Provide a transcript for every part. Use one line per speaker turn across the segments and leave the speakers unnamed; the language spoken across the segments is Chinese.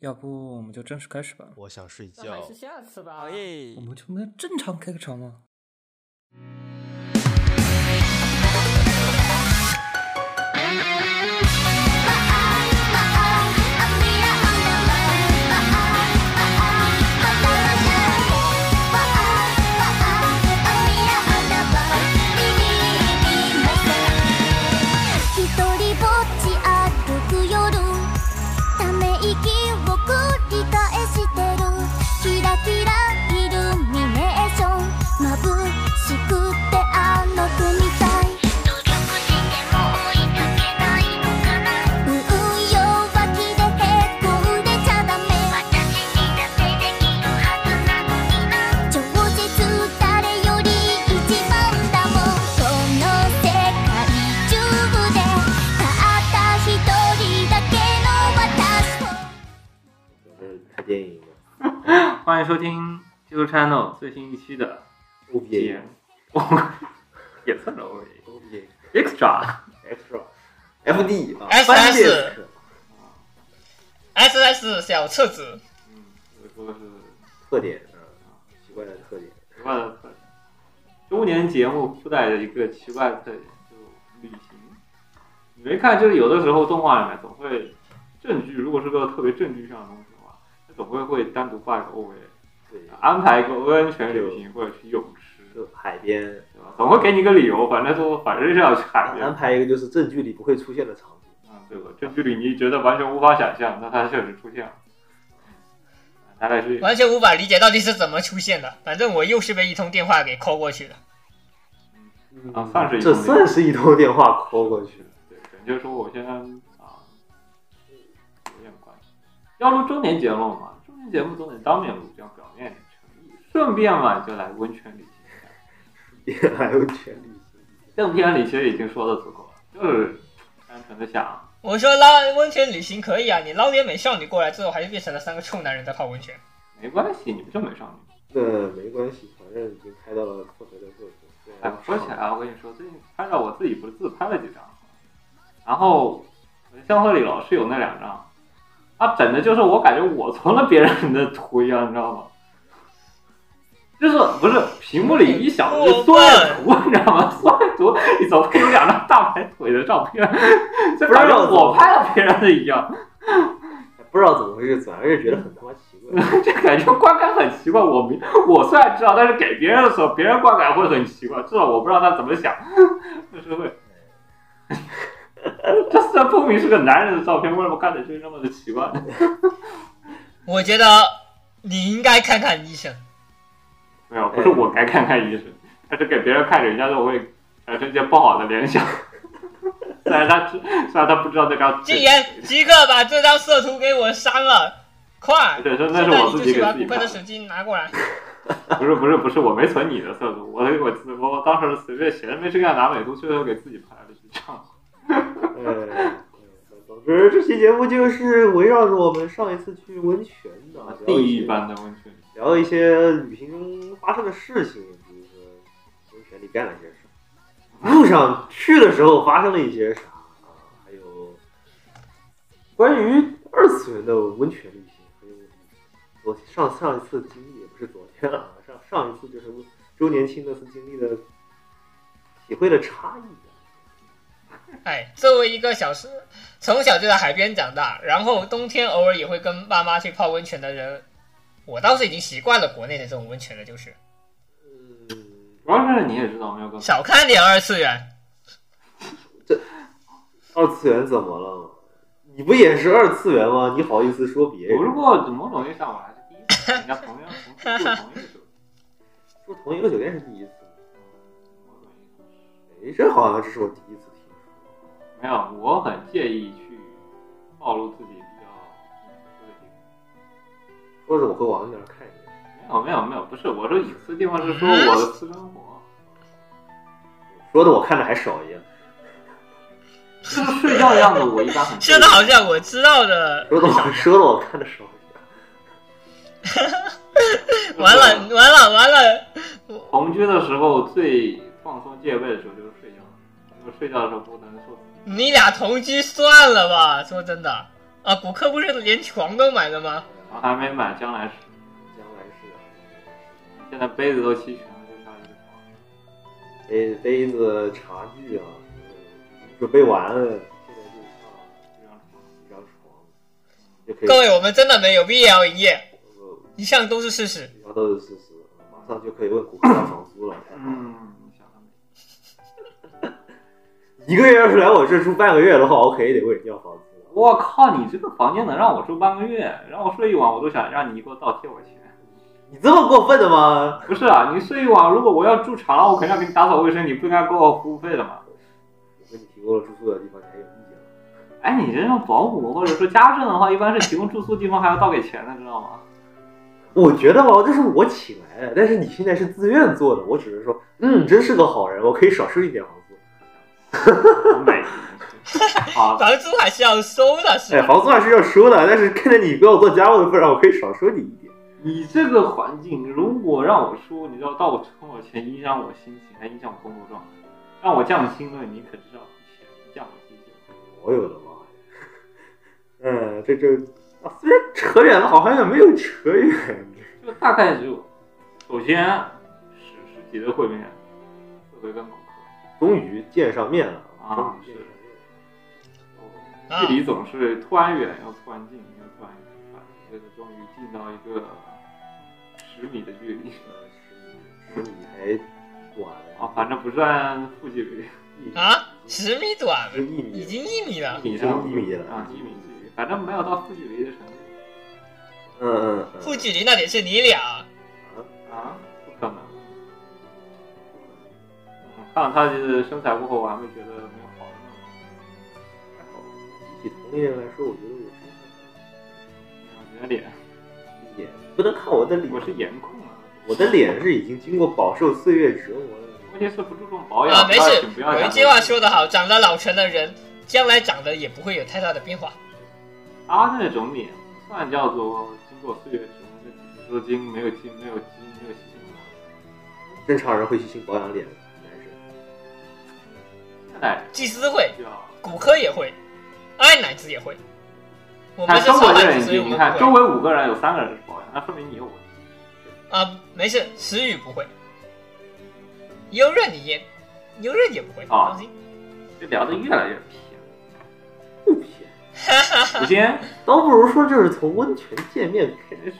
要不我们就正式开始吧？
我想睡
那还
觉
是。下次吧。
好耶
我！们就没有正常开个场吗？
「ひとりぼっち歩く夜」「ため息を繰り返してる」「キラキライルミネーション」「まぶしくてあの子みたい」「努力しても追いかけないのかな」「運用はきでへこんでちゃダメ」「私にだってできるはずなのにな」「超絶誰より一番だもん」「この世界中でたった一人だけの私を」
呃看电影的
欢迎收听技术 Channel 最新一期的
OVA
我 也算是 OVA
OVA
Extra。
Extra FD 啊
SS
Bandits
S S 小册子，
嗯，所以说是
特点啊，奇怪的特点。
奇怪的特点。周年节目附带着一个奇怪的特点，就旅行。你没看，就是有的时候动画里面总会正剧，如果是个特别正剧上的东西的话，它总会会单独画一个 OVA，
对，
安排一个温泉旅行或者去泳池，
就海边
对吧？总会给你个理由，反正就反正是要去海边
安。排一个就是正剧里不会出现的场景。
嗯，对吧？这剧里你觉得完全无法想象，那它确实出现了，嗯大概是
完全无法理解到底是怎么出现的。反正我又是被一通电话给 call 过去的。
嗯
啊算是一
这
通电话
算是一通电话 call 过去。
对，准确说我现在啊有点关系，要录周年节目嘛，周年节目总得当面录，这样表面诚意，顺便嘛就来温泉旅行一下。
还有权 力。
正片里其实已经说的足够了，就是单纯的想，
我说捞温泉旅行可以啊，你捞点美少女过来之后，还是变成了三个臭男人在泡温泉。
没关系，你们就美少女。
那呃没关系，反正已经开到了扩合的过程。
哎，说起来啊，我跟你说，最近拍照我自己不是自拍了几张，然后香河里老师有那两张，他整的就是我感觉我存了别人的图一样，你知道吗？就是不是屏幕里一响就是酸奶图，你知道吗？酸奶图，你怎么会有两张大白腿的照片？ 这
不知道
感觉我拍了别人的一样，
不知道怎么回事，反而是觉得很他妈奇怪。
这感觉观感很奇怪。我明我虽然知道，但是给别人的时候，别人观感会很奇怪，至少我不知道他怎么想，就是会。这虽然不明是个男人的照片，为什么看起来就是那么的奇怪？
我觉得你应该看看医生。
没有，不是我该看看医生，但是给别人看，人家就会产生一些不好的联想。 虽然他知，虽然他不知道这张，
既然即刻把这张色图给我删了，快！
对对
现
那
在
是我
你
自
就
己
去
给
把
自己
骨科
看
的
的
手机拿过来。
不是不是不是，我没存你的色图，我我我我当时随便闲着没事干拿美图秀秀给自己拍了一张。
呃，总之这期节目就是围绕着我们上一次去温泉的
地
聊一
狱
些
般的温泉，
聊一些旅行中发生的事情，比如说温泉里干了些什么，路上去的时候发生了一些啥，啊还有关于二次元的温泉旅行，还有我上上一次经历也不是昨天啊，上上一次就是周年庆那次经历的体会的差异、啊。
哎，作为一个小时从小就在海边长大，然后冬天偶尔也会跟爸妈去泡温泉的人，我倒是已经习惯了国内的这种温泉了，就是
嗯，
主要是你也知道，没有跟
少看点二次元。
二次元怎么了？你不也是二次元吗？你好意思说别人？
不过某种意义上我还是第一次跟人家同样同住同一个
住
酒店，
同一个酒店是第一次吗。
某种意义上
哎，这好像这是我第一次听说。
没有，我很介意去暴露自己比较隐私的地方。
说着我会往那儿看一眼。
没有没有没有，不是我说隐私地方是说我的私生活，
说的我看着还少一样，
就是睡觉的样子，我一般很介意
说的好 像我知道的，
说的我说的我看着少一样。
嗯
完了完了完了，
同居的时候最放松戒备的时候就是睡觉，因为睡觉的时候不能说
你俩同居算了吧，说真的，啊，骨科不是连床都买了吗？
我还没买，将来是
将来是
现在杯子都齐全了，就差一个床。
杯哎杯子、茶具啊，准备完了，现在就差
这张床
一张床就可以。
各位，我们真的没有必要营业，
呃，
一向都是事实。
一条都是事实，马上就可以问股票房租了。太好了
嗯，你想想，
一个月要是来我这住半个月的话，OK 得问你要房租了。
我靠，你这个房间能让我住半个月，让我睡一晚，我都想让你给我倒贴我钱。
你这么过分的吗？
不是啊，你睡一晚，如果我要住长了，我肯定要给你打扫卫生，你不应该给我服务费的吗？
我给你提供了住宿的地方，你还有意见了？
哎，你这种保姆或者说家政的话，一般是提供住宿地方还要倒给钱的，知道吗？
我觉得啊吧，这是我请来的，但是你现在是自愿做的，我只是说，嗯，真是个好人，我可以少收一点房租。
美。好，
房租还是要收的，是
哎，
吧？
房租还是要收的，但是看在你不要做家务的份上，我可以少收你一点。
你这个环境，如果让我说，你知道到我冲我钱，影响我心情，还影响我工作状态，让我降薪了，你可知道钱降我薪水？
我有的 妈呀！嗯，这这啊虽然扯远了，好像也没有扯远。
就大概就，首先实实体的会面，会不会跟顾客，
终于见上面了
啊
终于见上面了
啊
距离总是突然远又突然近，又突然远，突然近这个终于近到一个十米的距离
呃十米还短
啊，反正不算负距离，
啊，十米短，
是一米，
已经一米了
一。米上
一米了
啊，一米距离，反正没有到负距离的程度。
嗯嗯嗯，
负距离那得是你俩，
啊，不可能。嗯看了他的身材过后，我还会觉得没有好的。
还好。比起同龄人来说，我觉得我是
我觉得脸，
眼不能看我的脸，
我是颜控啊。
我的脸是已经经过饱受岁月折磨的。
关键是不注重保养，
啊，没
不要
事
紧，不要
有一
养
句话说得好，长得老成的人，将来长得也不会有太大的变化。
他啊那种脸不算叫做经过岁月折磨，那只是说经没有经没有基因没有细菌的。
正常人会去性保养脸的，男生
现代人
祭司会，
需要。
骨科也会，爱奶子也会。我们
看
是
周
臭
围的
孩
人
子，
已
所以我
经，你
们
看
不
周
会
围五个人有三个人是保养，那说明你有问题。
啊，没事，石宇不会，优刃你也，优刃也不会，
啊
放心。
这聊的越来越
不
偏。
偏，
首先，
倒不如说这是从温泉见面开始。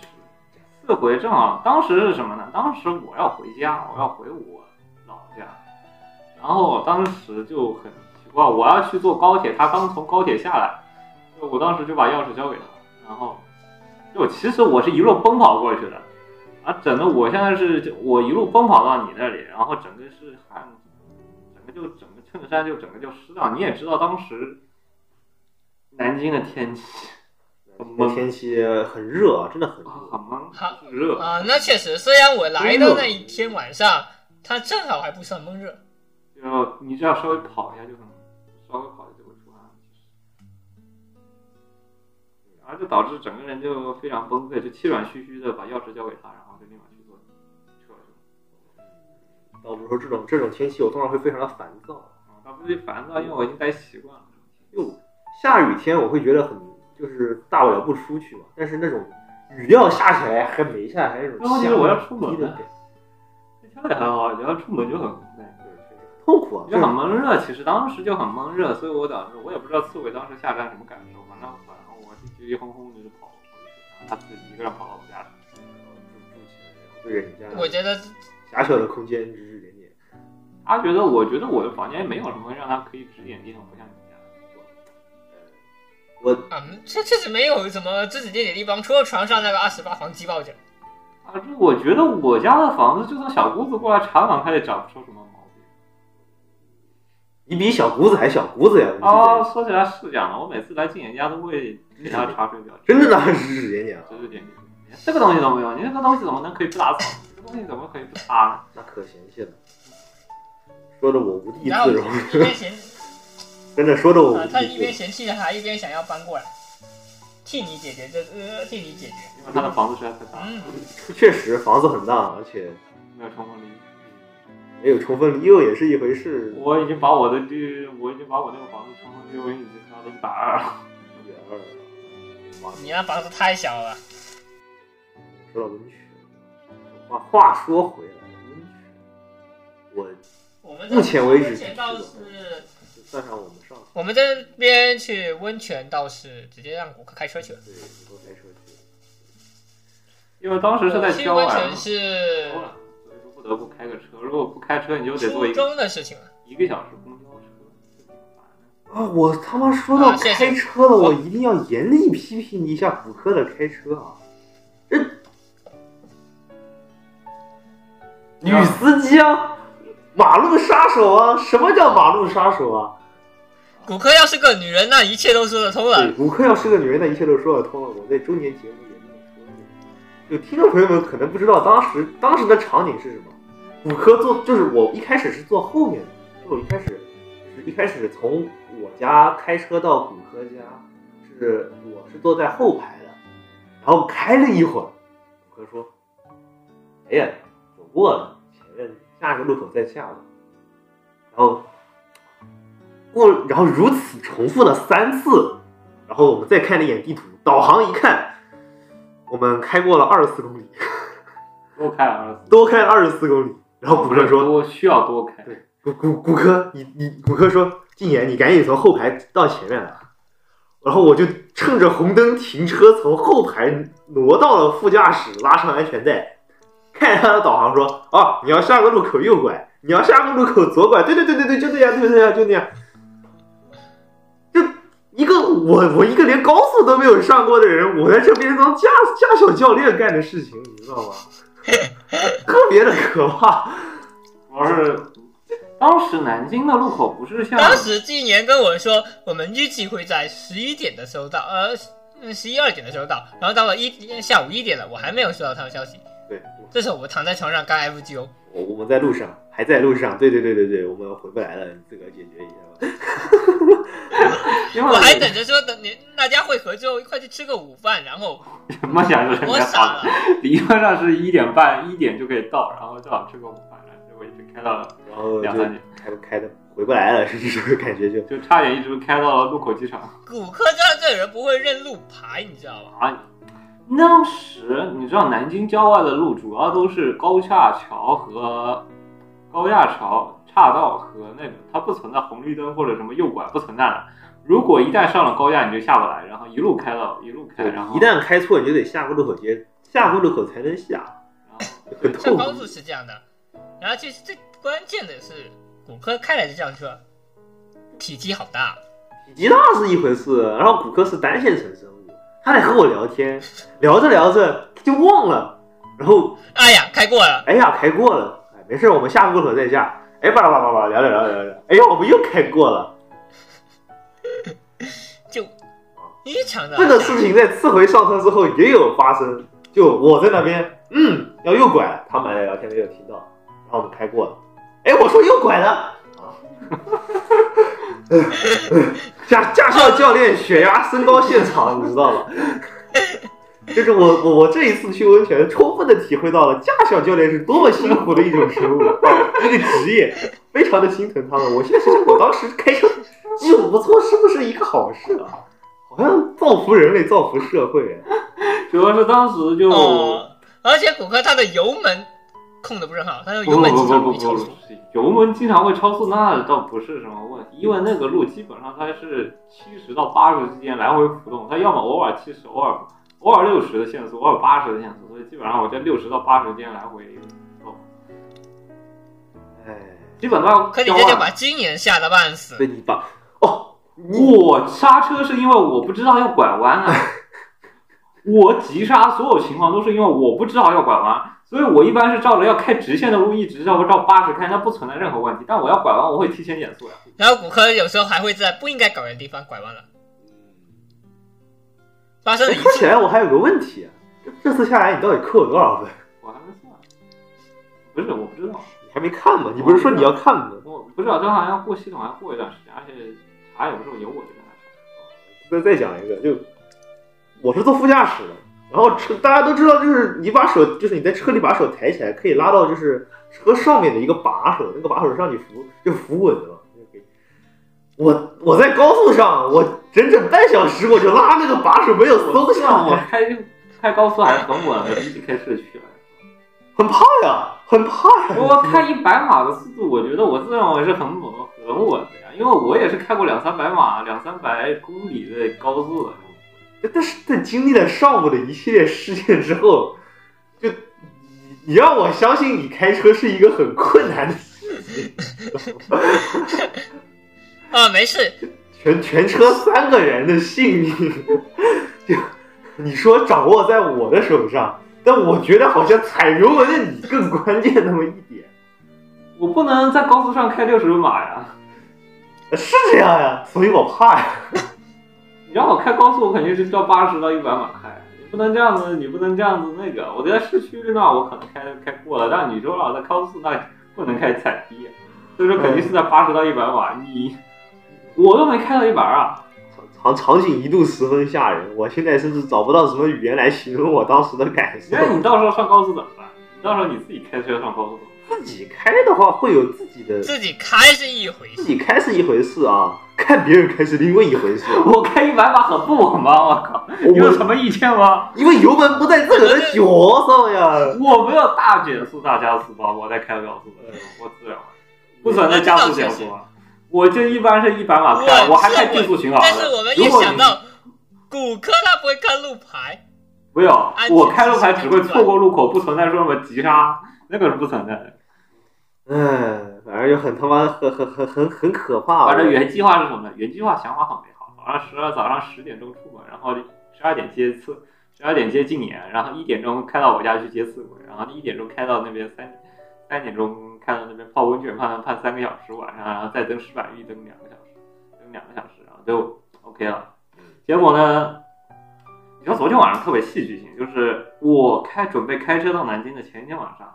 四回正好，当时是什么呢？当时我要回家，我要回我老家，然后我当时就很奇怪，我要去坐高铁，他刚从高铁下来，就我当时就把钥匙交给他，然后就其实我是一路奔跑过去的，啊，整的我现在是就我一路奔跑到你那里，然后整个是汗，整个就整个衬衫就整个就湿掉，你也知道当时南京的天气
今天天气很热啊，真的很热。
啊很闷，
好
很热。
啊，那确实，虽然我来的那一天晚上，它正好还不算闷热，
就你只要稍微跑一下就能，稍微跑一下就会出汗，然后就导致整个人就非常崩溃，就气喘吁吁的把钥匙交给他，然后就立马去坐车去。
倒不如说这种这种天气，我通常会非常的烦躁。
啊，倒不至于烦躁，因为我已经待习惯了。
就下雨天我会觉得很，就是大不了不出去嘛。但是那种雨要下起来还没下来那种
那问题
下
是我要出门啊
滴的感觉，
这天也很好，你要出门就很累，
痛苦啊！
就很闷热。其实当时就很闷热，所以我导致我也不知道刺猬当时下站什么感受，反正反正我是急急哄哄的就跑了回去，然后他自己一个人跑到我家去。
对人家
我觉得
狭小的空间指指点点，
他觉得，我觉得我的房间没有什么让他可以指点地方，不像你家。
我
啊，这确实没有什么指指点点地方，除了床上那个二十八房鸡抱枕。
啊，这我觉得我家的房子，就算小姑子过来查访，她也找不出什么毛病。
你比小姑子还小姑子呀！
哦
啊，，说起来是这样的，我每次来静言家都会给她查水表，
嗯真的呢，指指点点啊，
指指点点。连这个东西都没有，你这个东西怎么能可以不打扫？这个东西怎么可以不擦呢？
那可嫌弃了。说的我无地
然后
自容，
一边嫌
真的说的我无
啊，他
地
一
自
边
容。
嫌弃还一边想要搬过来，替你解决这呃，替你解决。
因为她的房子实在太大，
嗯，
确实房子很大，而且
没有冲锋力。
没有充分利用也是一回事。
我已经把我的这，我已经把我那个房子冲锋力我已经到了一百二了。
一百二，哇，
你那房子太小了，
说到温泉，话话说回来，温泉，我
我们这
目前为止
温泉倒是，
就算上我们上次
我们这边去温泉倒是直接让顾客开车去了。
对以后开车去，
因为当时是在
去
郊
温
外
泉
嘛，
是
郊外所以说不得不开个车。如果不开车，你就得坐
初
一个
中的事情了。
一个小时公交车，就挺烦的。
啊，我他妈说到
啊谢谢
开车了，我一定要严厉批评一下补课的开车啊！这女司机啊，马路杀手啊！什么叫马路杀手啊？
骨科要是个女人，那一切都说得通
对，
了。
补课要是个女人，那一切都说得通了。我在周年节目也没有说过。有听众朋友们可能不知道当时当时的场景是什么。补课坐就是我一开始是坐后面的，就我一开始就是一开始从我家开车到补课家，是我是坐在后排的，然后开了一会儿，补课说：“哎呀，走过了，前面下一个路口再下吧。”然后过，然后如此重复了三次，然后我们再看了一眼地图，导航一看，我们开过了二十四公里，
多开 二十四，
多开了二十四公里。然后补课说
多需要多开。
对骨骨骨科，你你骨科说，静言，你赶紧从后排到前面来。啊然后我就趁着红灯停车，从后排挪到了副驾驶，拉上安全带，看他的导航说，啊，你要下个路口右拐，你要下个路口左拐，对对对对对，就那样，对对对，就那样。就一个我我一个连高速都没有上过的人，我在这边当驾驾校教练干的事情，你知道吗？ 特别的可怕。
主要是当时南京的路口不是像
当时纪年跟我说，我们预计会在十一点的时候到，呃，十一二点的时候到。然后到了一下午一点了，我还没有收到他的消息。
对，
这时候我躺在床上干 FGO，
我我们在路上，还在路上。对对对对对，我们回不来了，你自个儿解决一下吧。
因为
我还等着说等你大家会合之后一块去吃个午饭，然 后
什么想着人
我
家
傻
好
了
的，，理论上是一点半一点就可以到，然后正好吃个午饭，然后结果一直开到了，
然后
两
就
三年
开不开的回不来了，是这种感觉 就
就差点一直开到了路口机场。
骨科这这人不会认路牌，你知道吗？
啊，当时你知道南京郊外的路主要都是高架桥和高架桥岔道和那个，它不存在红绿灯或者什么右拐，不存在的。如果一旦上了高架，你就下不来，然后一路开到一路开，然后
一旦开错，你就得下个路口接，下个路口才能下，
然后
很
上
痛
高
苦
速。是这样的，然后其实最关键的是，骨科开来的这辆车体积好大，
体积大是一回事，然后骨科是单线程生物，他在和我聊天，聊着聊着就忘了，然后
哎呀，开过了，
哎呀开过了，哎没事，我们下个路口再下，哎巴拉巴拉巴拉聊聊聊聊聊，哎呀我们又开过了。
就一抢的
这个事情在次回上车之后也有发生，就我在那边，嗯，要右拐，他们还在聊天没有听到，然后我们开过了，哎，我说右拐了， 啊，驾驾校教练血压升高现场，你知道吗？就是我我我这一次去温泉，充分的体会到了驾校教练是多么辛苦的一种生物， 啊一个职业，非常的心疼他们。我现在想想，我当时开车技术不错，是不是一个好事啊？好像造福人类，造福社会。
主要是当时就、
哦，而且骨科它的油门控的不是很好，它的
不
油
不
门经
不
常
不
容易
不
超
不
速。，
油门经常会超速，那倒不是什么问题，因为那个路基本上它是七十到八十之间来回浮动，它要么偶尔七十，偶尔偶尔六十的限速，偶尔八十的限速，所以基本上我在六十到八十之间来回浮动，
哎，
基本到
可你
郊
这就
外
把。今年吓得半死
所。以你把哦，你
我刹车是因为我不知道要拐弯啊，我急刹所有情况都是因为我不知道要拐弯，所以我一般是照着要开直线的路一直照照八十开，那不存在任何问题。但我要拐弯，我会提前减速呀。
然后骨科有时候还会在不应该拐弯的地方拐弯了，发生了
哎
一
说起
次。
来我还有个问题啊，这这次下来你到底扣我多少分？
我还没算，不是我不知道，
你还没看吗？你不是说你要看吗？
我不知道这好像过系统还过一段时间，而且查也不是由我这边来查。
再再讲一个，就我是坐副驾驶的，然后车大家都知道，就是你把手，就是你在车里把手抬起来，可以拉到就是车上面的一个把手，那个把手上你扶就扶稳的嘛。就可以我我在高速上，我整整半小时我就拉那个把手没有松下
我
来，
开开高速还是很稳的，比起开市区来。
很怕呀，很怕呀。
我开一百码的速度，我觉得我自认为是很稳很稳的呀，因为我也是开过两三百码、两三百公里的高速啊的。
但是在经历了上午的一系列事件之后，就你你让我相信你开车是一个很困难的 事情。
啊，没事，
全全车三个人的性命， 就你说掌握在我的手上，但我觉得好像踩油门的你更关键那么一点，
我不能在高速上开六十码呀！
是这样呀，所以我怕呀。
你让我开高速，我肯定是照八十到一百码开，你不能这样子，你不能这样子那个。我在市区那我可能开开过了，但你说让我在高速那不能开踩低，所以说肯定是在八十到一百码。你我都没开到一百啊！
场场景一度十分吓人，我现在甚至找不到什么语言来形容我当时的感受。
那你到 时候上高速怎么办？你到时候你自己开车上高速怎么办？
自己开的话，会有自己的，
自己开是一回
自
事，
己开是一回事啊，看别人开是另外一回事。啊
我开一百码很不稳吗？我靠，你有什么意见 吗？
因为油门不在自个的脚上呀。
我没有大减速、大加速吧？我在开高速的时候，我自认为不存在加速减速啊。我就一般是一百码开，
我
啊我还开定速巡航的。
但是我们一
如果你
想到骨科，他不会看路牌，
没有
安，全
我开路牌只会错过路口，不存在说什么急刹，那个是不存在的。
嗯，反正就很他妈很很很很很可怕。啊
反正原计划是什么呢？原计划想法很美好，早上十二早上十点钟出门，然后十二点接次，十二点接近年，然后一点钟开到我家去接刺猬，然后一点钟开到那边三三点钟开到那边泡温泉，泡泡三个小时，晚上然后再登石板峪登两个小时，登两个小时，然后就 OK 了。结果呢，你说昨天晚上特别戏剧性，就是我开准备开车到南京的前一天晚上，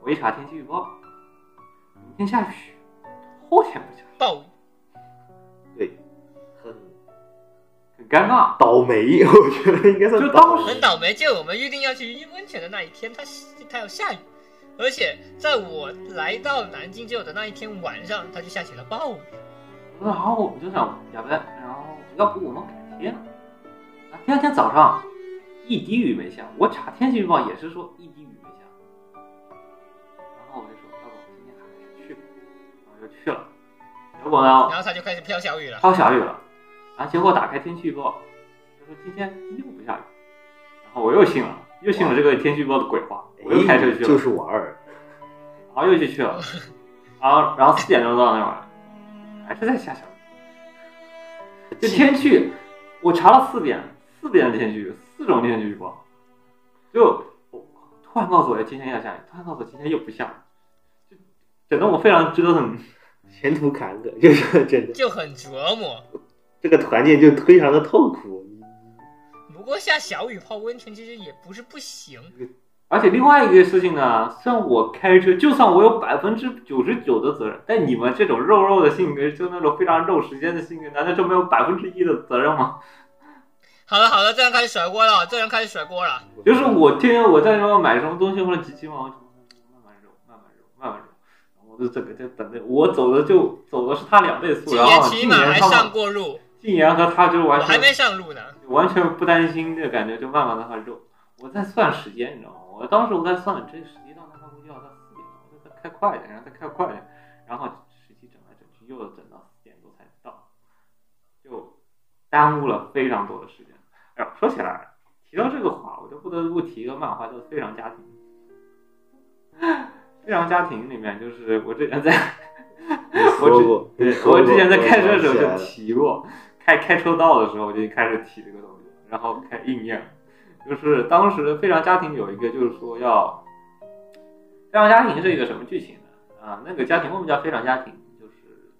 我一查天气预报，明天下雨，后天不下雨。
暴雨
对，很
很尴尬。
倒霉， 我觉得应该算
就
倒
当
霉
时
很倒霉。就我们预定要去温泉的那一天，它它要下雨，而且在我来到南京就有的那一天晚上，它就下起了暴雨。
然后我们就想，要不然，然后要不我们改天？啊，第二天早上一滴雨没下，我查天气预报也是说一滴雨没下。然后我就说，要不我今天还是去吧，然后就去了。结果呢
然，后它就开始飘小雨了。
飘小雨了，然后结果打开天气预报，他说今天又不下雨，然后我又信了，又信了这个天气预报的鬼话，我
哎
又开车去了。
就是玩儿。
然后又去去了，然后然后四点钟到那儿了，还是在下小雨。就天气，我查了四遍，四遍的天气预报，四种天气预报，就我突然告诉我今天要下雨，突然告诉我今天又不下雨，就整得我非常折腾。
前途坎坷，就是真的，
就很折磨。
这个团建就非常的痛苦。
不过下小雨泡温泉其实也不是不行，
而且另外一个事情呢，虽然我开车，就算我有百分之九十九的责任，但你们这种肉肉的性格，就那种非常肉时间的性格，难道就没有百分之一的责任吗？
好了好了，这样开始甩锅了，这样开始甩锅了。
就是我天天我在说买什么东西或者急急忙忙什么慢慢揉慢慢揉慢慢揉，然后我就整个在等着我走的就走的是他两倍速，
今
然
年
后
起
静
码
言
还
他
上
们
过路，
静言和他就
我
完
还
全
没上路呢。
完全不担心的感觉，就慢慢的很揉。我在算时间，你知道吗？我当时我在算这个时间到他估计要到四点，我就再开快点，然后再开快点，然后实际整来整去又整到四点多才到，就耽误了非常多的时间。哎呦，说起来，提到这个话，我就不得不提一个漫画叫《非常家庭》。《非常家庭》里面就是我之前在，
你
我
说过你
之，对
说过
我之前在开车的时候
我
就
想起来了
提过，开开车道的时候我就开始提这个东西，然后开始应验了。就是当时《非常家庭》有一个就是说要，《非常家庭》是一个什么剧情呢？啊，那个家庭为什么叫《非常家庭》？就是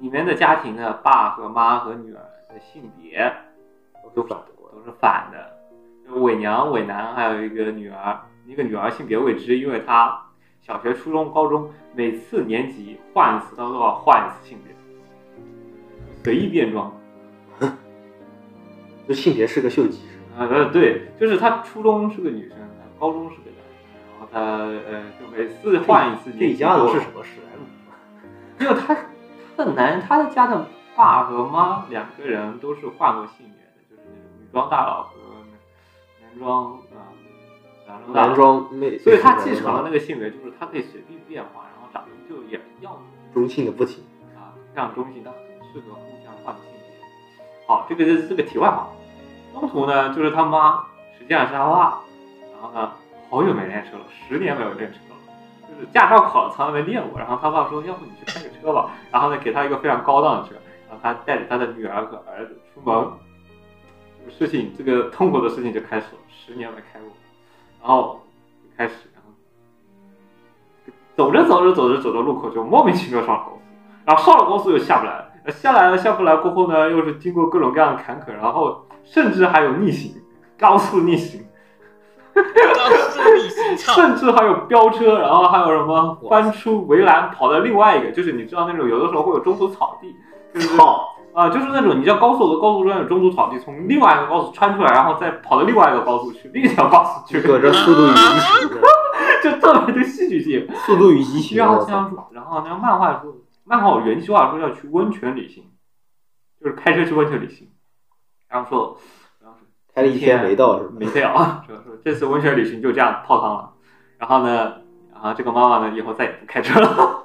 里面的家庭的爸和妈和女儿的性别
我都反过来
都是反的。就伪娘、伪男，还有一个女儿，一个女儿性别未知，因为她小学、初中、高中每次年级换一次，她都要换一次性别，随意变装。
啊就性别是个秀吉，
啊，呃，对，就是她初中是个女生，她高中是个男生，然后她呃，就每次换一次
这
年
一
级
家
都
子是什么史莱姆？
没有他，邓楠他的家的爸和妈两个人都是换过性别的，就是那种女装大佬和男装啊，男装大佬
男，装妹，
所以他继承了那个性别，就是他可以随地变化，然后长得就也要
中性的不行。
啊，这样的东西它很适合互相换性别。好，这个是这个题外话。中途呢，就是他妈实际上是他爸，然后呢，好久没练车了，十年没有练车了，就是驾照考从来没练过。然后他爸说，要不你去开个车吧，然后呢，给他一个非常高档的车，然后他带着他的女儿和儿子出门。事情这个痛苦的事情就开始了，十年没开过，然后就开始，然后走着走着走着走到路口就莫名其妙上了高速，然后上了高速又下不来了，呃下来了下不来过后呢，又是经过各种各样的坎坷，然后甚至还有逆行，高速逆行，
高速逆行操，
甚至还有飙车，然后还有什么翻出围栏跑到另外一个，就是你知道那种有的时候会有中途草地，就 是
操，
啊，就是那种你在高速和高速中间有中途草地，从另外一个高速穿出来，然后再跑到另外一个高速去，另一条高速去，
这个这速度与激情啊，
就特别的戏剧性。
速度与激情
然
啊，
后
我
这样
操！
说，然后那个漫画说，漫画我原计划说要去温泉旅行，就是开车去温泉旅行，然后说，然后说
开了一天没到是吧？
没掉啊，说说这次温泉旅行就这样泡汤了。然后呢，啊，这个妈妈呢以后再也不开车了，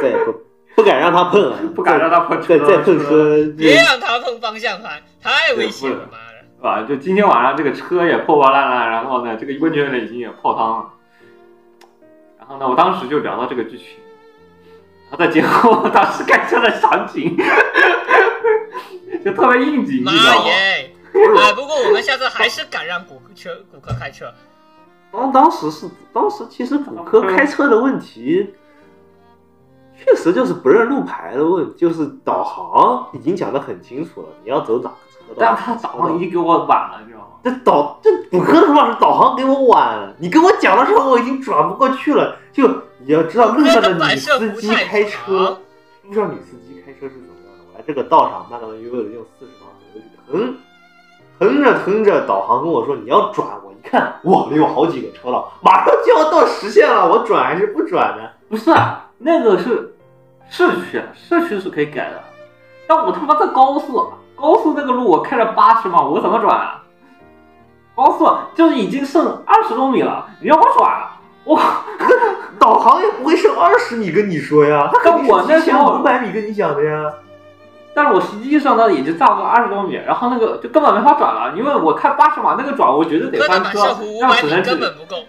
再也不不敢让他碰了，
不敢让她碰车
再
了，
再碰车，
别让他碰方向盘，太危险了，妈的！
对吧？啊就今天晚上这个车也破破烂烂，然后呢，这个温泉呢已经也泡汤了。然后呢，我当时就聊到这个剧情，然后再结合我当时开车的场景， 就特别应景，你知道
妈
吗？
耶！哎，不过我们下次还是敢让骨车骨科开车，
当当时是当时其实骨科开车的问题，确实就是不认路牌的问题，就是导航已经讲得很清楚了，你要走哪个车道。
但他早上已经给我晚了，你知道吗？
这导这骨科的说法是导航给我晚了，你跟我讲的时候我已经转不过去了。就你要知道路上的女司机开车，路上女司机开车是怎么样的？我在这个道上慢慢悠悠的用四十码左右去腾，腾着腾着，导航跟我说你要转，我一看哇，有好几个车道，马上就要到实线了，我转还是不转呢？
不是啊，那个是市区，啊市区是可以改的，但我他妈在高速，啊高速那个路我开了八十嘛，我怎么转啊？高速啊就是已经剩二十多米了，你让我转啊，我
导航也不会剩二十米跟你说呀，他肯定
但我那时候
五百米跟你讲的呀。
但是我实际上呢也就差不多二十多米，然后那个就根本没法转了，因为我开八十码那个转，我觉得得
哥的
翻
满
车
射弧，五
那
百
只
米
能只
根
能
本不够。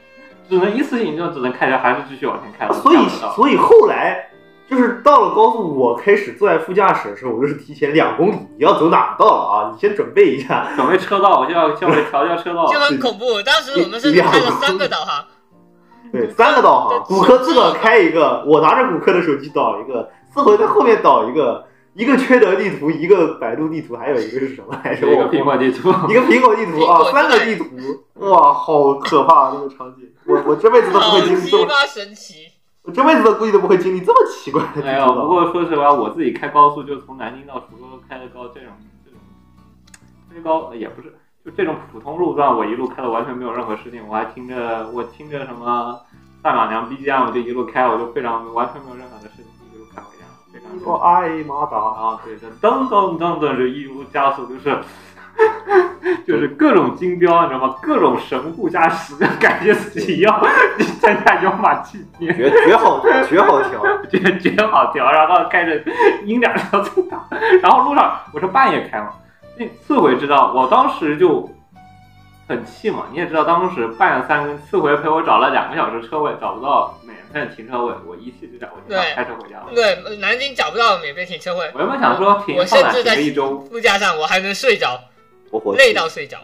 只能一次性就只能开着，还是继续往前开了。
所以
下不了
所以后来就是到了高速，我开始坐在副驾驶的时候，我就是提前两公里，你要走哪个道了啊？你先准备一 下。
准备车道，我就要叫我调教车道。
就很恐怖。当时我们甚至开了三个导航，
对，三个导航，骨科自个儿开一个，我拿着骨科的手机导一个，四回在后面导一个，一个缺德地图，一个百度地图，还有一个是什么来着？
有一个苹果地图，
一个苹果地图
苹果
啊，
地带
三个地图，哇，好可怕、啊那个场景！我我这辈子都不
好
会经历这
鸡
么，
巴神奇！
我这辈子都估计都不会经历这么奇怪的地图
没有，不
了。
过说实话，哎我自己开高速就从南京到福州开的高，这种这种最高也不是，就这种普通路段，我一路开的完全没有任何事情，我还听着我听着什么大马娘 BGM 我就一路开，我就非常完全没有任何的事情，一路开回家，非常
我哎爱马达，
啊，对，就噔噔噔噔就一路加速，就是 就是各种金标，你知道吗？各种神户驾驶，就感觉自己要参加有马祭天。
绝绝好绝好调。
绝绝好调，然后开着音量调最大，然后路上我是半夜开嘛，那刺回知道，我当时就很气嘛，你也知道，当时半夜三更，刺回陪我找了两个小时车位，找不到免费停车位，我一气之下我就想
对
开车回家了。
对，南京找不到免费停车位，
我原本想说停
我
放
甚
哪停
至在
个一周，
副驾上我还能睡着，
我火
累到睡着。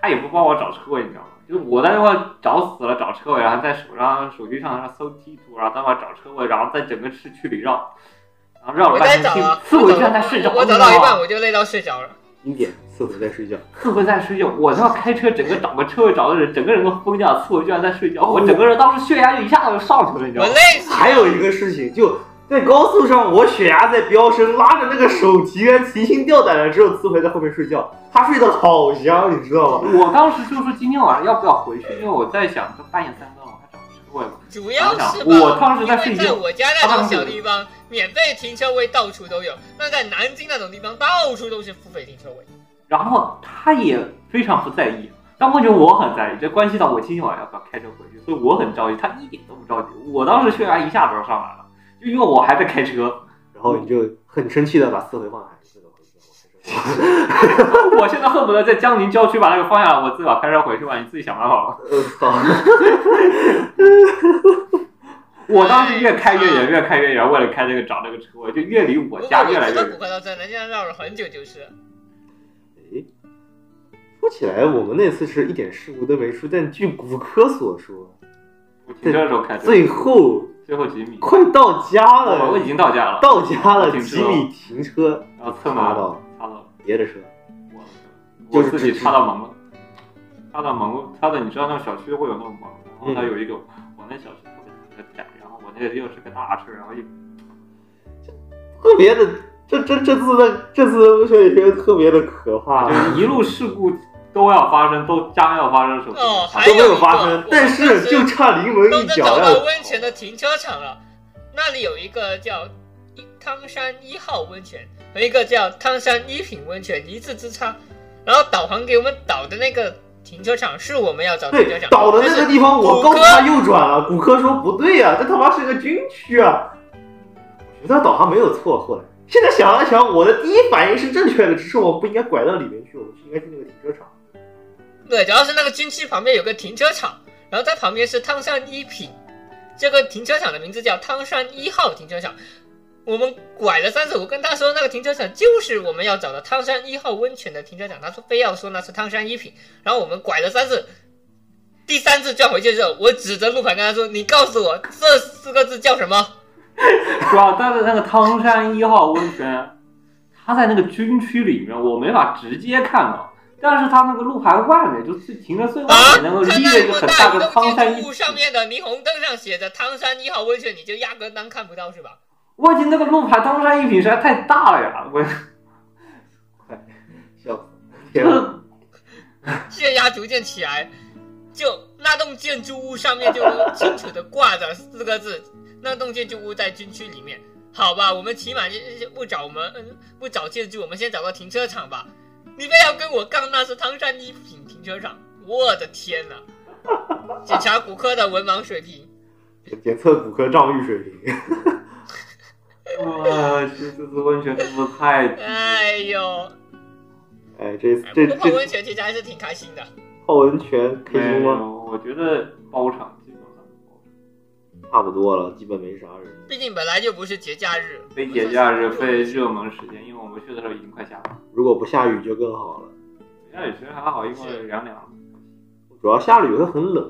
他也不帮我找车位，你知道吗？就是我在那块找死了找车位，然后在手上手机上搜地图，然后在那块找车位，然后在整个市区里绕，然后绕
我
了半
在
天
找啊，，
刺
我
回
找
居然在睡着，
我找
你知道
到一
吗
半我就累到睡着了。
经典，四回在睡觉。
刺回在睡觉，我他妈开车整个找个车位找的人，整个人都疯掉。刺回居然在睡觉，我整个人当时血压就一下子就上去了，你知道
我
吗？
累死了，
还有一个事情，就在高速上，我血压在飙升，拉着那个手提杆提心吊胆的，只有刺回在后面睡觉，他睡得好香，你知道吗？
我当时就说今天晚上要不要回去，因为我在想，这半夜三更我还找车位吗？
主要是吧
我当时在睡觉
因为在我家那种小地方，免费停车位到处都有。那在南京那种地方，到处都是付费停车位。
然后他也非常不在意，但问题我很在意，这关系到我今天晚上要不要开车回去，所以我很着急，他一点都不着急。我当时血压一下子就上来了，就因为我还在开车，
然后你就很生气的把四回放下，是怎么回事？我开车。
我现在恨不得在江宁郊区把那个放下来，我自己把开车回去吧，你自己想办法吧。
呃，好，
我当时越开越远，越开越远，为了开这个找那个车位，就越离
不
我
过
家
我
越来越
觉得
远
补。课到这，南京绕了很久就是。
诶，说起来，我们那次是一点事故都没出，但据骨科所说，
我停车的时候开车，
最后
最后几米，
快到家
我
了
已，经到家了，啊
到家了，
停车
几米停车，
然后侧门
擦到
擦到
别的车，
我
就
我
是
自己
直
插到门了，插到门了，插到你知道那种小区会有那种门，然
嗯
后它有一个，我那小区特别窄，然后我那又是个大车，然后一
特别的，这这这次的这次的雪里车特别的可怕，
就是一路事故都要发生，都将要发生的时候，
哦还
都没
有
有
一
发
个
生
我，
但
当
是
时
就差临门
都
一
能
脚
找
要
到温泉的停车场了。那里有一个叫一汤山一号温泉和一个叫汤山一品温泉，一字之差。然后导航给我们导的那个停车场是我们要找停车
对
场，
倒的那个地方，我告
谷
诉
歌
他右转了。骨科说不对啊呀、这他妈是个军区啊！我觉得导航没有错。后来现在想了想，我的第一反应是正确的，只是我不应该拐到里面去，我们是应该去那个停车场。
对，主要是那个军区旁边有个停车场，然后它旁边是汤山一品，这个停车场的名字叫汤山一号停车场。我们拐了三次，我跟他说那个停车场就是我们要找的汤山一号温泉的停车场，他说非要说那是汤山一品，然后我们拐了三次，第三次转回去的时候，我指着路牌跟他说：“你告诉我这四个字叫什么
主要但是那个汤山一号温泉，它在那个军区里面，我没法直接看到。但是它那个路牌外面，就是停车最外
啊？”
面那个
他
立
那
着一
一
个
个
很大
大移
的
动
汤山
建
一
筑物上面的霓虹灯上写着汤山一号温泉，你就压根当看不到是吧？
我已经那个路牌汤山一品实在太大了呀！我
笑 死！天啊，
血压逐渐起来，就那栋建筑物上面就清楚的挂着四个字， 那栋建筑物在军区里面。好吧，我们起码就不找我们嗯不找建筑，我们先找个停车场吧。你非要跟我杠，那是汤山一品停车场，我的天呐！检查骨科的文盲水平，
检测骨科账户水平，
哇，这这次温泉真的太
哎呦，
哎，这
哎
这
不过泡
这
温泉其实还是挺开心的。
泡温泉开心
没
吗？
有我觉得包场基本上包场
差不多了，基本没啥人。
毕竟本来就不是节假日，
非节假日非热门时间，因为我们去的时候已经快下班了。如
如果不下雨就更好了，
果下雨其实还好，因为
是
凉凉。
主要下了雨会很冷，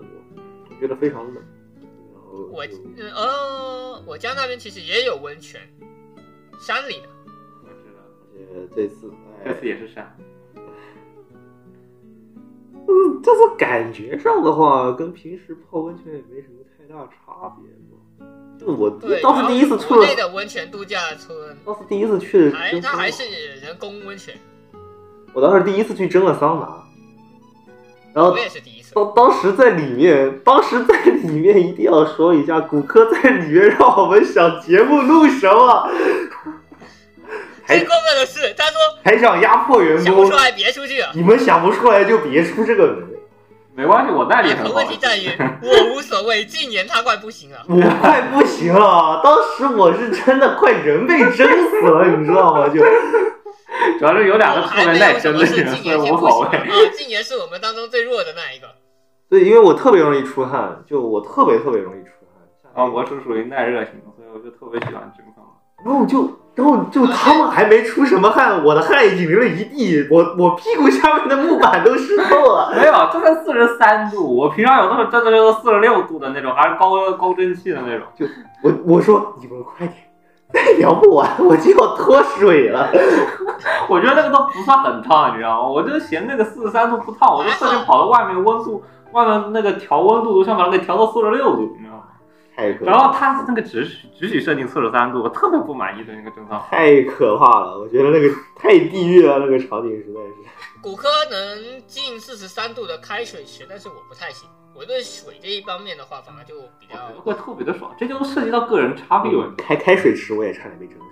我觉得非常冷。然后
我
就
嗯哦，我家那边其实也有温泉，山里的。
我知道，
呃这次哎
这次也是山，
嗯，但是感觉上的话，跟平时泡温泉也没什么太大差别嘛。就我
对，
当时第一次嗯去
国
了
内，的温泉度假村，
当时第一次去的
还
真
它
的
还是人工温泉，
我当时第一次去蒸了桑拿，然后
我也是第一次。
当当时在里面，当时在里面一定要说一下，骨科在里面让我们想节目录什么，还
最过分的是，他说
还想压迫员
想不
工
出，来别出去了。
你们想不出来就别出这个门。
没关系，我耐力
哎
很好
问。题 在于我无所谓，禁言他快不行了。
我快不行了，当时我是真的快人被蒸死了，你知道吗？就
主要是有两个
我
特
啊还
别
哎没
耐
有什
蒸
么
的
是
人，
禁
所以
言先
无
不
所
行
谓。
了啊，禁言是我们当中最弱的那一个。
对，因为我特别容易出汗，就我特别特别容易出汗。
啊，我是属于耐热型的，所以我就特别喜欢蒸桑拿。
然后就，然后就他们还没出什么汗，我的汗已经淋了一地，我我屁股下面的木板都湿透了。
没有，这才四十三度，我平常有的时候真的就是四十六度的那种，还是高高蒸汽的那种。
我我说你们快点，再聊不完我就要脱水了。
我觉得那个都不算很烫，你知道吗？我就嫌那个四十三度不烫，我就特地跑到外面温度，外面那个调温度都想把它给调到四十六度，你知道吗？
太可怕
然后
了，
他那个直直取设定四十三度，我特别不满意的那个正方形。
太可怕了，我觉得那个太地狱了，那个场景实在是。
骨科能进四十三度的开水池，但是我不太行。我对水这一方面的话，反而就比
我觉得
较
会特别的爽，这就涉及到个人差别问题。
开开水池我也差点没整死，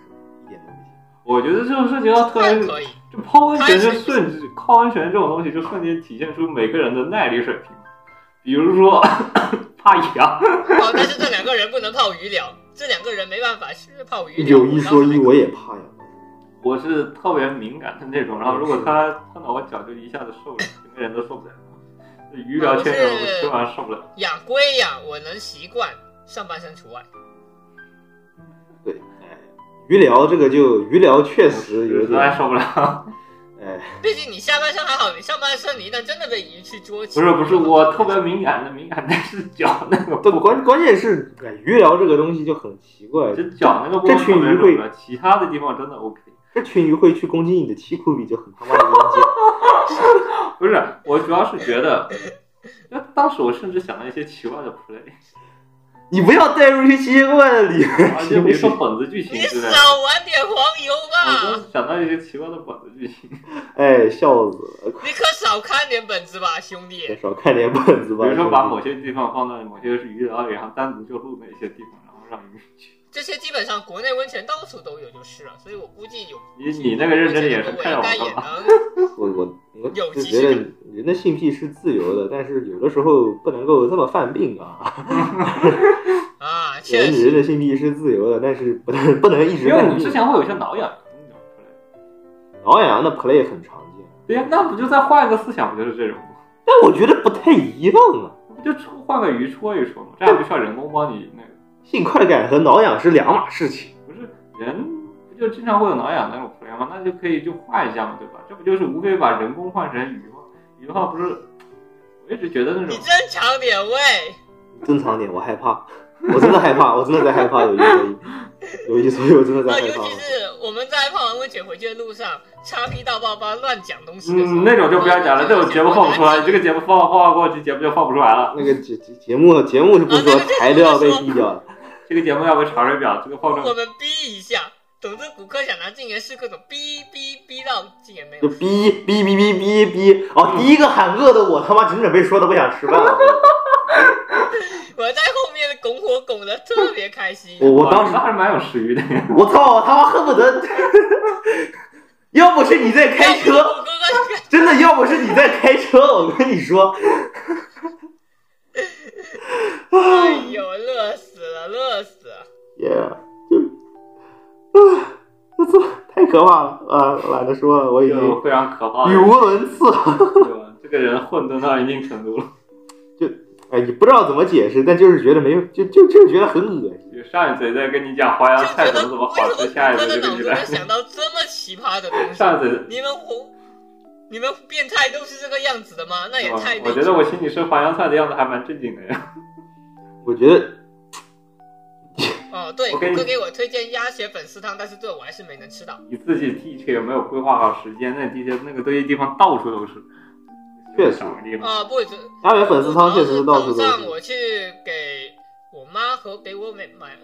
一点都不行。
我觉得这种涉及到特
还
别，
可以。
就泡温泉就瞬，泡温泉这种东西就瞬间体现出每个人的耐力水平。比如说 怕啊痒，
哦，但是这两个人不能泡鱼疗，这两个人没办法是泡鱼疗。
有一说一，我也怕呀。
我是特别敏感的那种，然后如果他碰到我脚就一下子受不了，整个人都受不了。这鱼疗圈人我吃完受不了。
养龟呀，我能习惯，上半身除外。
对，哎，鱼疗这个就鱼疗确实有
实在
点，
受 不了。
哎，
毕竟你下半身还好，你上半身你一旦真的被鱼去捉起，
不是不是，我特别敏感的，敏感的是脚那个
对，
部分，
关关键是哎鱼疗这个东西就很奇怪，
就脚那个部
这
分
群
特别
鱼
柔
会
软，其他的地方真的 OK。
这群鱼会去攻击你的七库比就很他妈的阴间。
不是，我主要是觉得，就当时我甚至想到一些奇怪的 play，
你不要带入一些奇奇怪怪的理
啊，就
由。
比如 说本子剧情
你
之类的，
少玩点黄油
我
吧，
就想到一些奇怪的本子剧情，比
哎，笑死了！
你可少看点本子吧，兄弟。
少看点本子吧。
如说把某
兄
些地方放到某些是鱼疗里，然后单独就录那些地方，然后让鱼去。
这些基本上国内温泉到处都有就是了，所以我估计有
你你那个认真的也是
我
看着
应该
我
也
干嘛？
能。
弟，我我我
有
就
即
觉
视
得
感
人的性癖是自由的，但是有的时候不能够这么犯病啊。
啊，确
人
实，
人的性癖是自由的，但是不能不能一直
因为
犯
你之
病。
前会有一些挠痒痒那种 play，
挠痒痒的 play 很常见，
对呀，那不就再换一个思想，不就是这种吗？
但我觉得不太一样啊。
不就戳换个鱼戳一戳吗？这样不需要人工帮你那个，
性快感和挠痒是两码事情。
不是人不就经常会有挠痒那种 play 吗？那就可以就换一下嘛，对吧？这不就是无非把人工换成鱼吗？鱼的话不是，我一直觉得那种
你正常点喂，
正常点，我害怕，我真的害怕，我真的在害怕，有一说一，有一说一，我真的在
啊，
害
尤
怕
其。
嗯
是我们在泡完温泉回去的路上，叉 P 到爆发乱讲东西的时候
嗯，那种就不要讲了，这种节目放不出来，你这个节目放放完过去，节目就放不出来了。
那个节节节目节目是不说，台都要被毙掉了。
这个节目要被查水表，这个放
我
出
们逼一下。总之，骨科想拿禁言是各种逼逼逼到禁言没
就
嗯
有。
哔哔哔哔哔哔，哦，第一个喊饿的我他妈整整被说的不想吃饭了。
我在后面拱火拱的特别开心。
嗯
我我当时
时还是蛮有食欲的。
我操，他妈恨不得，要不是你在开
要
车，
不骨科
真的要不是你在开车，我跟你说，
哎呦，乐死了，乐死了！
也、就啊，这这太可怕了啊！懒得说了，我已
就
经
非常可怕的
语
人，
无伦次了。
对吧？这个人混沌到一定程度了。
哎，你不知道怎么解释，但就是觉得没有，就就就是觉得很恶心。
就上一嘴在跟你讲花
就
样
觉
菜
得
怎么怎么
为
好
什么
吃，下一
骨科
嘴
的
就
脑
跟你
子能
来。
想到这么奇葩的东西？
上一嘴
你们我，你们变态都是这个样子的吗？那也
哇
太……
我觉得我心里吃淮扬菜的样子还蛮正经的呀。
我觉得
哦，对，
我跟你
虎哥给我推荐鸭血粉丝汤，但是最后我还是没能吃到。
你自己地铁有没有规划好时间？那地铁那个堆地方到处都是，
确实
少个地方。
啊、不止，
鸭血粉丝汤确实是到处
早
都
上
是。
我去给我妈和给我买买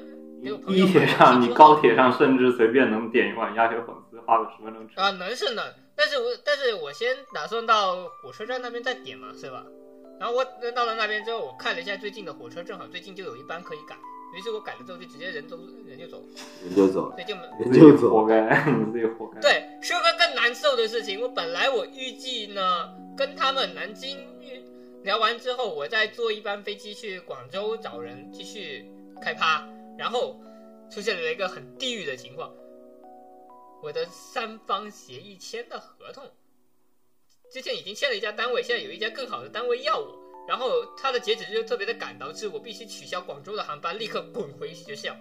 给我朋友
地铁
买了
上，
几
你
桌
高铁上甚至随便能点一碗鸭血粉丝，花个十分钟吃。
啊，能是能，但是我但是我先打算到火车站那边再点嘛，是吧？然后我到了那边之后，我看了一下最近的火车，正好最近就有一班可以改，于是我改了之后就直接人走人就走了，
人就走了，
所以就没。
人
你自己
就走
活
了。
该，你自己活该。
对，说个更难受的事情，我本来我预计呢，跟他们南京聊完之后，我再坐一班飞机去广州找人继续开趴，然后出现了一个很地狱的情况，我的三方协议签的合同，之前已经签了一家单位，现在有一家更好的单位要我，然后他的截止日就特别的赶，导致我必须取消广州的航班，立刻滚回学校。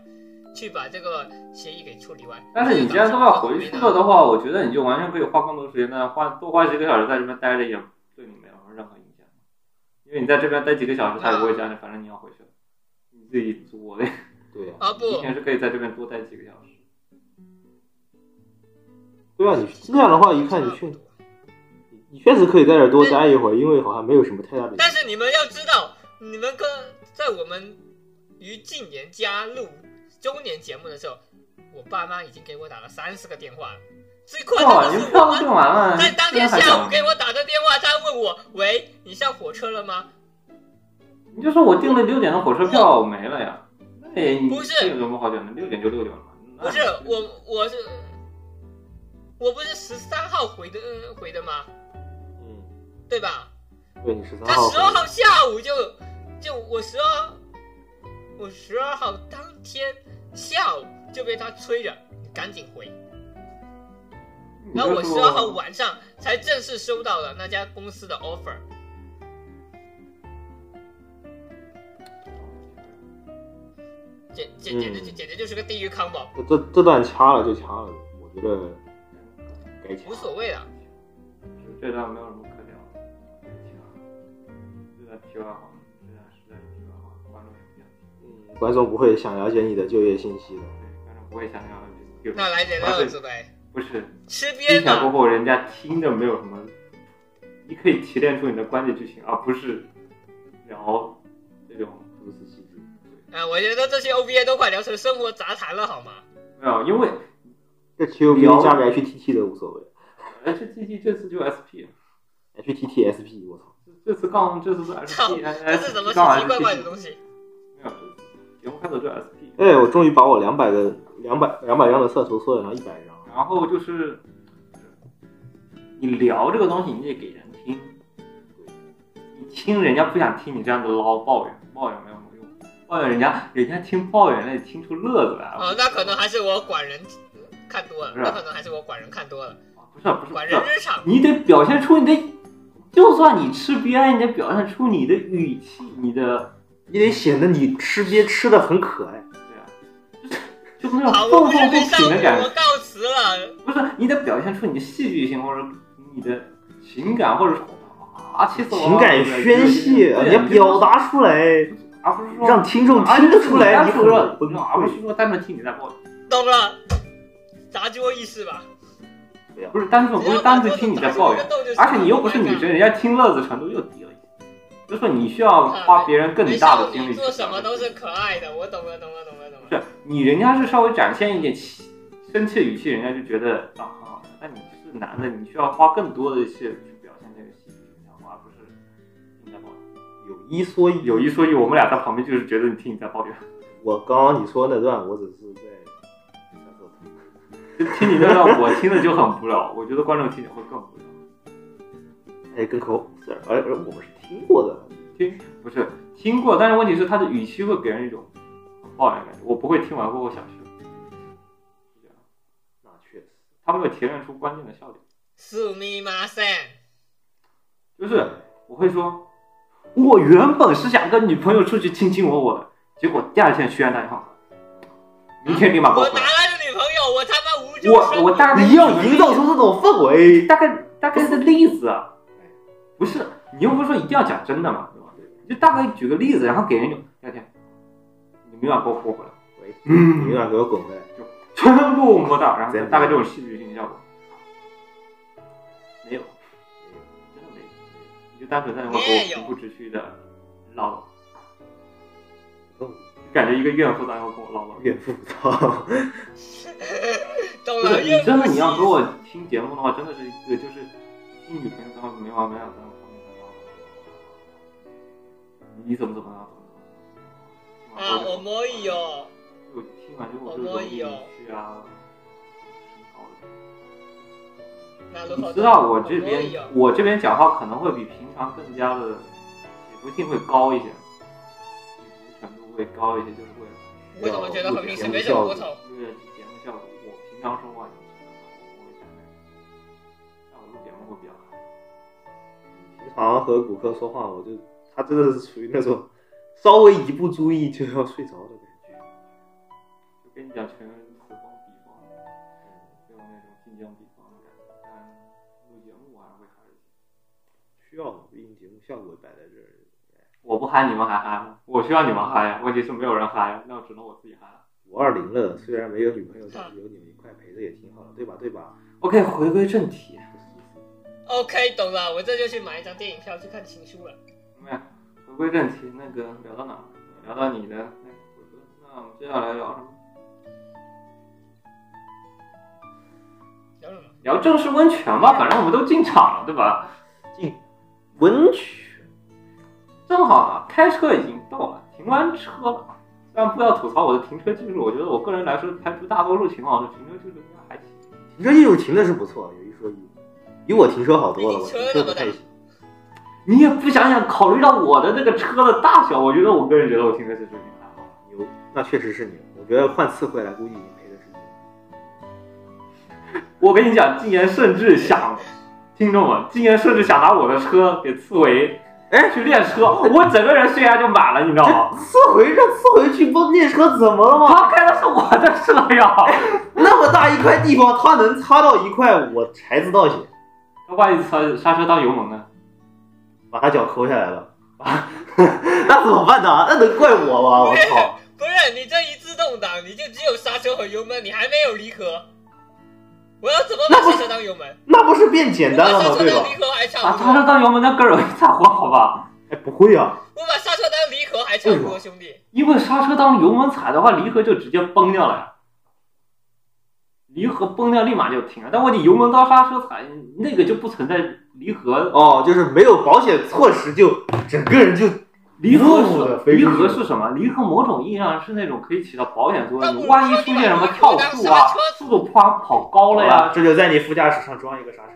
去把这个协议给处理完。
但是你既然都要回去
这个
了的话，我觉得你就完全可以花更多时间在那花多花几个小时在这边待着，也对你没有任何影响。因为你在这边待几个小时，他也
啊
不会想你，反正你要回去了，你自己作的。
对呀、
啊不，
你也是可以在这边多待几个小时。
对啊，你这样的话，一看你确你确实可以在这儿多待一会儿，因为好像没有什么太大的。
呃但是你们要知道，你们跟在我们于近年加入周年节目的时候，我爸妈已经给我打了三十个电话了。最困
哇，
难
你们
的是
票
我
都
妈
订完了，
在当天
这还
下
讲
午给我打的电话，他问我：“喂，你上火车了吗
你就说我订了六点的火车票没了呀？那也你
嗯不是
这有什么好讲的？六点就六点了嘛。？”那
不是，我，我是我不是十三号回的呃回的吗？
嗯，
对吧？
对你十三
他
号
十二号下午就就我十二我十二号当天下午就被他催着你赶紧回，
你就
然后我
说
十二号晚上才正式收到了那家公司的 offer。简简简直就
嗯
简直就是个地狱 combo，
这这这段掐了就掐了，我觉得该掐。
无所谓了。
这段没有什么可聊的，这段题外话，这段实在是题外话，观众也不想听，
嗯，观众不会想了解你的就业信息的。
对，观众不会想要这个。
那来点乐子呗，
不是，
吃
听
瘪
下过
嘛。
后人家听着没有什么，你可以提炼出你的关键剧情，而不是聊这种
如此细致。
啊，我觉得这些 OVA 都快聊成生活杂谈了，好吗？
没有，因为
这 QQ 加个 HTT 的无所谓
H T T 这次就 S P，
，HTTSP 我操，
这次杠这次是 S
操
P，
这是什么奇
杠 S
奇怪怪的东西？
没有，节目开头就 S P。
哎，我终于把我两百个两百两百张的色图缩减成一百张了。
然后就是你聊这个东西，你得给人听，你听人家不想听你这样的唠抱怨，抱怨没有什么用，抱怨人家人家听抱怨那听出乐子来了。
哦，那可能还是我管人看多了，
是啊
那可能还是我管人看多了，
啊不是不是不
管
是
人，日 常。
你得表现出你的，就算你吃瘪，你得表现出你的语气，你的
你得显得你吃瘪吃的很可爱。
对啊，就是 就是那
好，
种
我
愤
不是
愤不
被上
平的感
火，
觉
我。告辞了。
不是，你得表现出你的戏剧性或者你的情感，或者是啊，气死我了！
情感宣泄，
对
你要表，达出来，
而不是说
让听众听得出来
而
你
不
很
是说
崩
而不
溃。
是说单纯听你在抱怨，
懂了，砸桌意识 吧。
不是单纯不是单纯听你在抱怨，而且你又不是女生，人家听乐子程度又低了一些，就说你需要花别人更
没
大
少
的精
女
力。
做什么都是可爱的，我懂了，懂了，懂了，懂
不
了。
是你人家是稍微展现一点气生气的语气，人家就觉得啊，好那你是男的，你需要花更多的一些去表现这个戏剧形象，而不是听你在抱怨。
有一说一，
有一说一，我们俩在旁边就是觉得你听你在抱怨，
我刚刚你说那段，我只是在感受它。
就听你在那让我听的就很无聊，我觉得观众听着会更无聊。
哎，跟口是，而而我们是听过的，
听不是听过，但是问题是他的语气会给人一种哦抱怨的感觉。我不会听完过后想学，是这样
那确实。
啊他没有提炼出关键的笑点，
すみません。
就是我会说，我原本是想跟女朋友出去卿卿我我的，结果第二天学员打电话，明天立马给我
我
回
拿
来。
来的女朋友，我他妈无中生
啊我
有。
我 大概
你要营造出这种氛围，
大概大概的例子啊，不是你又不是说一定要讲真的嘛，对吧？你就大概举个例子，然后给人一种聊天，你明晚给我活回来，
喂，你有
嗯，
点给我滚回来。
全部摸到，然后大概这种戏剧性效果，没有，真的没有，你就单纯在那块
没
给
有
我不持续的唠叨，
哦，
感觉一个怨妇在那块跟我唠叨。
岳父，操！
懂
不是
了，
你
又
真的
不
你要
是
跟我听节目的话，真的是一个就是听女朋友在外面没完没了在那方面你怎么怎么样怎么
啊，
样？
我摸一哦。
就听完之后就容易去啊。
なるほど
你知道我这
我摸一
边
哦
我这边讲话可能会比平常更加的起伏性会高一些，起伏程度会高一些，就是为了
我怎么觉得和平时没什么不同？
为了节目效果，我平常说话就是我会讲那个，但我录节目会比较嗨。
平常和骨科说话，我就他真的是属于那种稍微一不注意就要睡着的感觉。
就跟你讲全此方彼方，嗯就那种近江彼方的感觉。但录节目我还是会嗨一些。
需要嘛，毕竟节目效果摆在这儿。
我不嗨，你们还嗨吗？我需要你们嗨呀，啊问题是没有人嗨呀，啊那我只能我自己嗨啊了。
五二零了，虽然没有女朋友，但是有你们一块陪着也挺好的，对吧？对吧？
OK，回归正题。
OK，懂了，我这就去买一张电影票去看《情书》了。
没有，回归正题，那个聊到哪儿？聊到你的那个那我们接下来聊什么？
聊什么？
聊正式温泉吧，反正我们都进场了，对吧？
进温泉，
正好啊，开车已经到了，停完车了。虽然不要吐槽我的停车技术，我觉得我个人来说，排除大多数情况，我的停车技术应该还行。
停车技术停的是不错，有一说一，比我停车好多了。我
比你
停
车
车
那
不
么
太
大
行，
你也不想想，考虑到我的这个车的大小，我觉得我个人觉得我停车技术应该还好。
牛，那确实是你。我觉得换次回来估计已经赔的是你。
我跟你讲，今年甚至想，听众们，今年甚至想拿我的车给刺猬
哎，
去练 车，我整个人血压就满了，你知道 吗？
次回这次回去不练车怎么了吗？
他开的是我的车呀，
那么大一块地方，他能擦到一块，我才子道血，
他万一刹刹车当油门呢？
把他脚抠下来了。啊， 那怎么办呢？那能怪我吗？我操！
不是你这一自动挡，你就只有刹车和油门，你还没有离合。我要怎么把刹车当油门？
那不是变简
我
单
把
了
刹
吗？
车
对吧
当？离合还差
把啊
不
刹车
多，
当油门那更容易擦火，好吧？
哎，不会啊，
我把刹车当离合还差不多，兄弟。
因为刹车当油门踩的话，离合就直接崩掉了呀。离合崩掉立马就停了，但问题油门当刹车踩，那个就不存在离合。
哦，就是没有保险措施，就整个人就
离合
路的
是
飞出
离
去
合是什么？离合某种意义上是那种可以起到保险作
但
用
我
的。万一出现什么跳速啊
说你把刹车，
速度啪跑高
好
了
了
呀
呀，，这就在你副驾驶上装一个刹车，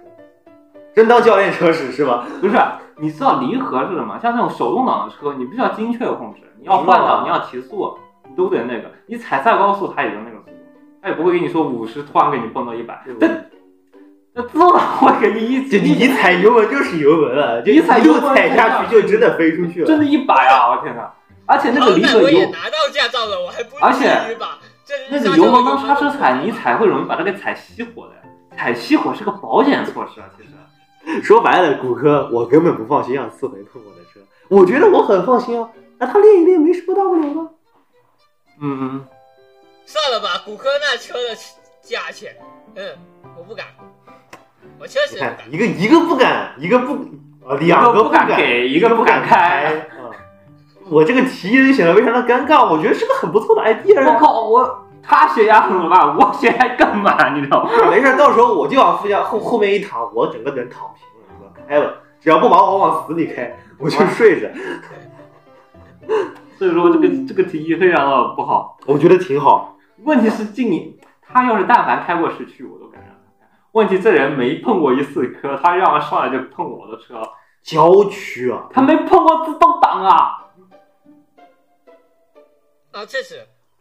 真当教练车使是吧？
不是？你知道离合是什么？像那种手动挡的车，你必须要精确控制，你要
明白
换
了
挡，你要提速，你都得那个。你踩再高速，它也就那个速度，它也不会跟你说五十突然给你蹦到一百。但 那自动挡会给你一
就你一踩油门就是油门了，就
一踩油门
就踩下去就真的飞出去了。
真的一百啊！我天哪！而且那
好
个离
歹
合
我也
油，
拿到驾照了，我还不
而且
至于吧？这
那个油门当刹车踩，你一踩会容易把它给踩熄火的。踩熄火是个保险措施啊，其实。
说白了，骨科我根本不放心让四回碰我的车，我觉得我很放心啊。那他练一练没什么大不了的。
嗯，
算了吧，骨科那车的价钱，嗯，我不敢，我确实
你
不
看
敢，。
一个一个不敢，一个不啊，两
个
不
敢
敢
给，一
一
个
个
不
敢
开。。
啊，我这个提议显得非常的尴尬，我觉得是个很不错的 idea
我
啊。
靠！我他血压怎么办？我血压更满，你知道吗？
啊没事，到时候我就往副驾后后面一躺，我整个人躺平了，我开了，只要不把我往死里开，我就睡着。
所以说这个这个提议非常的不好。
我觉得挺好。
问题是，今年他要是但凡开过市区，我都敢让他开。问题这人没碰过一次科，他要么上来就碰我的车，
郊区啊，
他没碰过自动挡啊。
啊，确实，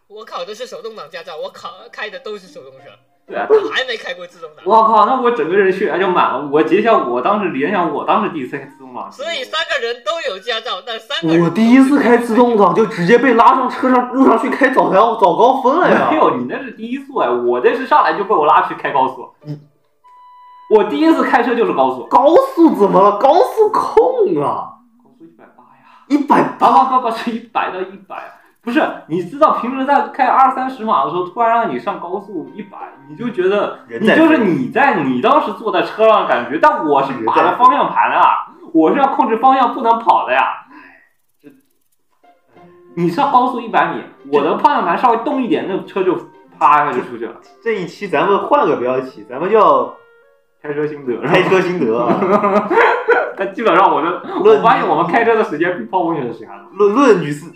我考的是手动挡驾照，我考开的都是手动车，
对啊，
我还没开过自动挡。
我靠，那我整个人血压就满了。我结想，我当时联想，我当时第一次开自动挡，
所以三个人都有驾照，但三个人
我第一次开自动挡就直接被拉上车上路上去开早高早高峰了呀。
没有，哎你那是第一速哎，我这是上来就被我拉去开高速。我第一次开车就是高速，
高速怎么了？高速控啊，
高速一百八呀，
一百
啊
八，
不不不是一百到一百，不是，你知道平时在开二三十码的时候，突然让你上高速一百，你就觉得
人
你
在
就是
飞
你在你当时坐在车上的感觉，但我是
人
把
在
着
飞
方向盘的啊，我是要控制方向不能跑的呀。你上高速一百米，我的方向盘稍微动一点，那车就啪一下就出去了。
这一期咱们换个标题，咱们叫
开车心得，然
开
后
车心得啊，
但基本上我就
论
我发现我们开车的时间比泡温泉的时间还长。
论论女司，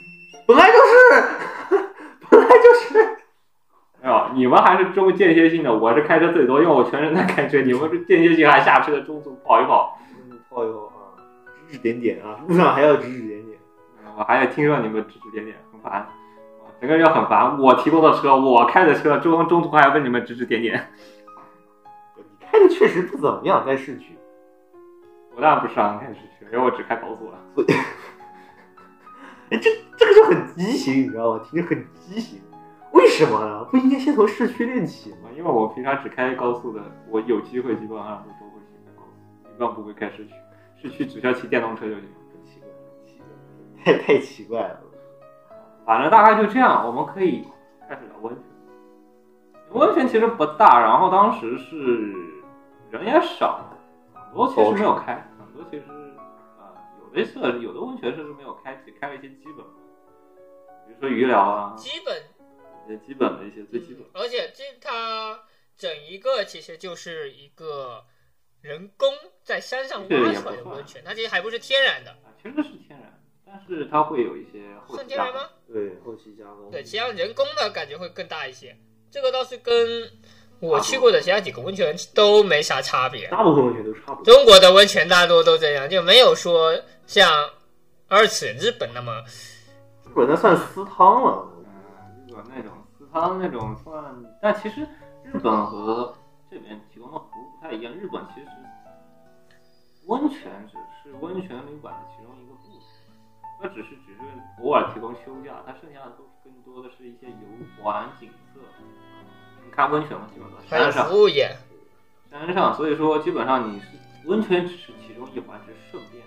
本来就是， 本来就是，
没有，哎你们还是中间歇性的，我是开车最多，因为我全程在开车。你们是间歇性还下车的中途跑一跑，
泡一泡啊，指指点点啊，路上还要指指点点。
我呃还要听着你们指指点点，很烦，啊整个人就很烦。我提供的车，我开的车，中中途还要被你们指指点点，
你开的确实不怎么样，在市区，
我当然不是啊，开始去，因为我只开高速了。
哎，这这个就很畸形，你知道吗？听着很畸形，为什么呢？不应该先从市区练起吗？
因为我平常只开高速的，我有机会基本上都会去开高速，一般不会开市区，市区只需要骑电动车就行。
很奇怪，很奇怪， 太太奇怪了。
反正大概就这样，我们可以开始聊温泉。温泉其实不大，然后当时是人也少，很多其实没有开，很多其实呃有的是有的温泉甚至没有开，只开了一些基本的，比如说鱼疗啊，
基本
一些基本的一些最基本
嗯。而且这它整一个其实就是一个人工在山上挖出来的温泉，它其实还不是天然的，
啊，其实是天然，但是它会有一些后
算
期
天
加
然
工。
吗？
对，后期加工。
对，其他人工的感觉会更大一些。这个倒是跟我去过的其他几个温泉都没啥差别。
啊
大部分温泉都差不多。
中国的温泉大多都这样，就没有说像二次元日本那么
日本那算私汤了，
嗯，日本那种私汤那种算，但其实日本和这边提供的服务不太一样。日本其实温泉只是温泉旅馆的其中一个部分，它只是只是偶尔提供休假，它剩下的都是更多的是一些游玩景色。你看温泉嘛，基本都
还
在
有
山上，
服务业。
山上，所以说基本上你是温泉只是其中一环，只是顺便。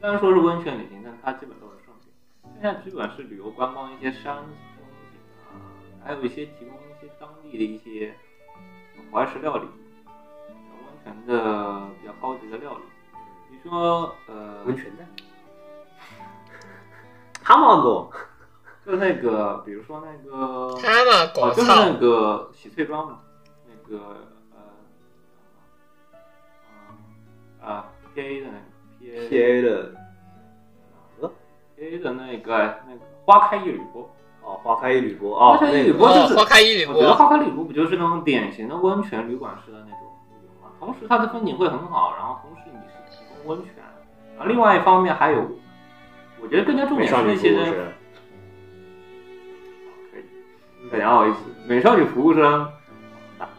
虽然说是温泉旅行，但它基本都是顺便。现在基本是旅游观光一些山风景啊，还有一些提供一些当地的一些怀石料理，温泉的比较高级的料理。你说呃，
温泉蛋。他妈狗，
就那个，比如说那个，
他嘛，
哦，
广
就是那
操，
个洗翠庄嘛，那个呃，嗯啊，P A 的那个 P A
PA 的
P A 的那个那个花开一缕波，
哦，花开一缕波啊，
花开一
那
缕
个
波
哦
就，是
花开一缕
我觉得
波，
花开一缕波不就是那种典型的温泉旅馆式的那种旅游嘛？同时它的风景会很好，然后同时你是提供温泉，然后另外一方面还有，我觉得更加重
美
点
少
是
女
一
服务
些
生，
可以，大家好意思，美少女服务生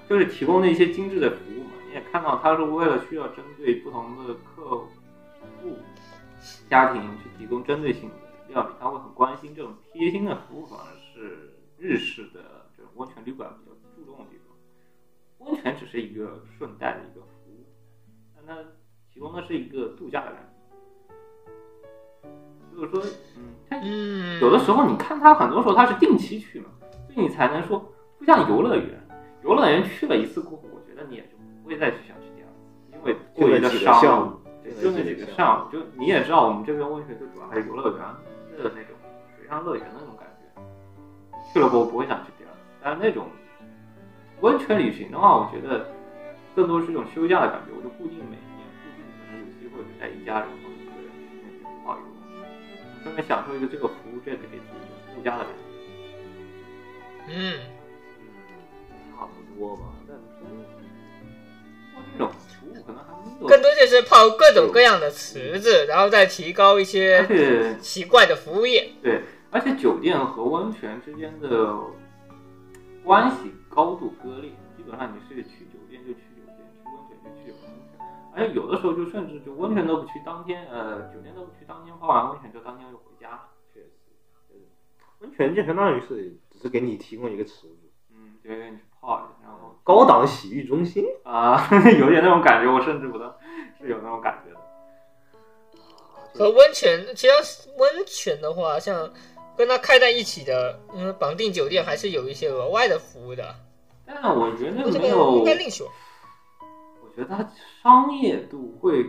就是提供的一些精致的服务嘛。你也看到，它是为了需要针对不同的客户家庭去提供针对性的料理，他会很关心这种贴心的服务，反而是日式的这种温泉旅馆比较注重的地方。温泉只是一个顺带的一个服务，但它提供的是一个度假的感觉。就是说，嗯，它
嗯，
有的时候你看它，很多时候它是定期去嘛，所以你才能说不像游乐园，游乐园去了一次过后，我觉得你也就不会再去想去第二次，因为过于
就那
的
几个
商
项目，
对，就那几个
啊
项目，就你也知道我们这边温泉就主要还是游乐园的那种水上乐园的那种感觉，去了过后不会想去第二次，但是那种温泉旅行的话，我觉得更多是一种休假的感觉，我就固定每年固定可能有机会就带一家人或者几个人去那边泡一个温泉。专门享受一个这个服务，这也给自己一种附加的感觉，
嗯，
嗯差不多吧，但
嗯这种服务可能还没有，
更多就是泡各种各样的池子，然后再提高一
而
些
且
奇怪的服务业。
对，而且酒店和温泉之间的关系高度割裂，基本上你是去酒店就去酒店，去温泉就去温泉，而且有的时候就甚至就温泉都不去，当天呃酒店都不去，当天泡完温泉就当天就回家。
确实，温泉就相当于是只是给你提供一个池子，
嗯，就给你去泡一下，然后
高档洗浴中心，
啊、 有点那种感觉，我甚至我都是有那种感觉的。
和温泉，其实温泉的话，像跟它开在一起的，嗯，绑定酒店还是有一些额外的服务的，
但我觉
不
得
过这个
没有
应该另说。
我觉得它商业度会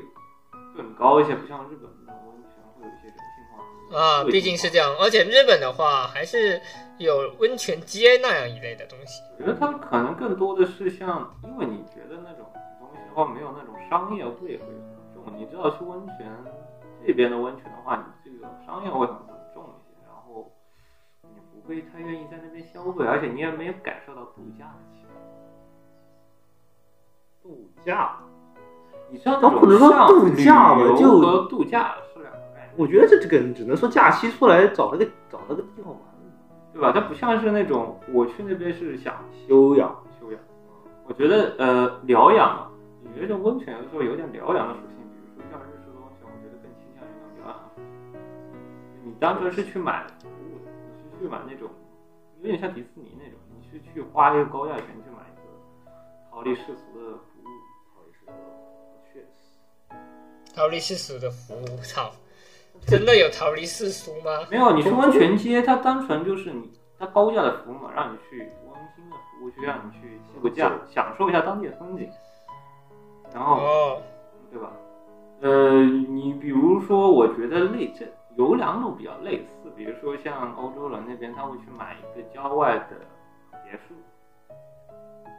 更高一些，不像日本的温泉会有一些人性化
啊，毕竟是这。样，而且日本的话还是有温泉街那样一类的东西。
我觉得它可能更多的是像，因为你觉得那种东西的话，没有那种商业味会很重。你知道去温泉这边的温泉的话，你这个商业味很重一些，然后你不会太愿意在那边消费，而且你也没有感受到度假的气氛。
度假，
你知道
那
那
不能
种
说
像
度假吧
旅游
就
和度假是两个概念。
我觉得这这个只能说假期出来找那个找那个地方玩，
对吧？它不像是那种我去那边是想
休养，
休养，我觉得呃疗养啊，你觉得这温泉有的时候有点疗养的属性，比如说像日式的温泉，我觉得更倾向于那种疗养的属性。你单纯是去买服务的，你是去买那种有点像迪士尼那种，你是去花一个高价钱去买一个逃离世俗的服务，
好意思，确实，
逃离世俗的服务，操，真的有逃离世俗吗？
没有，你去温泉街，它单纯就是你它高价的服务嘛，让你去温馨的服务，去让你去度假，享受一下当地的风景，然后
哦，
对吧？呃，你比如说，我觉得类这有两种比较类似的，比如说像欧洲人那边，他会去买一个郊外的别墅，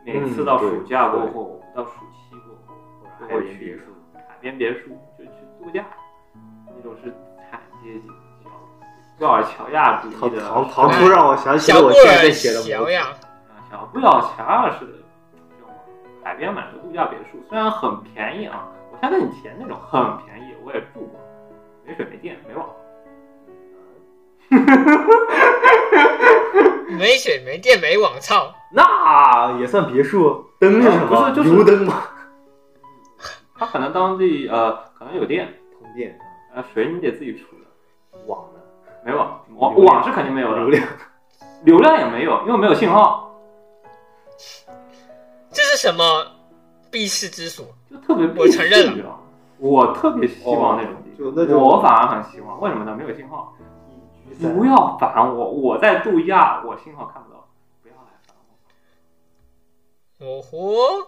每
嗯
次到暑假过后，到暑期过后，
海
就会
边别
去
墅
海边别墅，就去度假，那种是产阶级小布尔乔亚主
唐
义的
唐唐
哎
突让我想起了
小
我
布
现在
尔
在写的
乔
模
呀，
啊，小布尔乔亚啊式的这种海边买的度假别墅，虽然很便宜啊，我相信以前那种很便宜，我也住过，没水没电没网，
没水没电没网，操！
那也算别墅，灯是什
啊不
么？
是就是
油灯吗？
它可能当地呃可能有电，
通电、
呃水你得自己出的，
网呢？
没网网
流量
网是肯定没有
流
的，
量
流量也没有，因为没有信号，
这是什么避世之所？
就特别
我承认了
了，你知道吗我特别希望那种地
哦就
方，
那种
我反而很希望，为什么呢？没有信号，不要烦我，我在度假，我信号看不到，不要来烦我。
哦豁，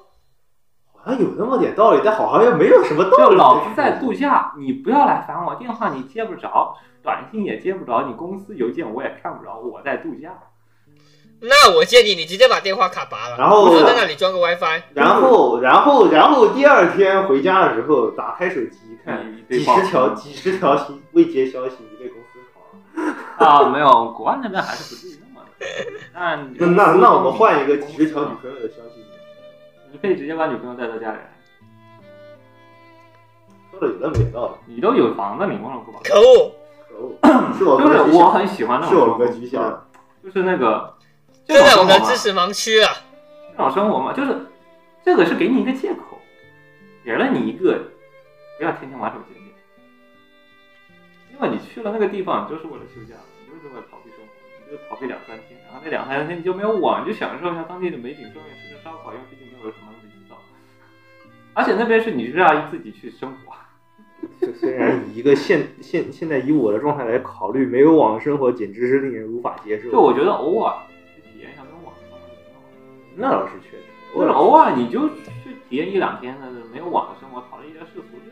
好像啊有那么点道理，但好像又没有什么 道
就
理。
老子在度假，你不要来烦我，电话你接不着，短信也接不着，你公司邮件我也看不着，我在度假。
那我建议你直接把电话卡拔了，
然后
或者在那里装个 WiFi。
然后，然后，然后第二天回家的时候，打开手机一看，
一
几
堆报
十条、几十条信未接消息，你被公司考了。
啊，没有，国外那边还是不至于那么的。那
那那那我们换一个几十条女朋友的消息，
你可以直接把女朋友带到家里来，
说的有那么点道理。
你都有房子，你为什么不把？
可恶！
可 恶，是我格
就
局
是我
小，
很喜欢那
是
种
我格
生活
局小。
就是那个这
这
种
种
生活
的
嘛
知，识盲区啊，
这种生活嘛，就是这个是给你一个借口，给了你一个不要天天玩手机的借口，因为你去了那个地方，你就是为了休假，你就是为了逃避生活，你就逃避两三天，然后那两三天你就没有网，你就享受一下当地的美景，顺便吃吃烧烤，因为毕竟没有什么东西知道。而且那边是你是要自己去生活，
虽虽然以一个现现现在以我的状态来考虑，没有网的生活简直是令人无法接
就
受。
我觉得偶尔去体验一下跟网上的挺好的。
那倒是确实，
就是偶 尔啊你就去体验一两天的没有网的生活，逃离一下世俗。就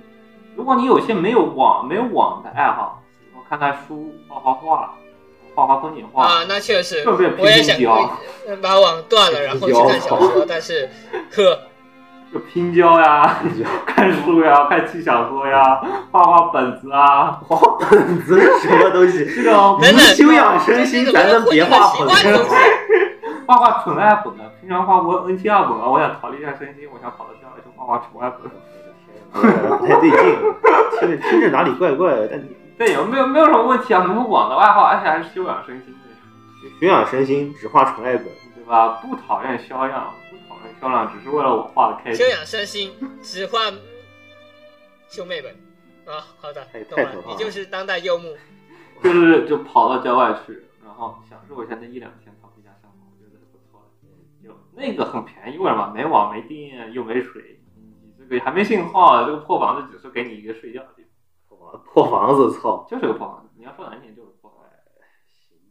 如果你有些没有网、没有网的爱好，比如说看看书、画画画、画画风景画，
啊，那确实
特，别
我也
拼
想
拼交，
把网断了，然后去看小说，但是，呵，
就拼交呀、
比较
看书呀、看轻小说呀、画画本子啊，
本子是什么东西？
这种
等等，
修养身心
这是
咱
我
们
们
别
混
画
习惯的
朋友
东西。
画画纯爱本啊，平常画过 N 七二本啊，我想逃离一下身心，我想跑到郊外去画画纯爱本。
嗯不太对劲，听着听着哪里怪怪的，但
对，有没有没有什么问题啊？没有网的爱好，而且还是修养身心的。
学养身心，只画纯爱本。
对吧？不讨厌销量，不讨厌销量，只是为了我画的开心
修。养身心，只换兄妹们。啊，好的
太，
懂
太可
了
怕，了
你就是当代柚木。
就是就跑到郊外去，然后享受一下那一两天逃避一下生活，我觉得是不错的。就那个很便宜，为什么？没网没电又没水，你这个还没信号，啊这个破房子只是给你一个睡觉的地方，
破房子，操！
就是个破房子。你要说难听就是破房子，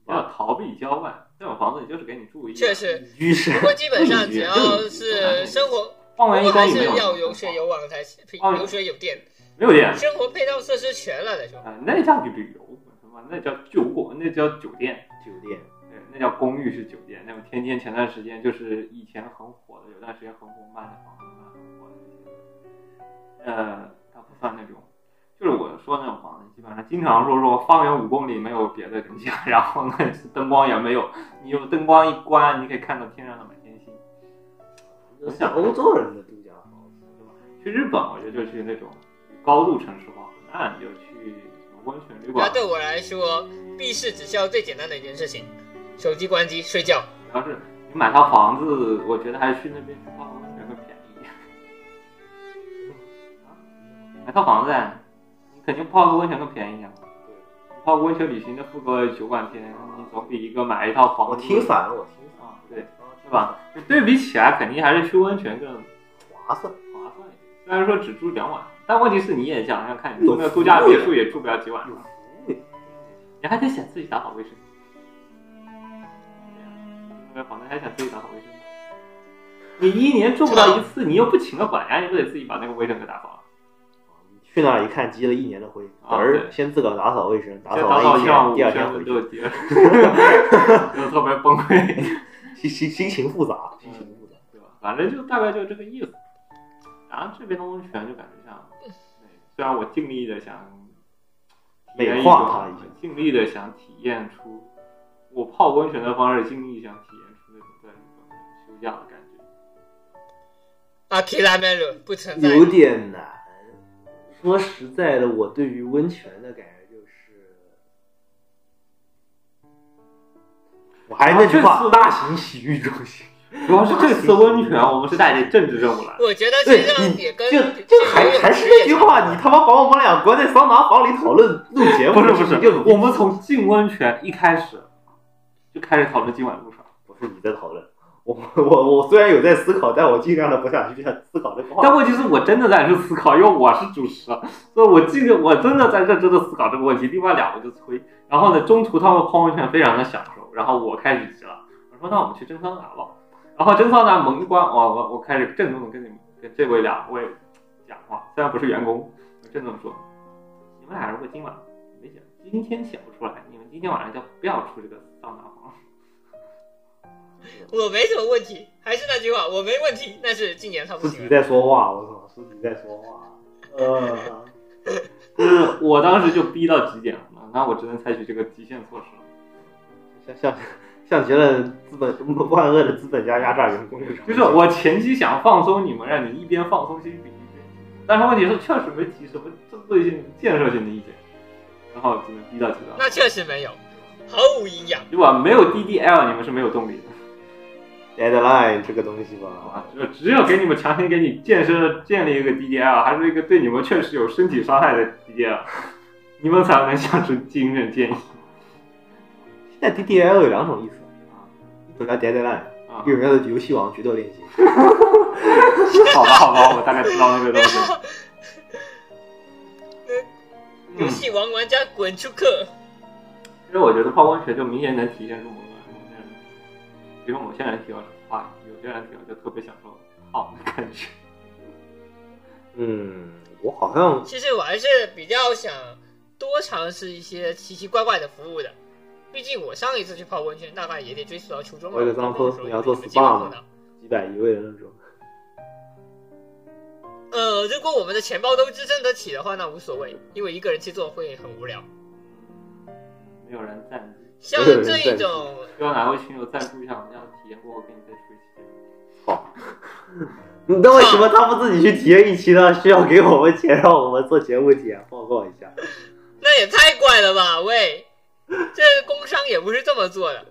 不要逃避郊外，这种房子你就是给你住一夜。
确实，
于是
不过基本上只要是生活，
方
不
圆
过
一
还
公里没
是
有
要有水有网才行，
哦
有水有电，
没有电，
生活配套设施全了再说。
哎，那叫旅游，他妈那叫酒馆，那叫酒店。
酒店，
对，那叫公寓式酒店，那种天天前段时间就是以前很火的，有段时间很火卖的房子，卖很火的。呃，它不算那种，就是我说那种房子，基本上经常说说方圆五公里没有别的人家， 然后呢灯光也没有，你有灯光一关，你可以看到天上的满天星。
这是欧洲人的度假房子，对吧？
去日本，我觉得就去那种高度城市化，那你就去什么温泉旅馆
那，对我来说，避世只需要最简单的一件事情：手机关机睡觉。
主要是你买套房子，我觉得还是去那边去泡温泉会便宜。买套房子，啊你肯定泡个温泉更便宜啊！泡个温泉旅行的付个九万天，你总比一个买一套房
我
子
听反了，我听反
啊
了，，
对，
是
是吧？？对比起来，肯定还是去温泉更
划算，
划算一点。虽然说只住两晚，但问题是你也想想看，你住那个度假别墅也住不了几晚
有
上，
服务，
你还得想自己打扫卫生。对呀那个房子还想自己打扫卫生吗？啊你一年住不到一次，你又不请个管家，你不得自己把那个卫生给打扫了？
你去那儿一看，积了一年的灰，嘚
啊
儿
对
先自个儿打扫卫生，打
先
扫
打
完
扫
一天，
一下午，
第二天
就
回
就
去，
结， 就特别崩溃，
心心心情复杂，心
嗯
情复杂。
对吧？反正就大概就这个意思。然后这边的温泉就感觉像，虽然我尽力的想体验一
美
种
化它已经
尽力的想体验出我泡温泉的方式，尽力想体验出那种在日本休假的感觉。
阿基拉梅鲁不存在。
有点难。说实在的，我对于温泉的感觉就是，我还是那句
啊这
话，
次
大型洗浴中心。
主要是这次温泉，我们是带着政治任务来的。
我觉得
对
这让
你
也跟
就就还还是那句话，你他妈把我们俩关在桑拿房里讨论录节目，
不是不，
你就是
我们从进温泉一开始就开始讨论今晚路上。
不是你在讨论。我我我虽然有在思考，但我尽量的不想去思考这个话题。
但问题是我真的在这思考，因为我是主持人，所以我记得我真的在认真的思考这个问题。另外俩我就催，然后呢，中途他们泡温泉非常的享受，然后我开始急了，我说那我们去蒸桑拿吧。然后蒸桑拿门一关，我哦我我开始郑重的跟你们跟这位两位讲话，虽然不是员工，我郑重地说，你们俩如果今晚没写，今天写不出来，你们今天晚上就不要出这个桑拿房。
我没什么问题，还是那句话，我没问题，但是今年他不
自己
行了。
在说话，我操，自己在说话。
嗯
呃，
就是我当时就逼到极点了，那我只能采取这个极限措施。
像像像极了资本万恶的资本家压榨员工这种，
就是我前期想放松你们，让你一边放松心情，一边，但是问题是确实没提什么针对性、建设性的意见，然后只能逼到极端。
那确实没有，毫无营养。
如果没有 DDL，你们是没有动力的，
deadline 这个东西
好
吧啊
吧，？只有只有给你们强行给你建设建立一个 DDL，还是一个对你们确实有身体伤害的 DDL，你们才能向出精神建议
现在 DDL 有两种意思，
啊
一种叫 deadline，
啊！
一种叫游戏王决斗练习。
好吧，好吧，我大概知道那个东
然
西。
后
嗯
游戏王玩家滚出课，
其实我觉得泡温泉就明显能体现出某个某些人，比如某些人体温很快，有些人体温就特别享受泡的感觉。
嗯，我好像
其实我还是比较想多尝试一些奇奇怪怪的服务的。毕竟我上一次去泡温泉，大概也得追溯到初中了。
我有个脏
那
坡
时候
你要做
也没什么
SPA
碰
吗
到
几百一位的那种。
呃，如果我们的钱包都支撑得起的话，那无所谓，因为一个人去做会很无聊。
没有人赞助，
像
没有人
这
在
一种，
希望哪位群友赞助一下我们家的体验过，我给你再出一期。
那为什么他不自己去体验一期呢？需要给我们钱，让我们做节目体验报告一下。
那也太怪了吧？喂， 这工商也不是这么做的。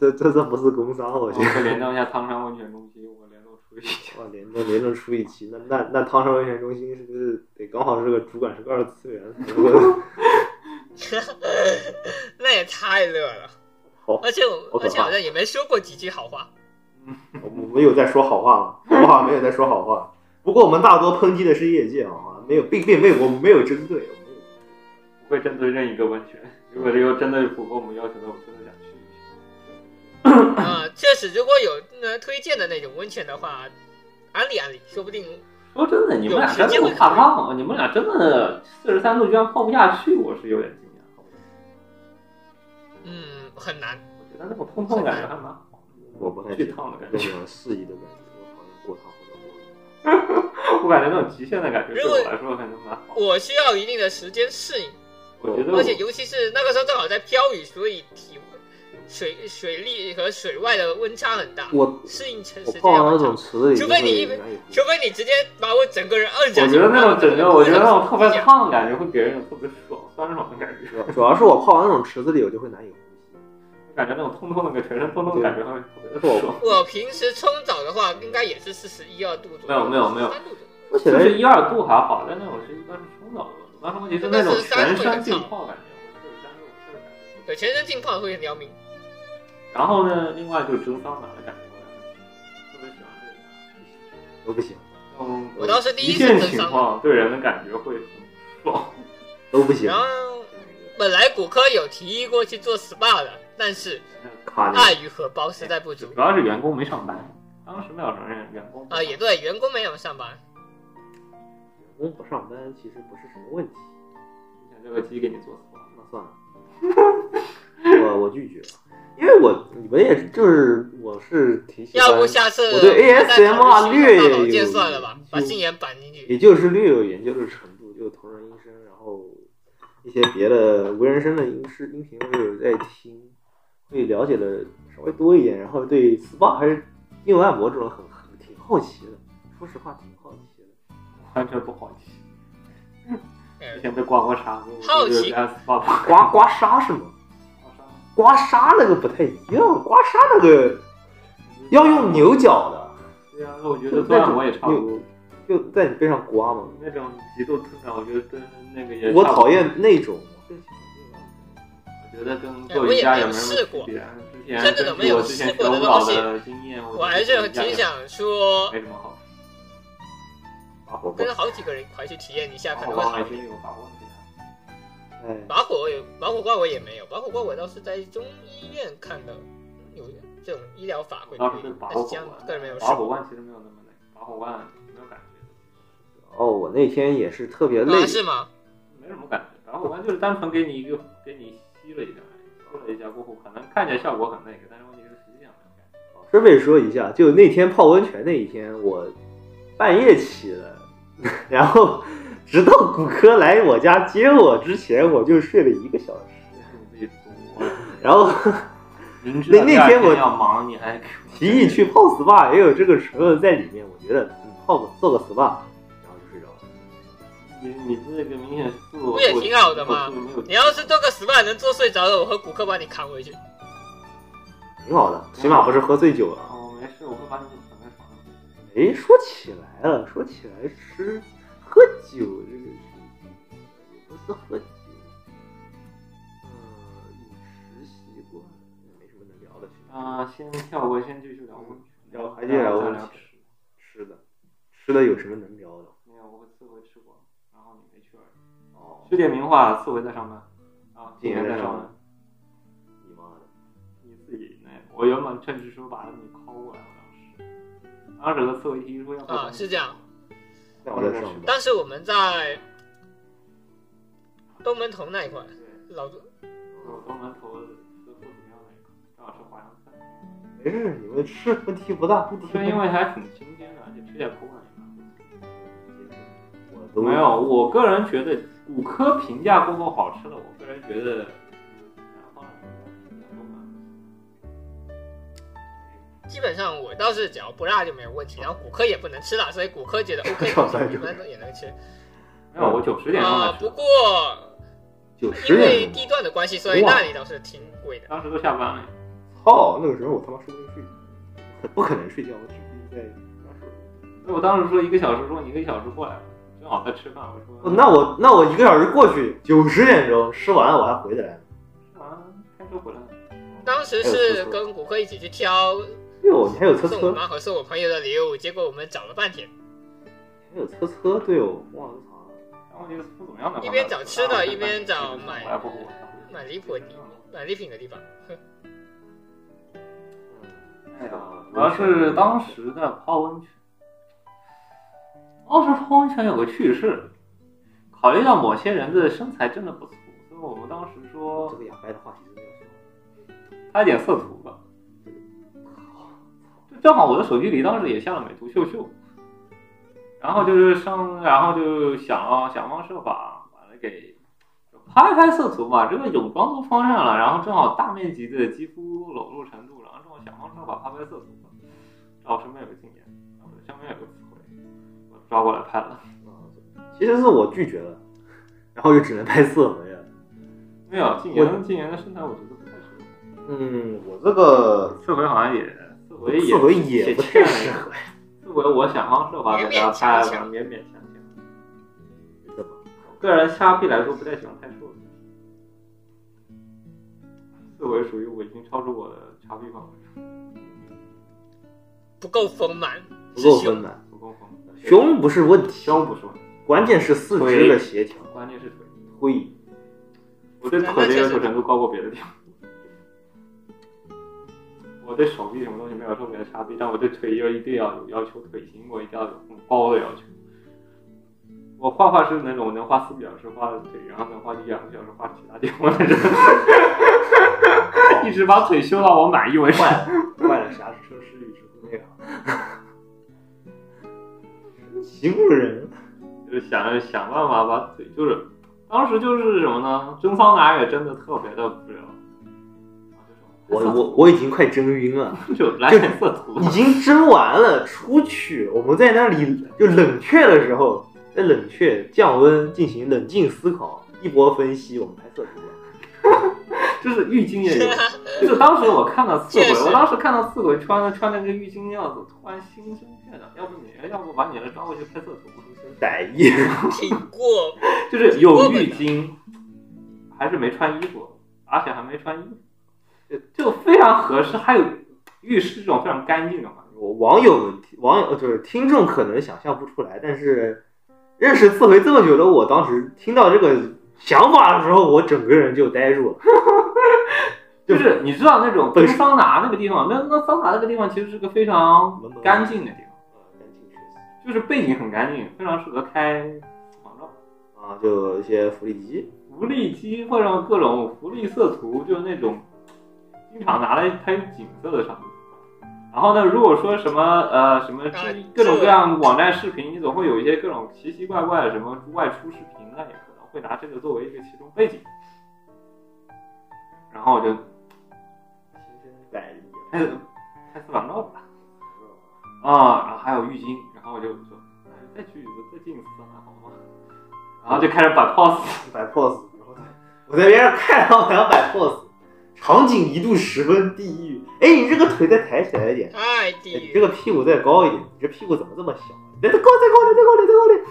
这这这不是工伤，我
我
觉得。
会联动一下汤山温泉中心，我联动出一期。
哇，联动联动出一期，那那那汤山温泉中心是不是得刚好是个主管是个二次元？ 我
那也太乐了。
好
而且
好可，
我
怕
而且好像也没说过几句好话。
我们没有在说好话了，好不好？没有在说好话。不过我们大多抨击的是业界啊，没有并并没有我们没有针对，我们没有
不会针对任一个温泉，如果这个针对符合我们要求的，我真的想去一去。
啊、确实，如果有呃推荐的那种温泉的话，安利安利，说不定
说真的，你们俩真的不怕胖，你们俩真的四十三度居然泡不下去，我是有点惊讶。
嗯很难。
我觉得那种痛痛感觉还蛮好的，
我不太
去
喜
烫的
欢
感
那
觉。
种适宜的感觉，我好像过烫或者过热。
我感觉那种极限的感觉对我来说还能蛮好。
我需要一定的时间适应，
我觉得
而且
我
尤其是那个时候正好在飘雨，所以体水水力和水外的温差很大，
我
适应成
我
时间
泡到
要
那
长
种。池子
除
里
非
面
你一
会
杯
难以呼吸
除。非你直接把我整个人摁下
我
去，
觉得那种整个，我觉得那种特别
烫。
烫的感觉会给人一种特别爽、酸爽的感觉。
主要主要是我泡到那种池子里，我就会难以呼吸。
感觉那种通通那个全身通通的感觉会特别爽。
我平时冲澡的话，应该也是四十一二度左右，
没有没有没有
三度左右。
我起
就
来
是一二度还好，但那种是一般是冲澡的。但是问题是那种全身浸泡感觉，我就是三度这种感觉。
对，全身浸泡会很撩
嗯
明。
然后呢，另外就是蒸桑拿的感觉，我特别喜欢这个。
都不行，
嗯，
我当时第
一
次
见
蒸
情
桑拿，
况对人的感觉会很爽。
都不行
然。后本来骨科有提议过去做 SPA 的，但是
嗯
卡
碍
你，
于荷包实在不足
主要是员工
啊
没上班，当时没有承认员工
啊，也对，员工没有上班，
工不上班其实不是什么问题。
你想这个鸡给你做死了。
那算了，我我拒绝，因为我你们也是就是我是挺喜欢，
要不下次
我对
再讨
ASMR
论
略
新闻报
有
道见算了吧，把
研究
禁言板进去。
也就是略有研究的程度，就同人音声，然后一些别的无人声的音视音频我有在听，会了解的稍微多一点，然后对 SPA 还是精油按摩这种很很挺好奇的，说实话挺好奇的。
完全不好奇。之
嗯
前被刮过痧，我
好奇
就是 S 爸爸
刮刮痧是吗？刮痧那个不太一样，刮痧那个要用。牛角的。
对啊，我觉得做按摩也差不多。
就在你背上刮嘛。
那种极度痛感，我觉得跟那个也。
我讨。厌那种，
我觉得跟
哎
做
我
瑜
也
伽
没
也
有
没什
试
么
过
区别。啊之前
真的都
根
没
据
有
我之前
试
学
过的
舞蹈
东西
的经验，
我还
觉得
是
瑜伽也
挺想说
没，什么好。
啊
拔火锅
跟，好几个人一块去体验一下，
拔
可
火锅
能会好
还
一
真
点。
有拔火哦的呀。
哎，
拔火也拔火罐我也没有，拔火罐我倒是在中医院看的，嗯有这种医疗法会
当时
推
对，拔火
但是这样
罐，
个人没有试
拔火
过。
罐其实没有那么那，拔火罐没有感觉，
哦，我那天也是特别累
啊，，是吗？
没什么感觉。拔火罐就是单纯给你一个给你吸了一下，吸了一下过后，可能看起来效果很那个，但是问题是实际上没有感觉。
顺便说一下，就那天泡温泉那一天，我半夜起的， 然后直到骨科来我家接我之前，我就睡了一个小时，
这 是你自己作。
然后
明知道
那
第二
那天我
要忙，你还
提议去泡 SPA 也有这个成分在里面，我觉得嗯，泡个做个 SPA，然后就睡着了。
你你这个明显是自我
不也挺好的吗
自我没有
你要是做个 SPA 能做睡着了，我和骨科把你扛回去。
挺好的，起码不是喝醉酒了。啊
哦，没事，我会把你躺在床上。
哎，说起来了，说起来吃喝酒这个事情，不是喝酒，呃，饮食习惯没什么能聊的。
啊、先跳过，先继续聊问题，
聊嗯还继续聊
再
问
聊
题
吃。
吃的，吃的有什么能聊的？
没有，我四回吃过，然后你没去而已。
哦
世界名画四回在上班，啊，
今年
在
在
上
上
班
班。，你妈的，
你自己那，我原本趁机说把你拷过来，我当时，当时和刺猬提出要不要
啊
把你
是这样
那我在上班。
当时我们在东门头那一块，
对，
老周
我东门头的夫子庙那一块，正好吃花生菜。
没事，你们吃问题不大，问题
不
不
是
大
因为还挺新鲜的，而且吃起来口感也
我
蛮好。
都
没有，我个人觉得骨科评价过后好吃的，我个人觉得南方人评价都蛮好
基本上我倒是只要不辣就没有问
哦
题，然后骨科也不能吃辣，所以骨科 觉得
上班
OK，
就
你们也能吃。
没有，我九十点钟
啊、
才吃
不
的，
过
九
因
十
为
点
地段的关系，所以那里倒是挺贵的。
当时都下班了。
操，那个时候我他妈睡不进去，不可能睡觉，我只能在那睡。
所以我当时说一个小时，说你一个小时过来吧，正好在吃饭。我说、
哦那我那我一个小时过去，九十点钟吃完我还回得来。
吃完开车回来。
当时是跟骨科一起去挑
哟，你还有车
送我
车，
妈和送我朋友的礼物，结果我们找了半天，
还有车车，对哦，忘了
然后我觉得不怎么样的。
一边找吃的一边找买
买来不火。
买礼品买礼品的地方。
嗯
哎呀，主要是当时的泡温泉。当时泡温泉有个趣事，考虑到某些人的身材真的不错，所以我们当时
这
说
个哑巴的话题真的要
拍点色图吧。就正好我的手机里当时也下了美图秀秀，然后就是上，然后就想啊想方设法把它给拍拍色图嘛，这个泳装都穿上了，然后正好大面积的肌肤裸露程度，然后正好想方设法拍拍色图嘛。正好身边有个经验，然后我身边有个词汇，我抓过来拍了。
嗯其实是我拒绝了，然后就只能拍四回了。
没有，静言静言的身材我觉得不太适合，
嗯，我这个
四回好像也四回也
四回也不太适合。
四回我想方设法给大家拍了，勉勉强强。
怎么？
个人瞎逼来说，不太喜欢太瘦的。四维属于我已经超出我的叉 P 范围，
不够丰满，
不
是
够
胸
丰满，
不够丰满。
胸不是问题，
胸不是问题，
关键是四肢的协调。
关键是腿。
会
我对腿的要求程度高过别的地方。我对手臂什么东西没有特别的差别，但我对腿又一定要有要求，腿型我一定要有很高的要求。我画画是那种能画四个小时画腿，然后能画一两个小时画其他地方的人， 一直把腿修到我满意为止。
坏了 啥车师与之乎内行， 行路人。
就是想想办法把腿，就是当时就是什么呢？蒸桑拿也真的特别的无聊，啊
我我我已经快蒸晕了，
就来点色图，
已经蒸完了，出去我们在那里就冷却的时候，在冷却降温进行冷静思考，一波分析，我们拍摄图。
就是浴巾也 有。就是当时我看到四
确
鬼，
实
我当时看到四鬼穿的穿那个浴巾样子，突然心生倦怠，要不你要不把你来抓过去拍摄图，
歹意，
挺过
就是有浴巾，还是没穿衣服，而且还没穿衣服，就非常合适。还有浴室这种非常干净的环境，
我网友们网友就是听众可能想象不出来，但是认识四回这么久的我，当时听到这个想法的时候，我整个人就呆住了。
就是你知道那种蒸桑拿那个地方， 那那桑拿那个地方其实是个非常干净的地方，
啊
就是背景很干净，非常适合开网照。
啊，就有一些福利机，
福利机或者各种福利色图，就是那种经常拿来拍景色的上面。然后呢，如果说什么呃什么
啊
各种各样网站视频，你总会有一些各种奇奇怪怪的什么外出视频，那也可能会拿这个作为一个其中背景。然后我就
歹意。
拍拍四网照吧，啊，然后还有浴巾，然后我就说，哎，再去再进一次桑拿好吗？ 然后就开始摆 pose。
摆 pose，然后我在边上看他们俩摆 pose，场景一度十分地狱。哎，你这个腿再抬起来一点，
太地
哎你
狱
这个屁股再高一点，你这屁股怎么这么小？哎再高，再高点，再高点，再高点。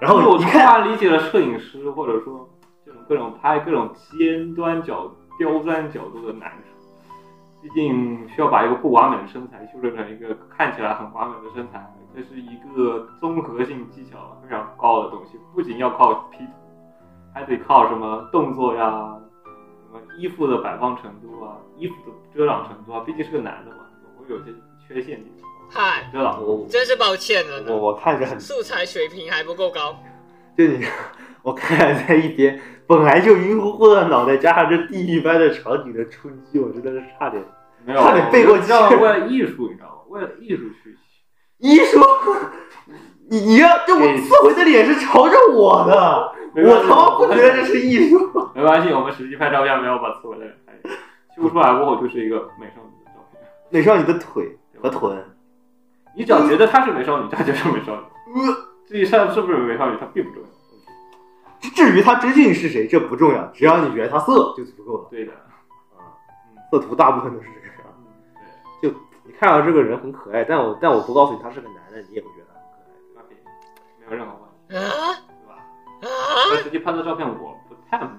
然
就是
后
我
你
突
看，
然理解了摄影师，或者说这种各种拍各种尖端角、刁钻角度的难处。毕竟需要把一个不完美的身材修正成一个看起来很完美的身材，这是一个综合性技巧非常高的东西，不仅要靠 P 图，还得靠什么动作呀、什么衣服的摆放程度啊、衣服的遮挡程度啊。毕竟是个男的嘛，总会有些缺陷地方，
嗨，
遮挡。
我
哎真是抱歉了
我
呢，
我看着很，
素材水平还不够高。
就你， 我看着在一边，本来就晕乎乎的脑袋，加上这地狱般的场景的冲击，我真的是差点
没有，
差点背过
你知道
气
吗为了艺术，你知道吗？为了艺术去
一说，你你要这我四回的脸是朝着我的，
没关
我
系
他妈不觉得这是艺术。
没关系，我们实际拍照片没有把刺猬的人拍修出来过后就是一个美少女的照片。
美少女的腿和
对吧
臀，
你只要觉得她是美少女，她就是美少女。
呃，
至于她是不是美少女，她并不重要。
至于她真性是谁，这不重要，只要你觉得她色就足够了。
对的，
啊，
嗯，
色图大部分都是这个样。
对，
就你看到这个人很可爱，但我但我不告诉你他是个男的，你也会觉得他很可爱。
那可以，没有任何问题，
啊
对吧？
啊！
但实际拍的照片我不太满，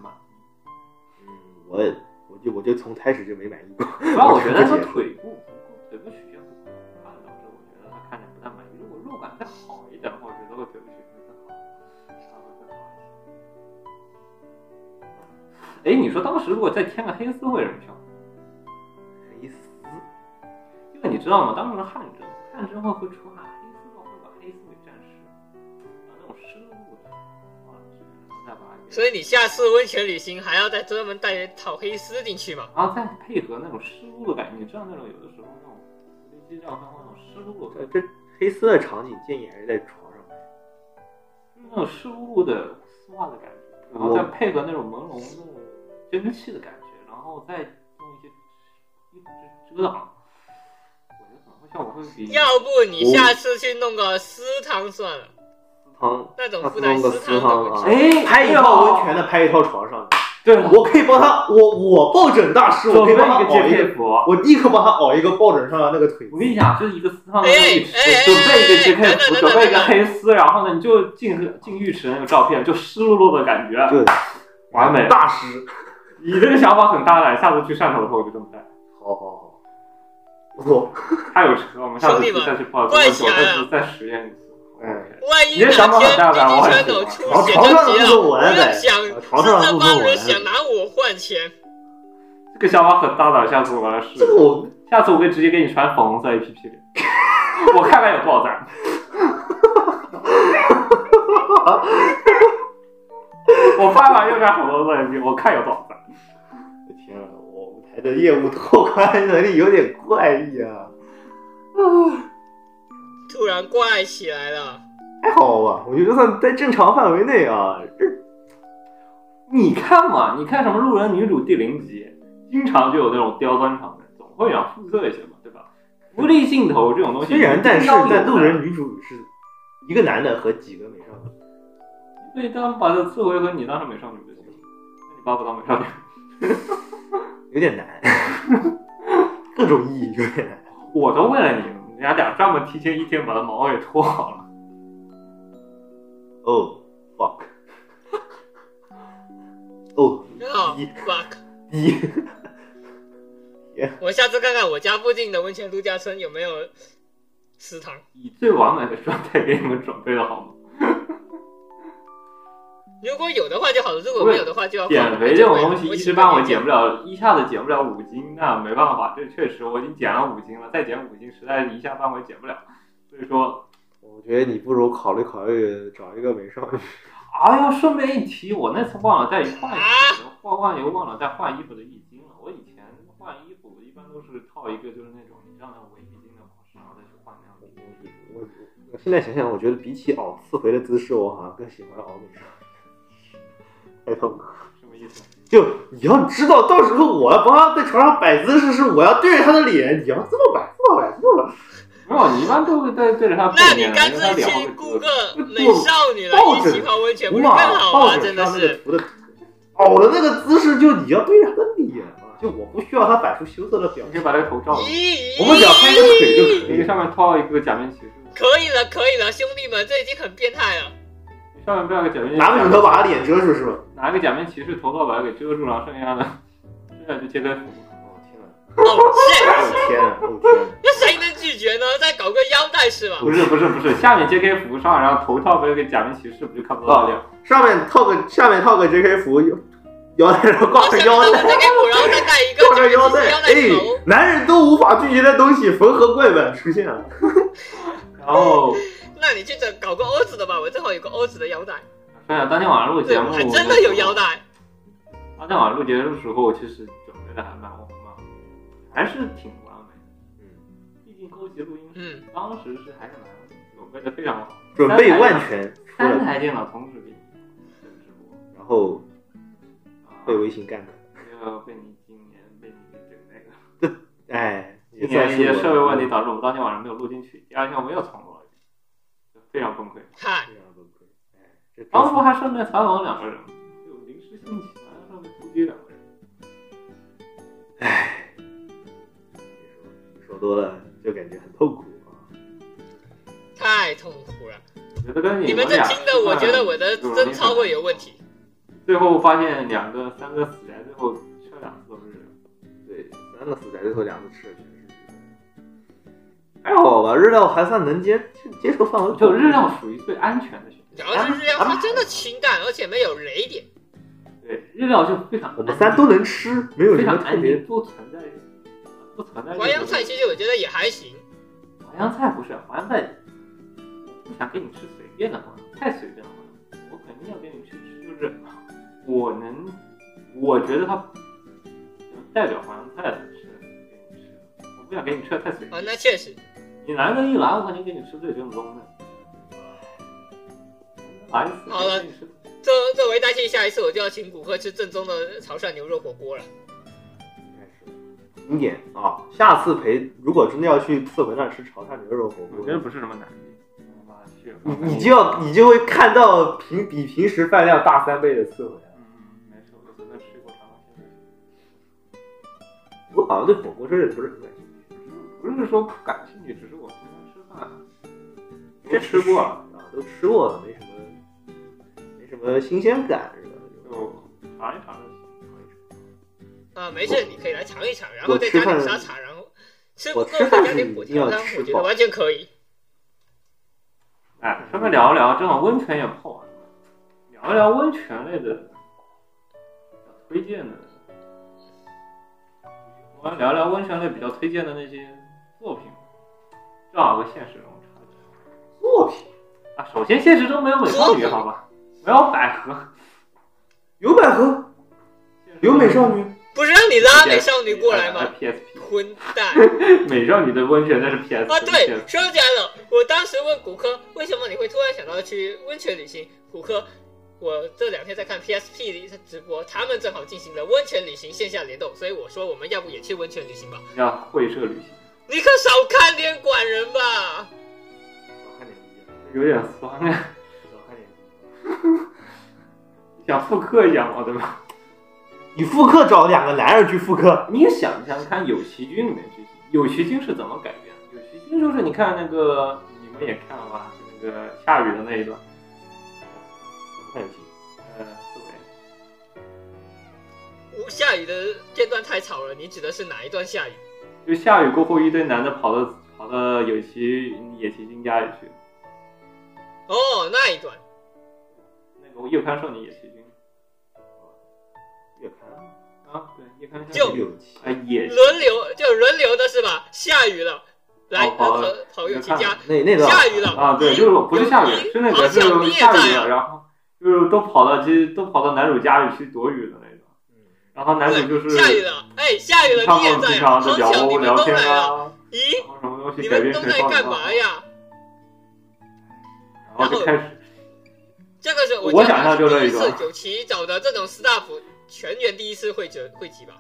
嗯，我也我就我就从开始就没满意过。
主要我觉得她腿部腿部曲线不够，看导致我觉得她看起来不太满意。如果肉感再好一点的话，我觉得我腿部曲线会更好，稍微更好一些。哎，你说当时如果再添个黑丝会有人漂亮？
黑丝，
因为你知道吗？当时汉蒸，汉蒸会会出汗，黑丝的话会把黑丝给沾湿，把那种湿漉漉的啊，再把它
所
给，
以你下次温泉旅行还要再专门带一套黑丝进去嘛？
然后再配合那种湿漉漉的感觉，你知道那种有的时候那种飞机照相会那种湿漉漉的
呃，这黑丝的场景建议还是在床上拍。
就是那种湿漉漉的丝袜的感觉，然后再配合那种朦胧的蒸汽的感觉，然后再用一些衣服遮挡，我觉得可能会效果会比
要不你下次去弄个私汤算了，
汤，
那种
他
附带
弄个
私
私
汤的
汤
温
啊，
泉。
哎
拍一套温泉的，拍一套床上的。
对了，
我可以帮他，我我抱枕大师，我可
准备
以
一
帮他
个
熬一
接
个，
配服。
我立刻帮他熬一个抱枕上的那个腿
我。跟你讲，就是一个丝烫的
哎
浴池，
哎哎
准备一个 J K
哎
服，
哎
准备一个黑丝，然后呢，你就进进浴池那个照片，就湿漉漉的感觉，
对，
完美。
大师，
你这个想法很大胆，下次去汕头的话我就这么带。
好好好， 不错。
他有车，我们下次
兄弟
去
们
再去泡
怪啊
再
起来了
次再实验一次。
哎
OK
万一
你的想
哪
法很
天
大
弟
胆我也
弟全
是
抖
啊
出
床
血
床上
专辑
的
了，
不是我
不
来
要
摆，
想
啊床上的
这
不是
帮
我来
人
摆
想。拿我换钱，
这个想法很大胆，下次我来试
这。个我
下次我会直接给你传粉红 色 A P P 的，我看看有多少赞。 我拍完又干好多摄影机，我看有多少张。
我天啊，我们台的业务拓宽能力有点怪异啊！ 啊，
突然怪起来了。
还好吧，我觉得算在正常范围内啊。这
你看嘛，你看什么《路人女主》第零集，经常就有那种刁钻场面，总会想复刻一些嘛，对吧？无力镜头这种东西，
虽然，但是
你
在路人女主是一个男的和几个美少女，
对，当把这刺回合你当成美少女就行，那你把我当美少女。
有点难， 各种意义有点难。
我都为了你，你俩俩专门提前一天把它毛给脱好了。
哦、fuck，哦
哦
一
fuck！
一，
我下次看看我家附近的温泉度假村有没有池塘。
以最完美的状态给你们准备的好吗？
如果有的话就好了，如果没有的话就要
减肥这种东西，
我
一
只
时半会减不了，一下子减不了五斤，那没办法，这确实我已经减了五斤了，再减五斤实在是一下半会减不了。所以说，
我觉得你不如考虑考虑找一个美少女。
哎呀，顺便一提，我那次忘了再
啊
换衣服，换换又忘了再换衣服的浴巾了。我以前换衣服，我一般都是套一个就是那种你知道那种围浴巾的方式，然后再去换那样的衣服。
我我现在想想，我觉得比起熬刺回的姿势，我好像更喜欢熬美少 女。太痛苦了。
什么意思？
就你要知道，到时候我要帮他在床上摆姿势，是我要对着他的脸，你要这么摆，这么摆，这么摆。
没有，你一般都会对对着他
那
背
你
面，
干
跟他
脆
聊
去
个桌
雇
子。
个美少女来一起泡温泉，不
我
是
嘛
更，好
抱
吗？
枕
真的
上那个
是，
图的熬的那个姿势，就你要对着他的脸嘛，就我不需要他摆出羞涩的表
你可以
情，
把这个头
啊
罩住，
咦，
我们只要拍一个腿就可
你
以
给
了。
上面套一个假面骑士，
可以了，可以了，兄弟们，这已经很变态 了。
你上面不要个假面，
拿个枕头把他脸遮住是吧？
拿个假面骑士头套把它给遮住，然后剩下的剩下就接着服。
哦天呐，
哦，shit，
哦天呐，哦天呐，
那谁能拒绝呢？再搞个腰带是吧？
不是不是不是，下面 JK 服上，然后头套被给假面骑士，不就看不到他脸？
上面套个下面套个 JK 服，腰带上
然
挂
后
个
下面
腰
套
带
个。这个然后再带一个
挂个腰带，
腰带
哎
头。，
男人都无法拒绝的东西，缝合怪本出现了。
然后
那你去整搞个欧子的吧，我正好有个欧子的腰带。
想想当天晚上录
对，
节目，
我还真的有腰。带。
当天晚上录节目的时候，其实准备的还蛮完嘛，还是挺完美的。嗯，毕竟后期录音
嗯，
当时是还是蛮准备的非常好，
准备万全出
三
了，
台电脑同时给你直播，
然后
啊
被微信干掉。
这个呃被你今年被你给整那个。
哎，也
今年
算是
一些
我
设备问题导致我们当天晚上没有录进去，第二天我又重录了一遍，非常崩溃。
嗨，
非常崩溃。哎，这
当初还顺便采访了两个人，就临时兴起，然后上面突击两个人。
哎，说多了就感觉很痛苦啊。
太痛苦了。
我觉得跟
哎
你
们
们这
俩
听的，我觉得我的贞操会有问题。。
最后发现两个、三个死宅，最后吃两次都是人。
对，三个死宅最后两次吃了，确实是还好吧，日料还算能接接受范围，
就日料属于最安全的选
主
择。
要
哎
是日料它真的清淡，而且没有雷点。
对，日料就非常安
我
静
们三都能吃，没有
非
什么
常
特
安
别
静，不存在不存
哎
在。
淮扬菜其实我觉得也还行，
淮扬菜不是淮扬菜，我不想给你吃随便的淮扬，太随便了淮扬菜，我肯定要给你去吃，就是我能，我觉得它能代表淮扬菜的吃的给你吃，我不想给你吃的太随
啊，
便。
那确实，
你来个一来，我肯定给你吃最正宗的。来一次，
好了
给你吃
这这为代替，下一次我就要请骨科吃正宗的潮汕牛肉火锅了。
经典啊。下次陪，如果真的要去次回那儿吃潮汕牛肉火锅，
我觉得不是什么难的。嗯我妈去，
你你就要你就会看到平比平时饭量大三倍的刺回啊！
嗯，没事，我就随便吃一口尝尝鲜味。
我好像对火锅真的不是很感兴
不是说不感兴趣，只是我平常吃饭
趣，
没吃过了，
啊，都吃过了，没什么没什么新鲜感似的。就
就尝一尝就行。
啊，没事，你可以来尝一尝，然后再加点沙茶，然后吃不
我
够
吃
再
饭
加
是
点
一
果
定要
条汤，
吃
我觉
饱
得完全可以。
哎，顺便聊一聊，正好温泉也泡完了，聊一聊温泉类的推荐的，我们聊聊温泉类比较推荐的那些作品，正好和现实中差距。
作品
啊，首先现实中没有美少 女，好吧，没有百合，
有百合，有美少女，
不是让你拉啊美少女过 来吗？
？PSP
混蛋！
美少女的温泉那是 PSP
啊，对
PSP，
说起来了，我当时问骨科为什么你会突然想到去温泉旅行，骨科，我这两天在看 PSP 的直播，他们正好进行了温泉旅行线下联动，所以我说我们要不也去温泉旅行吧？
叫会社旅行，
你可少看点管人吧！
少看点低，
有点酸啊，
少看点低。
想复刻一下嘛，对吧？
你复刻找两个男人去复刻，
你也想想看，有奇君里面剧情，有奇君是怎么改编的？有奇君就是你看那个，你们也看了吧？就那个下雨的那一段，
不看有戏。
呃，四维
我下雨的片段太吵了，你指的是哪一段下雨？
就下雨过后，一堆男的跑到跑到有奇野崎君家里去，
哦，那一段，
那个夜刊少年野崎君
月刊
啊，对，夜刊少
就
年
有戏，
啊野崎
轮流就轮流的是吧？下雨了，来
哦好
跑
了
跑友情家，
那那段
下雨了
啊，对，就是不是下雨，是那个
好
是
想灭
下雨
在啊
了，然后就是都跑到其实都跑到男主家里去躲雨的那种，然后男主就是
对，下雨了，哎，下雨了，
他
你也
们
在
平
啊，
常的
好
聊
巧你们
聊
都
天
来了，
啊，
咦
然，后什么东
你
西改
们
编
都
成
在
少女
干
漫
嘛
画，
呀？
然后就开始
这个是我
我
记得
想象就这
第
一
一
个
次九旗找的这种 staff 全员第一次汇集汇集吧？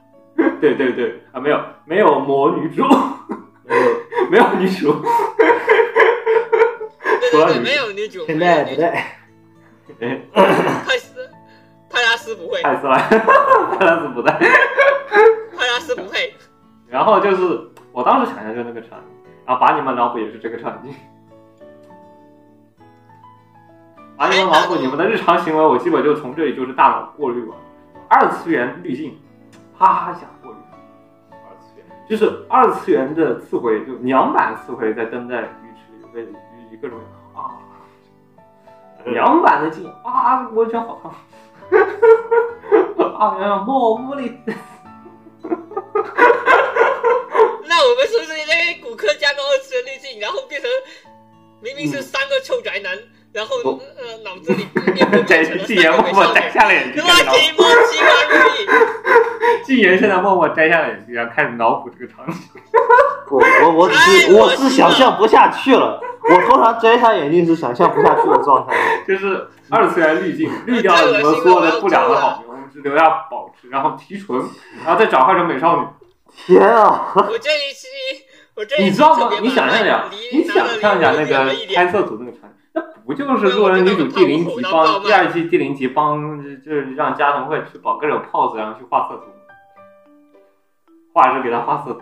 对对对啊，没有没有魔女主，
呃
没有女主，
对
除
对
了
对，
女
没有女主，
现
没有
在不
女主，
在。
哎，
派斯派拉斯不会，
泰斯 莱，泰拉斯不在。
派拉斯不配。
然后就是我当时想象就那个场景，然后把你们脑补也是这个场景。把你们脑补你们的日常行为，我基本就从这里就是大脑过滤完，二次元滤镜，啪一下过滤，
二次元
就是二次元的刺回，就娘版刺回在登在鱼池里被鱼鱼各种啊，娘版的镜啊，我觉得好看， 啊，原来莫屋里
那我们是不是应该给骨科加个二次元滤镜，然后变成明明是
嗯
三个臭宅男，然后
不
呃脑子里面 变成
这
了
禁言
三
默
个美
默
少
摘
女？
下脸去
对
看
吧？
脑补。
题目奇怪无比。
禁言现在默默摘下眼镜，然后开始脑补这个场景。
我我我只是
哎
我
我
是
知
想
道
象不下去了，我通常摘下眼镜是想象不下去的状态。
就是二次元滤镜，滤掉了你们所有的不良的好评，我们只留下保持，然后提纯，然后再转换成美少女。
天啊！
我这一期，我这一期
你知道
特
吗
别？
你想象一下
麻烦，
你想象一下那个
离
猜测组那个场景，那不就是路人女主第零集帮第二季第零集帮，就是让加藤会去搞各种 pose，然后去画色图，画师给他画色图，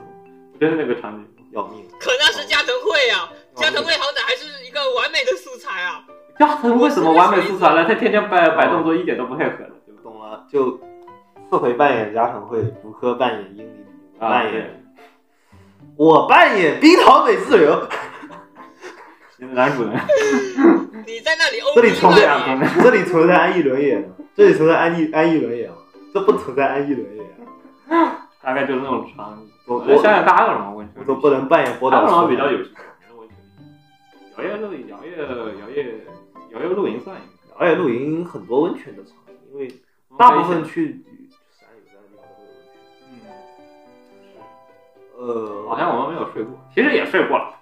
不就是那个场景？
要命！
可那是加藤惠
哦
啊，加藤惠好歹还是一个完美的素材啊。
加藤为什么完美素材了？他天天摆摆动作，一点都不配合的，对吧？
懂了，就四回扮演加藤惠，福柯扮演英里，
啊
扮
对
演我扮演冰岛美智流，
男 主人，
你在那里欧
这里从
这两
巴
个
你，
呢？
这里存在安逸轮也，这里存在安逸安逸轮也，这不存在安逸轮也，啊
大概就是那种场景。
我
我想
我
想，大家有什么问题？
我都不能扮演波
还有
导
什么
师
比较有趣的问题？摇曳露营，摇曳摇曳摇曳露营算一个，
而且露营很多温泉的场景，因为大部分去山有山的地方都有温泉。
嗯，
呃，
好像我们没有睡过，其实也睡过了。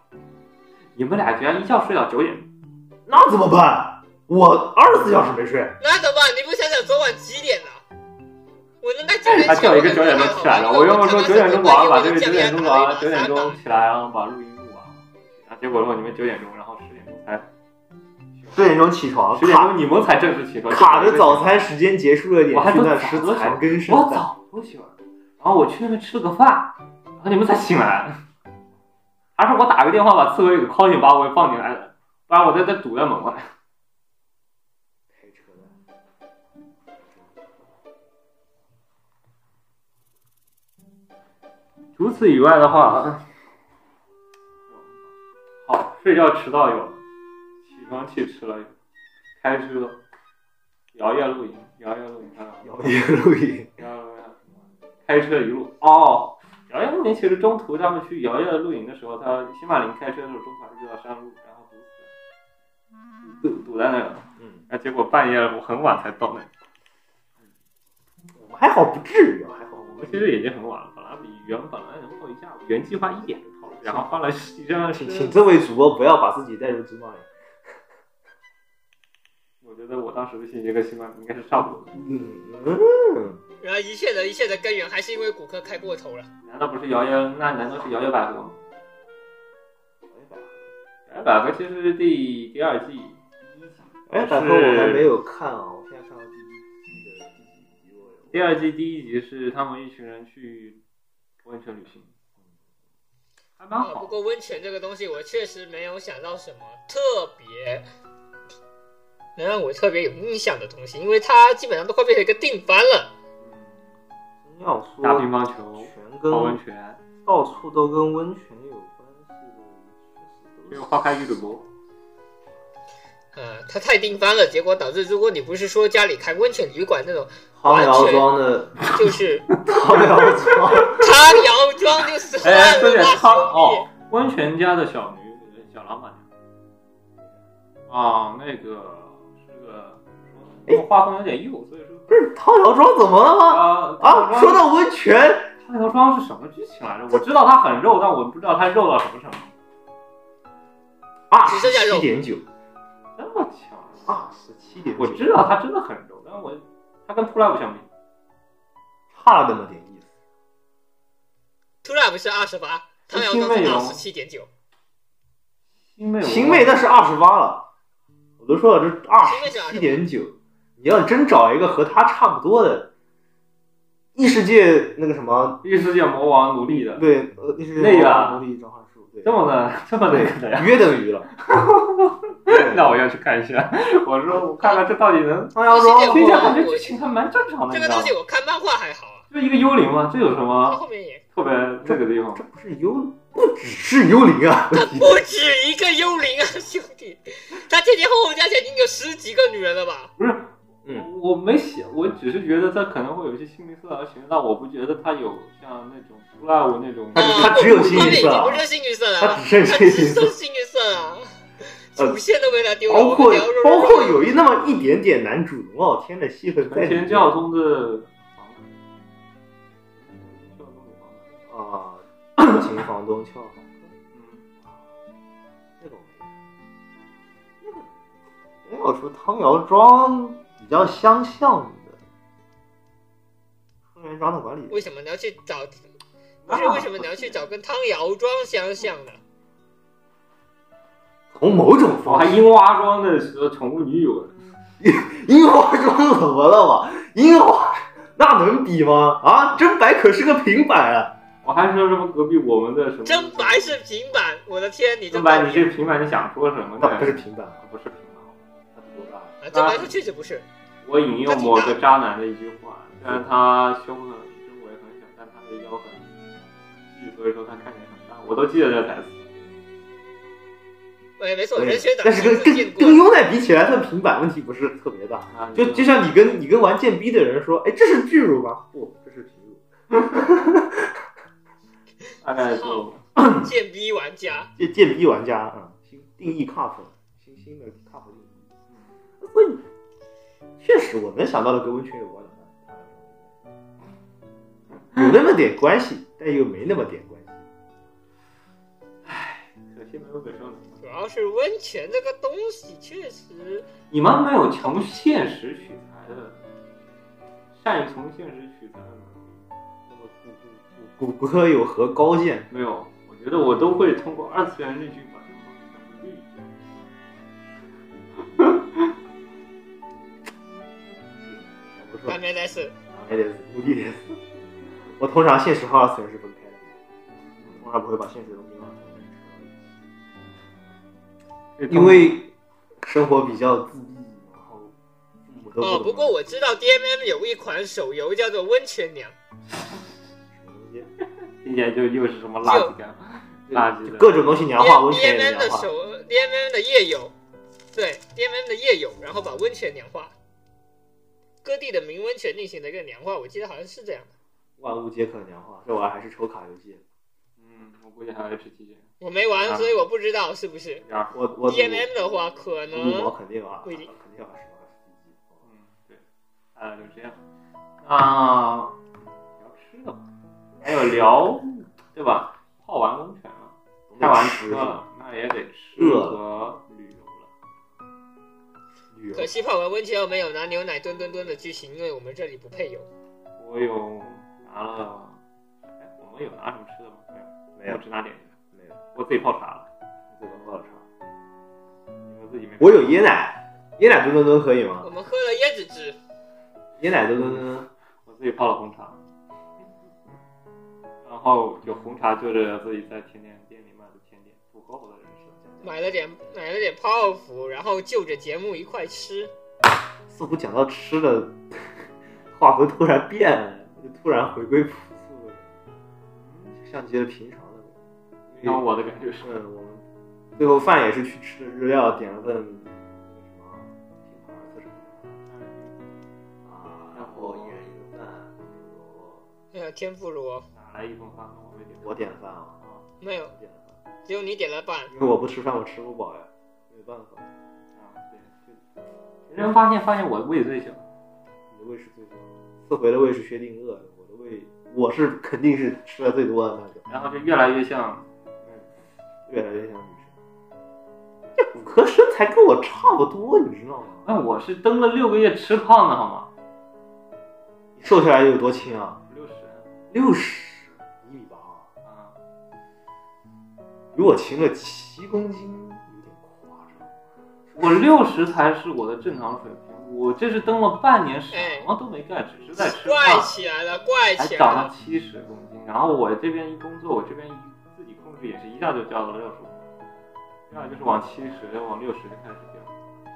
你们俩居然一觉睡到九点，
那怎么办？我二十四小时没睡，
那怎么办？你不想想昨晚几点啊？我能在九点
哎他
起来
叫一个九点钟起来了。我原本说九点钟完，把
把
这个九点钟完，九点钟
钟。
起来，然后把录音录完。然后结果问你们九点钟，然后十点钟才，
四点钟起床，
十点
卡
钟你们才正式起床，
卡着早餐时间结束了点
我还
去
都
那
早
吃
了
残羹剩
我
饭。
早都起来了，然后我去那边吃了个饭，然后你们才醒来。 还是我打个电话把刺猬给 call 醒，把我给放进来的，不然我在这堵在门外。
太扯淡
除此以外的话，好，睡觉迟到有，起床气迟了有，开车，摇曳露营，摇曳露营，啊看到没有
摇曳露营，
然后开车一路哦，摇曳露营其实中途他们去摇曳露营的时候，他新马林开车的时候中途还遇到山路，然后堵死了。堵堵在那了。
嗯，
那结果半夜我很晚才到那，
我们还好不至于啊，还好
我
我
们
们
其实已经很晚了，本来比原本来能泡一下午，原计划一点就泡了，然后花了一上
请请这位主播不要把自己带入剧骂里。
我觉得我当时的心情跟新冠应该是差不多的，
嗯嗯，
然后一切的一切的根源还是因为骨科开过头了。
难道不是摇摇？那难道是摇摇百合吗？摇摇百合其实是第第二季第一集，
哎，大哥，我还没有看啊，我现在看到第一季的第几集我有
第二季第一集是他们一群人去温泉旅行，还蛮
啊，不
好。
过温泉这个东西，我确实没有想到什么特别能让我特别有印象的东西，因为它基本上都快变成一个定番了。
真要
打乒
说
乓球、
全
泡温
跟
泉，
到处都跟温泉有关系的，确实
这
都
个
是
花开玉柳 萝。
呃，它太定番了，结果导致如果你不是说家里开温泉旅馆那种，
汤窑庄的
就是
汤窑庄，
汤窑庄就算
哎，
了
说点
吧，
汤
兄
哦，温泉家的小女小老板娘啊，那个是个，
哎
因为画风有点幼，所以说
汤窑庄怎么了吗？
啊
嗯啊，说到温泉，
汤头庄是什么剧情来着？我知道它很肉，但我不知道它肉到什么程度。
二
只剩下肉
七点九，
这么强
二！十七点九，
我知道它真的很肉，但我它跟 Pull Up 相比，
差了那么点意思。
突然不是二十八，汤窑
青
庄是
梅
二
龙
十七点九，
青妹
青妹那是二十八了，我都说了，这二十七点九。你要真找一个和他差不多的，异世界那个什么，
异世界魔王奴隶的，
对，呃，异世界
那个
奴隶召唤术，对
这，么的这么那个的呀？
对，约等 于了。
那我要去看一下。 我说我看看这到底能，
汤妖庄，
这下感觉剧情还蛮正常的，
这
你知
个
道
东
吗
西？我看漫画还好啊，
就一个幽灵嘛，这有什
它
么
后面也
特别那个地方？
这不是幽，不只是幽灵啊，
它不止一个幽灵啊，兄弟，它前前后后加起来已经有十几个女人了吧？
不是，
嗯
我没写，我只是觉得它可能会有一些性别色彩形式，但我不觉得它有像那种布拉舞那种。
它
啊
它只有幸
后
运
面已
色
经
啊
不是幸运色 了
他
啊，
只剩
它
这
只剩
些东西，
幸运色啊，
呃
主线都被它丢了，
包括
我们聊肉肉
包括
肉
有一那么一点点男主龙傲天的戏份在
纯
里面
天教宗的房子，嗯教宗的房子，
啊，情房东俏房客。
嗯，
那个我没看。那个，要说汤窑庄比较相像的，汤圆庄的管理
为
员，
什么你要去找？不
啊
是为什么你要去找跟汤窑庄相像的？
从某种
我
方
还
面，
樱花庄的时候宠物女友呢，
樱花庄怎么了嘛？樱花那能比吗？啊，真白可是个平板啊！
我还说什么隔壁我们的什么
真白是平板，我的天，你这
真白，你
你
这平板你想说什么呢？
那不是平板啊，
不是平板，它是多大呀？
啊，真白说确实不是。
我引用某个渣男的一句话，虽然他胸很胸围很小，但他的腰很细，所以说他看起来很大。我都记得这台词。
哎，没错，
对
人学党
但是跟
亲自见
跟
过
跟。优奈比起来，算平板问题不是特别大。
啊
就就像你跟你跟玩剑逼的人说，哎，这是巨乳吗？不，这是平乳。
大概就
贱逼玩家，
这贱逼玩家啊，新定义 cup，新兴的 cup 定义。所以确实我能想到的跟温泉有关的，有那么点关系，但又没那么点关系。
可惜没有给上
主要是温泉这个东西确实，
你们没有从现实取材的，善于从现实取材的能力
那么骨骨骨骨科有何高见？
没有？我觉得我都会通过二次元日剧把这个东西全部滤掉。
不
还
是，
没来事。
哎得无敌得。我通常现实和二次元是分开的，我通常不会把现实的东西和二次元扯到一起。因
嗯
为生活比较自闭，然后父母都
哦，
懂
不过我知道 D M M 有一款手游叫做《温泉娘
什么东西
听起来就又是什么垃圾感，垃圾
就
的
各种东西娘化，温
D
泉
M
也
M 的
娘化。
手 D M M 的夜游，对 D M M 的夜游，然后把温泉娘化，各地的名温泉进行了一个娘化，我记得好像是这样的。
万物皆可娘化，这玩意儿还是抽卡游戏。
嗯，嗯，我估计还有 HTG
我没玩，
啊
所以我不知道是不是。
第二副。
我我赌
DMM 的话，可
我赌毛
能
肯定啊，
不一
肯定
定
啊，肯定啊，是
嗯，对，呃，就这样。啊，聊吃的吧，还有聊，对吧？泡完温泉了，
吧？
太完
吃
吃
了，
了，那也得吃
饿
和旅游了。
旅游
可惜泡完温泉后没有拿牛奶吨吨吨的剧情，因为我们这里不配有。
我有拿了，哎，我们有拿什么吃的吗？没
没
有，
有
我只拿点心，
没有，
我自己泡茶了，
这都喝了茶。
你们自己没。
我有椰奶，椰奶墩墩墩可以
我
吗？
们喝了椰子汁，
椰奶墩墩墩，
我自己泡了红茶，然后有红茶就是自己在甜点店里买的甜点，符合我的人设。
买了点买了点泡芙，然后就着节目一块吃。
似乎讲到吃的， 画风突然变了，就突然回归朴素了，像极了平常的味道。
然后我的感觉是，
是我们最后饭也是去吃日料，点了份那个什么品牌啊自助啊，然后一人一个饭，
呃，天妇罗
哪来一份饭呢？我没点。
我点饭啊，
啊，
没有
我，点了饭，
只有你点了半。
因为我不吃饭我吃不饱呀，没有办法，
啊对对。人家发现发现我胃最小，
你的胃是最多的，次回的胃是薛定谔的，我的胃我是肯定是吃的最多的那个，
然后就越来越像，
越来越像女生，这骨科身材跟我差不多，你知道吗？
那哎我是蹬了六个月吃胖的好吗？
你瘦下来有多轻啊？
六十
六十，一米八啊。
啊，
比我轻了七公斤，有点夸张。
我六十才是我的正常水平，我这是蹬了半年，什么都没干，只是在吃
怪
饭。
起来了，怪
还
起来
长到
了！
七十公斤，然后我这边一工作，我这边一自己控制也是一下就掉到了六十五，这样就是往七十、往六十就开始掉。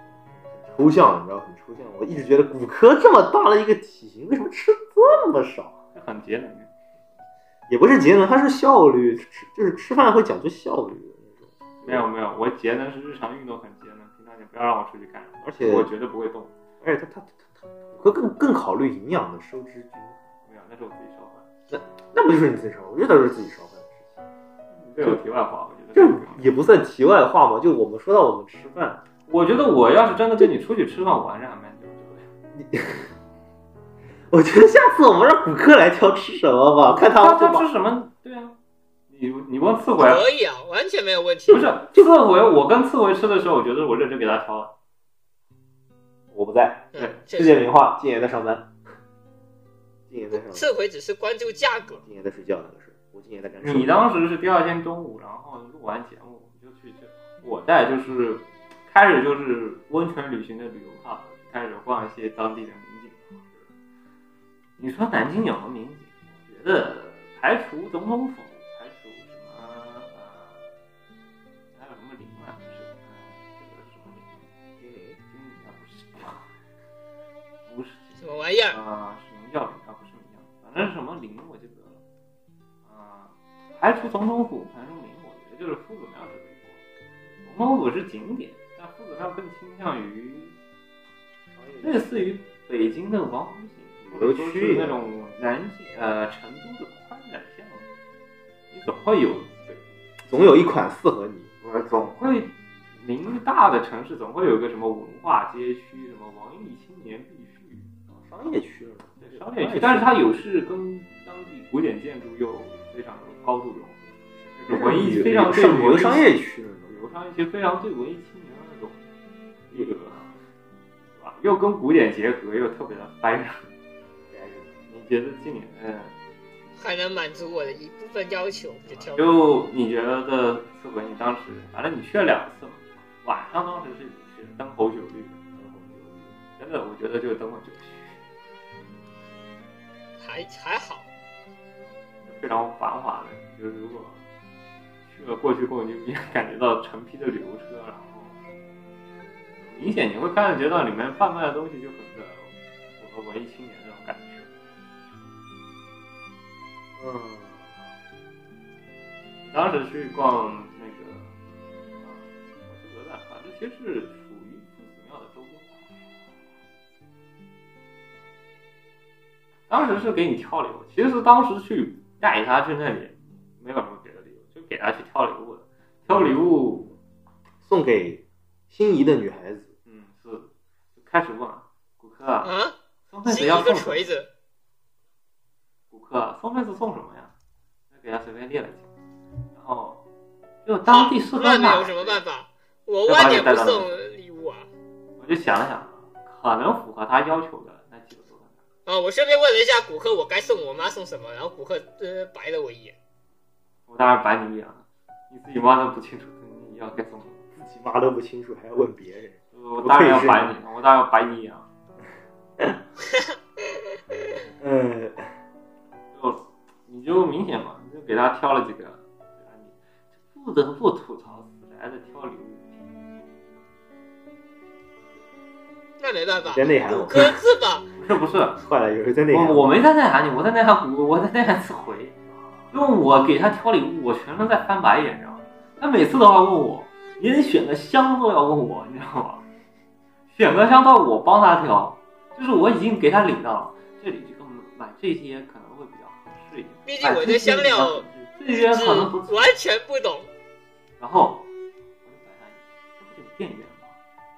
抽象，你知道很抽象。我一直觉得骨科这么大的一个体型，为什么吃这么少？
这很节能，
也不是节能，它是效率，吃就是吃饭会讲究效率的那种。
没有没有，我节能是日常运动很节能，平常你不要让我出去干，
而且
我绝对不会动。
而且它它它它骨科更更考虑营养的收支均衡。
没有，那是我自己烧饭。
那不就是你自己烧饭？我觉得都是自己烧饭的事情。
这有题外话，我觉得这
这
个不用
也不算题外话嘛，就我们说到我们吃饭，
我觉得我要是真的跟你出去吃饭，我还是还蛮讲究的。
我觉得下次我们让骨科来挑吃什么吧，哦看他
他
们怎
他
么
吃什么？对啊，你你问刺回，
可以啊，完全没有问题
不。是刺回，我跟刺回吃的时候，我觉得我认真给他挑了。
我不在。
嗯，确
世界
实，
名画，今年在上班，今年在上班，
这回只是关注价格。
今年在睡觉那个是，我今年在干什么？
你当时是第二天中午，然后录完节目我们就去吃。我带就是开始就是温泉旅行的旅游 p 开始逛一些当地的民景。你说南京有什么民景？我觉得排除总统府，排除什么呃，还有什么陵啊？不是，呃这个什么陵？
精灵
金陵啊？不是，不是
什么玩意儿？
啊，是名叫陵啊，不是名叫，反正是什么陵我记不得了。啊，排除总统府、排除陵，我觉得就是夫子庙之类的。总统府是景点，但夫子庙更倾向于类似于北京的王府井，或者说是那种南京呃成都的宽窄巷子，你总会有北
总有一款适合你。
我总会名大的城市总会有一个什么文化街区，什么文艺青年必须。
商业区了，
对商业区，但是它有是跟当地古典建筑又非常有高度融合，就是文艺非常对
上
文
流
艺
商业区
旅
那
游
种。
商业区非常对文艺青年的那种，这个对吧？又跟古典结合，又特别的 fashion。你觉得今年，嗯，
还能满足我的一部分要求，就挑
就你觉得刺回你当时，反正你去了两次嘛，晚上当时是是灯红酒绿的，灯红酒绿，真的，我觉得就是灯红酒绿，
还还好。
非常繁华的。就是如果去了过去过，你也感觉到成批的旅游车，然后明显你会感觉到里面贩卖的东西就很的符合文艺青年那种感觉。
嗯，
当时去逛那个，啊，我记不得了，反正其实是属于夫子庙的周边。当时是给你挑理由，其实当时去带他去那里，没有什么别的理由，给他去挑礼物的，挑礼物
送给心仪的女孩子，
嗯，是就开始问啊骨科啊，
啊，
送分子
新
要
一个
送什么
锤？子，
骨科啊，送分子送什么呀？那给他随便列了几个，然后就当地适合
啊那
买。
能有什么办法？我万年不送礼物啊！
我就想了想，可能符合他要求的那几个都在那儿
啊，我顺便问了一下骨科，我该送我妈送什么，然后骨科呃白了我一眼。
我当然白你一眼了，你自己妈都不清楚你要该送什么。
自己妈都不清楚，还要问别人。
我当然要白你，我当然要白你一眼了。
呃，
就你就明显嘛，你就给他挑了几个，对吧？你不得不吐槽死宅的挑礼物。
那没办法，
真内涵
骨
我，
科自保。
不是不是，
坏了，有人在内涵
我我没在内涵你，我在内涵我，我在内涵次回，因为我给他挑礼物，我全程在翻白眼，你知道吗？他每次都要问我，你得选个香都要问我，你知道吗？选个香到我帮他挑，就是我已经给他领到了，这里这个买这些可能会比较合适一点。
毕竟我对香料
买这些比较合适这些可能不
是
错。
完全不懂。
然后我就白他一眼，这不就是店员吗？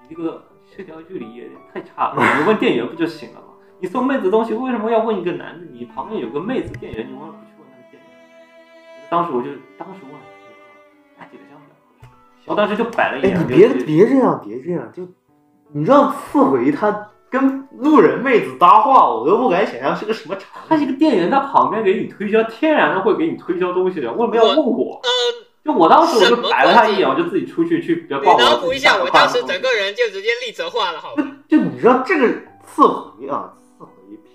你这个社交距离也太差 了，你问店员不就行了吗？你送妹子东西为什么要问一个男的？你旁边有个妹子店员，你为什么不去问那个店员？当时我就当时问，我靠，那几个香比较合适？我当时就摆了一
哎，
眼，
你别
就是
别这样，别这样，就你让次回他跟路人妹子搭话，我都不敢想象是个什么场
他是一个店员，在旁边给你推销，天然的会给你推销东西的，为什么要问我？
嗯，
就我当时我就白了他一眼，我就自己出去去别
你
报
脑补一下，我当时整个人就直接立则化了，好吧？
就你知道这个次回啊，次回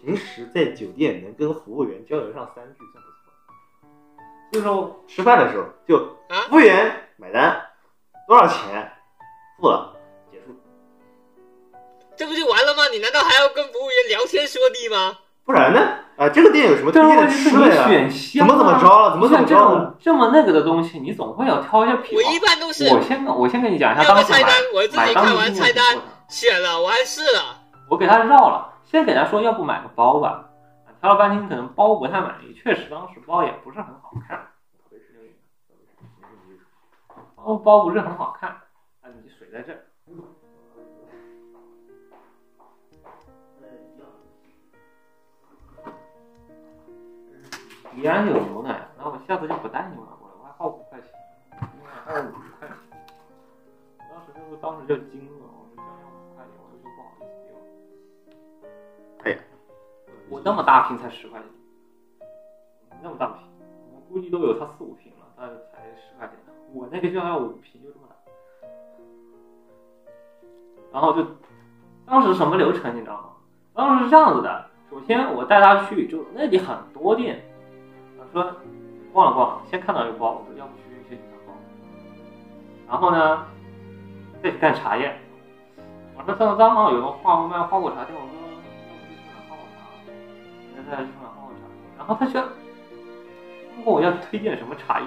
平时在酒店能跟服务员交流上三句算不错。
就是说
吃饭的时候就
啊
服务员买单多少钱，付了结束，
这不就完了吗？你难道还要跟服务员聊天说地吗？
不然呢？啊，这个店有什么推
但是
荐的吃
问题是你
的呀？
选
怎
香、啊，
么怎么着了？怎么怎么
选这
着了？
种这么那个的东西，你总会要挑一些癖
哦我
好。
一般都是
我先跟我先跟你讲一下
要
当
个
时
菜
买
单，我自己
买当
看
时
完
经历
菜
的过
单
程
选了，我还试了。
我给他绕了，先给他说要不买个包吧，挑了半天可能包不太满意，确实当时包也不是很好看，包哦包不是很好看，啊，你水在这儿。宜然有牛奶，那我下次就不带你玩过了，我还花五块钱，我还花五块钱。我当时就是当时就惊了，我说这样要五块钱，我就说不好意思给我。
哎呀，
我那么大瓶才十块钱，那么大瓶，我估计都有他四五瓶了，他才十块钱。我那个就要五瓶，就这么大。然后就，当时什么流程你知道吗？当时是这样子的，首先我带他去，就那里很多店，我说逛了逛，先看到一个包，我说要不去去你那包，然后呢，再去干茶叶。我说上刚好有个花果卖花果茶店，我说嗯要不去吃碗花果茶，那再嗯哎去买花果茶。然后他说问我要推荐什么茶叶，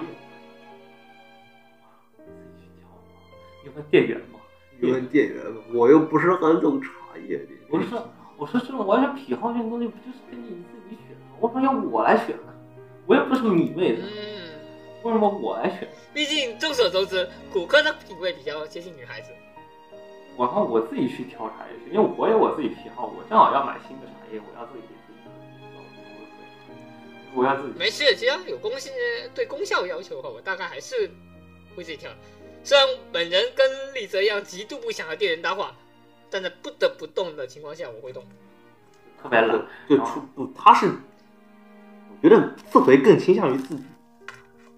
自己去挑吧，你问店员吧。
你问店员，我又不是很懂茶叶的。
我说我说这种完全癖好这种东西，不就是跟你自己选的？我说要我来选呢，我又不是你妹子，
嗯，
为什么我来选？
毕竟众所周知，骨科的品味比较接近女孩子。
我让我自己去挑茶叶去，因为我有我自己癖好，我正好要买新的茶叶，我要自己给自己挑我要自己
没事，只要有功效对功效要求的话，我大概还是会自己挑。虽然本人跟丽泽一样极度不想和店员搭话，但在不得不动的情况下，我会 动。
特别懒，
就出不，他是，我觉得自回更倾向于自己，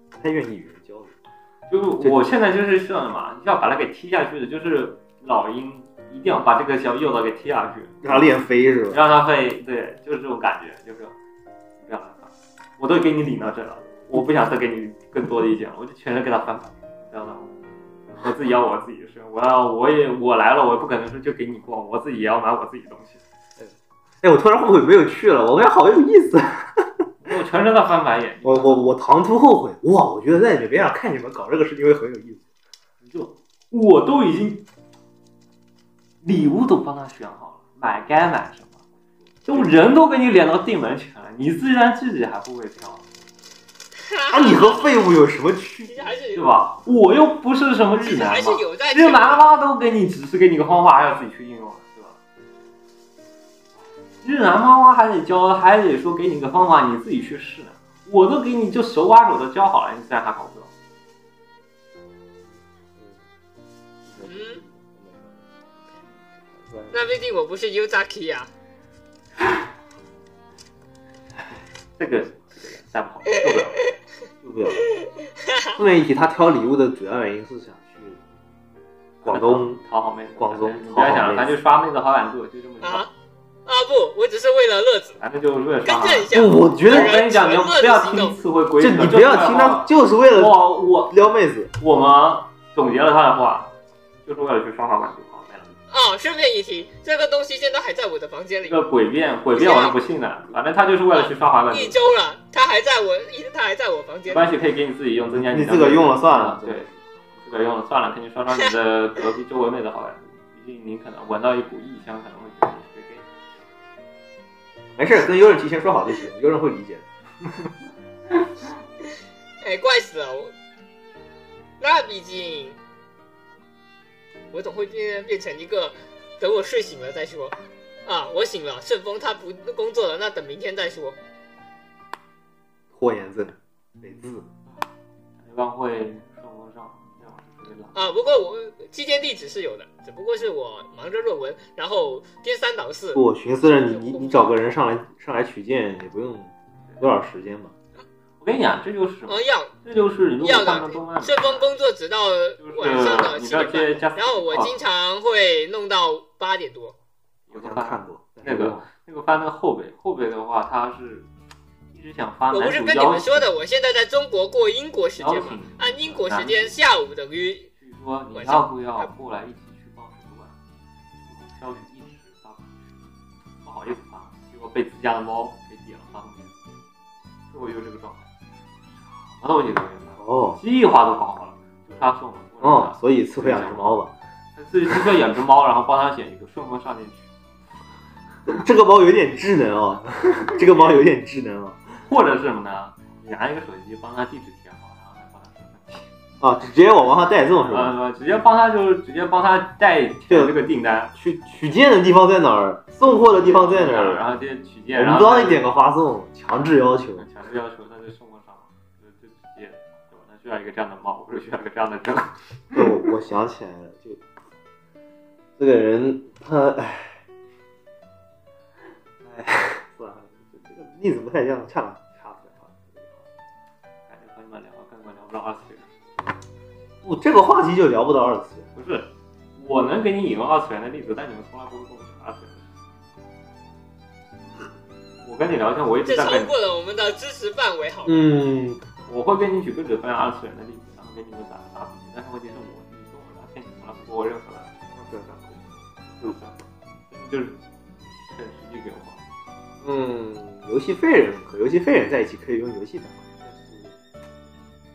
不太愿意与人交流。
就是我现在就是这样的嘛，要把它给踢下去的，就是老鹰一定要把这个小诱导给踢下去。
让他练飞是吧？
让他会对，就是这种感觉，就是不要害怕，我都给你领到这了，我不想再给你更多的意见了，我就全都给他翻盘，不要让我，我自己要我自己的事，我要我也我来了，我也不可能说就给你逛，我自己也要买我自己的东西，
哎，我突然后悔没有去了，我感觉好有意思。
我全身在翻白眼，
我我我唐突后悔，哇！我觉得在你们上看你们搞这个事情会很有意思。
你就我都已经礼物都帮他选好了，买该买什么，就人都给你领到进门去了，你自然自己还不会挑，
那啊你和废物有什么区
其
别
实？还是
对
有，
吧？我又不是什么
其
指
实
南嘛
还是，有在
指南的话都给你，只是给你个方法，还要自己去应用，对吧？指南方法还得教，还得说给你个方法，你自己去试。我都给你就手把手的教好了，你自然还搞不懂。
嗯那毕竟我不是 Uzaki 啊，
这个这个带不好，受不了。
受不了了。顺便一提，他挑礼物的主要原因是想去广东，
讨好妹子，
广东
你不要想
讨好
了，
妹子
他就刷妹子好感度，就这么着。
啊啊不，我只是为了乐子，
反正就是为了刷
更
好
正一
感。
下，
不， 啊我觉
我
得
跟你讲，你不要听词汇规
这
则，
你不要听他，就是为了
我我
撩妹子。
我们总结了他的话，就是为了去刷好感度。啊好，没了。
哦，顺便一提，这个东西现在还在我的房间里
这，个诡辩，诡辩我是不信的，
啊
反正他就是为了去刷好感度。
一周了，它还在我，一它还在我房
没
间里。
关系，可以给你自己用，增加
你
的
自个儿用了算了，
对，自个儿用了算了，肯定刷刷你 的隔壁周围妹子好感度。毕竟你可能闻到一股异香，可能会觉得你是 gay。
没事，跟优人提前说好就行，优人会理解。
哎，怪死了我。那毕竟，我总会变变成一个，等我睡醒了再说。啊，我醒了，顺丰他不工作了，那等明天再说。
拖延症，得字。
一般会双风上，让我特别懒。
啊，不过我期间地址是有的，只不过是我忙着论文，然后颠三倒四。
我寻思着你你你找个人上来上来取件也不用多少时间吧？
我跟你讲，这就是什么
嗯，？要
这就是如果
要
换
的
成动漫，，
顺丰工作直到晚上的
你
七
不要
点
接
半，
加，啊
然后我经常会弄到八点多。
我好
有个
像
翻
看过
那个那个翻那个后背后背的话，他是一直想发
我
男
不是
主
跟你
邀
们
请
说，的，我现在在中国过英国时间
邀
嘛
请，
按英国时间下午等于
据说你
晚
要
上
不要过来一起去帮主管？消息一直发不出去，不好意思发，结果被自家的猫给点了发过去，最后就是这个状态，什么东西都没发，
哦
计划都搞好了，就他送了。我让他
哦，所以刺客养只猫吧，
他自己去做养只猫，然后帮他选一个顺风上进去，
这个猫有点智能哦， 这个猫有点智能哦。
或者是什么呢？你拿一个手机帮他地址填好，然后再帮他身份填
啊，直接往往上带送是吧？
呃，直接帮他就是直接帮他代填这个订单，
取取件的地方在哪儿？送货的地方在哪
然
儿？
后这些取件，
我
然
们
后
帮你点个发送，强制要求。
强制要求他就送不上，就就直接对吧？他需要一个这样的猫，不是需要一个这样的人。
我我想起来了，就这个人他，唉，唉，算了，这这个例子不太一样，差了，差了，差了。
哎，和你们聊，根本聊不到二次元。
不，这个话题就聊不到二次元。
不是，我能给你引用二次元的例子，但你们从来不会跟我讲二次元的事情。我跟你聊天，我一直
这
在
超
跟你，
过了我们的知识范围，好吗，
嗯，
我会跟你举各种各样二次元的例子，然后给你们打打比，但是问题是我，你跟我聊天，你从来不给我任何的二次元的回应，就是很实际给我。
嗯，游戏废人和游戏废人在一起可以用游戏反馈，但是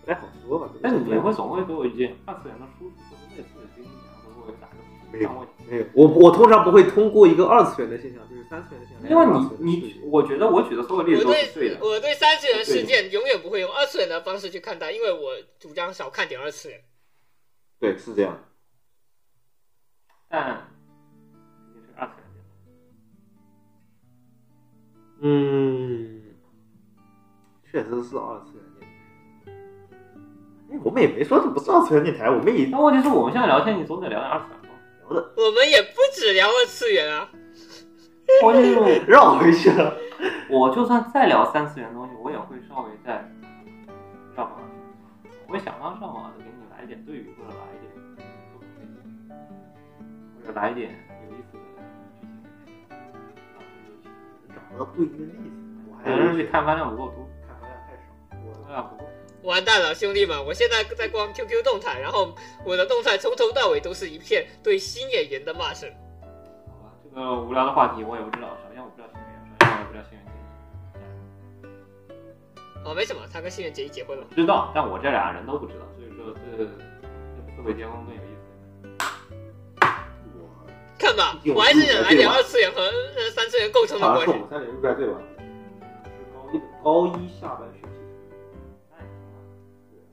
不哎太好说吧。
但你们总会给我一件二次元的叔叔或者类似的经历，然后给我打个比方问
没有，我我通常不会通过一个二次元的现象，就是三次元的现象，
因为
来
你
到二次元的世
你
界，
我觉得我举的所有例
我
子都是对
对
的。
我对三次元事件永远不会用二次元的方式去看待，因为我主张少看点二次元。
对是这样。
但毕竟是二次元的，
嗯，确实是二次元电台。哎，我们也没说这不是二次元电台，我们也
但问题是我们现在聊天，你总得聊点二次元吧？
聊的
我们也不只聊二次元啊，
关键 是
绕回去了。
我就算再聊三次元的东西，我也会稍微再上网，我会想方设法的给你来一点对比，或者来一点作品推荐，或者来一点有意思的剧情给大家
找
让你们去
到对应的例子，我还
有人去看番量不够多，
看流量太少，
番
我
量不够。
完蛋了，兄弟们！我现在在逛 QQ 动态，然后我的动态从头到尾都是一片对新演员的骂声。
好吧，这个无聊的话题我也不知道，首先我不知道新垣，首先我也不知道新垣结衣，
哦，没什么，他跟新垣结衣结婚了
我。知道，但我这俩人都不知道，所以说这这四位结婚更有意思。
我
看吧，我还是想来点二次元和呃三次元构成的
好
关
像是我。
系
们三年入怪对吧？
是高
高一下半学期，
哎没有，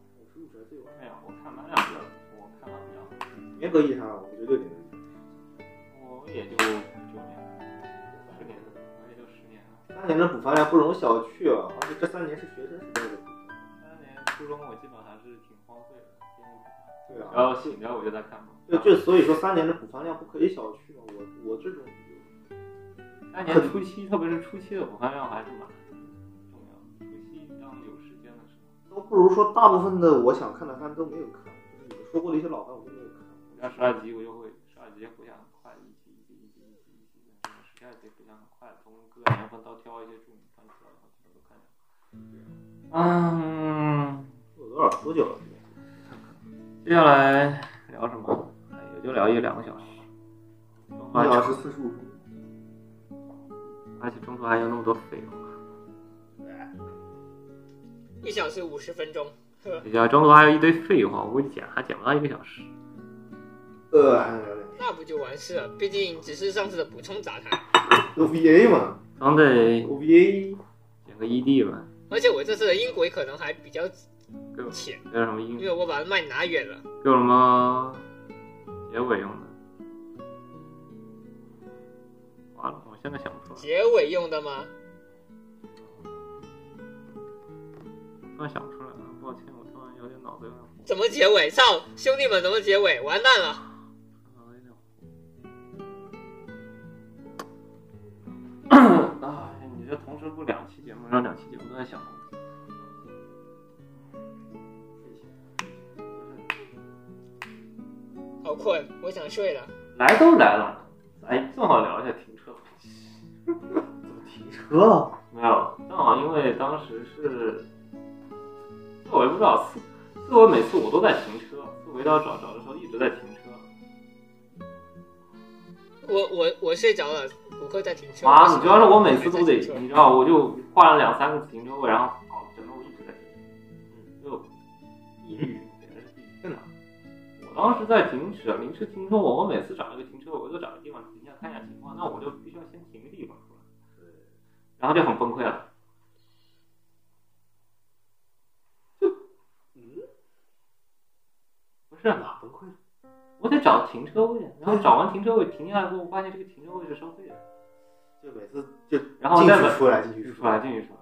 哎我看漫展比较，我看漫比较多，
严格意义上，我觉得六点零，
我也就九年、十年，我也就十年了。
三年的补番量不容小觑啊，而且这三年是学生时代的补番，
三年初中我基本还是挺荒废的，天天
对啊，
然后醒着我就在看嘛。啊
对，这所以说三年的补番量不可以小觑啊，我我这种
三年初期，特别是初期的补番量还是蛮重要的。初期当有时间的时候，
都不如说大部分的我想看的番都没有看，就是你们说过的一些老番我都没有看，
要十二集我就会十二集回想很快，一集一集一集一集一集，十二集回想很快，从各个年份都挑一些著名番出来，然后全部看掉。嗯，
有多少多久了？
接下来聊什么？哎也就聊一两个小时。中途还
一小时
有，
四十五分钟。
而且中途还有那么多废话，
一小时五十分钟，呵，
也就中途还有一堆废话，我估计剪还剪不到一个小时。
呃，还能聊点
那不就完事了？毕竟只是上次的补充杂谈，
OVA 嘛
总得
，OVA
剪个 ED 吧，
而且我这次的音轨可能还比较浅，
有什么英
因为我把麦拿远了。
有什么结尾用的？完了，我现在想不出来，
结尾用的吗？
突然想不出来了，抱歉，我突然有点脑子有点糊，
怎么结尾？操，兄弟们怎么结尾？完蛋了！
脑子有点糊。啊，你这同时录两期节目，让两期节目都在想东西。
好困，我想睡了。
来都来了，哎，正好聊一下停车。
提车了，
没有，正好因为当时是，我也不知道四四维每次我都在停车，四维到找找的时候一直在停车。
我我我睡着了，补课在停车。
妈，啊你主要是我每次都得
在停，车
你知道，我就换了两三个停车位，然后搞整个我一直在停，嗯，就抑郁，简直是抑郁症啊！我当时在停止临时停车位，我每次找一个停车位，我就找个地方停一下，看一下情况，那我就必须要先停个地方出来，然后就很崩溃了。
嗯，
不是，
哪崩溃了？
我得找停车位，然后找完停车位停下来之后，发现这个停车位是收费的。
就每次就
然后
进
再
去
把
出来进去
进
出
出来，
来，
进去出来。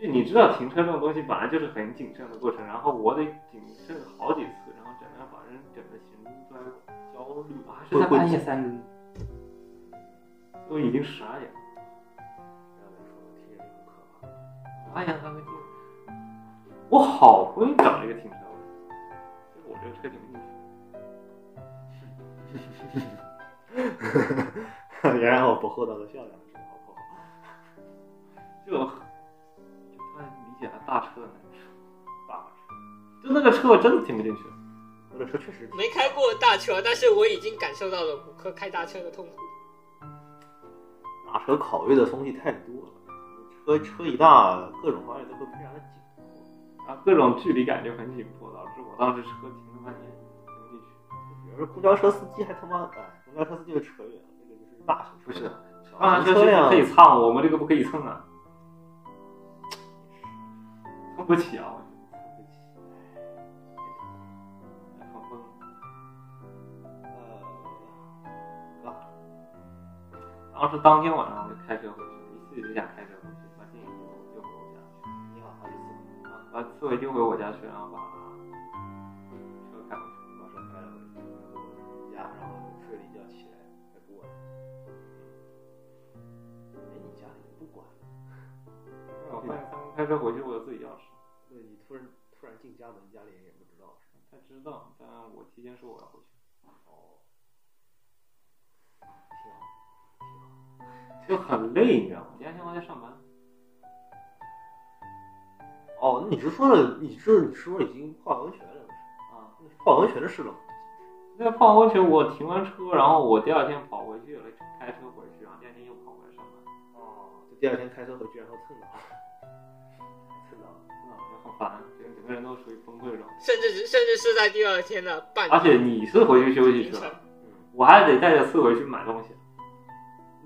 就你知道停车这种东西本来就是很谨慎的过程，然后我得谨慎好几次，然后整个把人整的神经都在焦虑啊，是在半夜三 更，都已经十二点了，十二点三更，我好不容易找了一个停车位，结果我这个车停不进去。
原来我不厚道的笑两声，好不好？
就就突然理解了大车的难处，大车，就那个车我真的停不进去。
我的车确实
没开过大车，但是我已经感受到了补课开大车的痛苦。
打车考虑的东西太多了，车车一大，各种方面都会非常的紧迫。
然后各种距离感就很紧迫，导致我当时车停了半天停不进去。
有时候公交车司机还他妈，哎，公交车司机就扯远了，那个就是大型
不是
车辆，
当然
小型车
这是不可以
辆，
蹭，我们这个不可以蹭啊，蹭不起啊，我蹭不起，哎很懵。
呃，
当时当天晚上我就开车回去，一次一直想开车回去，把电影丢回我家去。
你好，好意思
啊，把刺猬丢回我哎家去，然后把车开回去，把车开了回
吗？
去。
家，然后睡了一觉起来还不管，哎，你家里不管，
我发现他们开车回去，我有自己钥匙。
对你突然突然进家门，家里人也不知道，
他知道，但我提前说我要回去。
哦，挺好，
就很累，你知道吗？第二天我还在上班，
哦，那你是说了，你是你是不是已经泡温泉了？
啊，
那泡温泉的事了吗？
那泡温泉我停完车，然后我第二天跑回去了，开车回去，然后第二天又跑回来上班，
哦，就第二天开车回去，然后蹭到，啊蹭到。
真的我就很烦，整整个人都属于崩溃状态。
甚至是甚至是在第二天的半
而且你是回去休息
凌
去
晨
了，，
嗯
我还得带着刺回去买东西。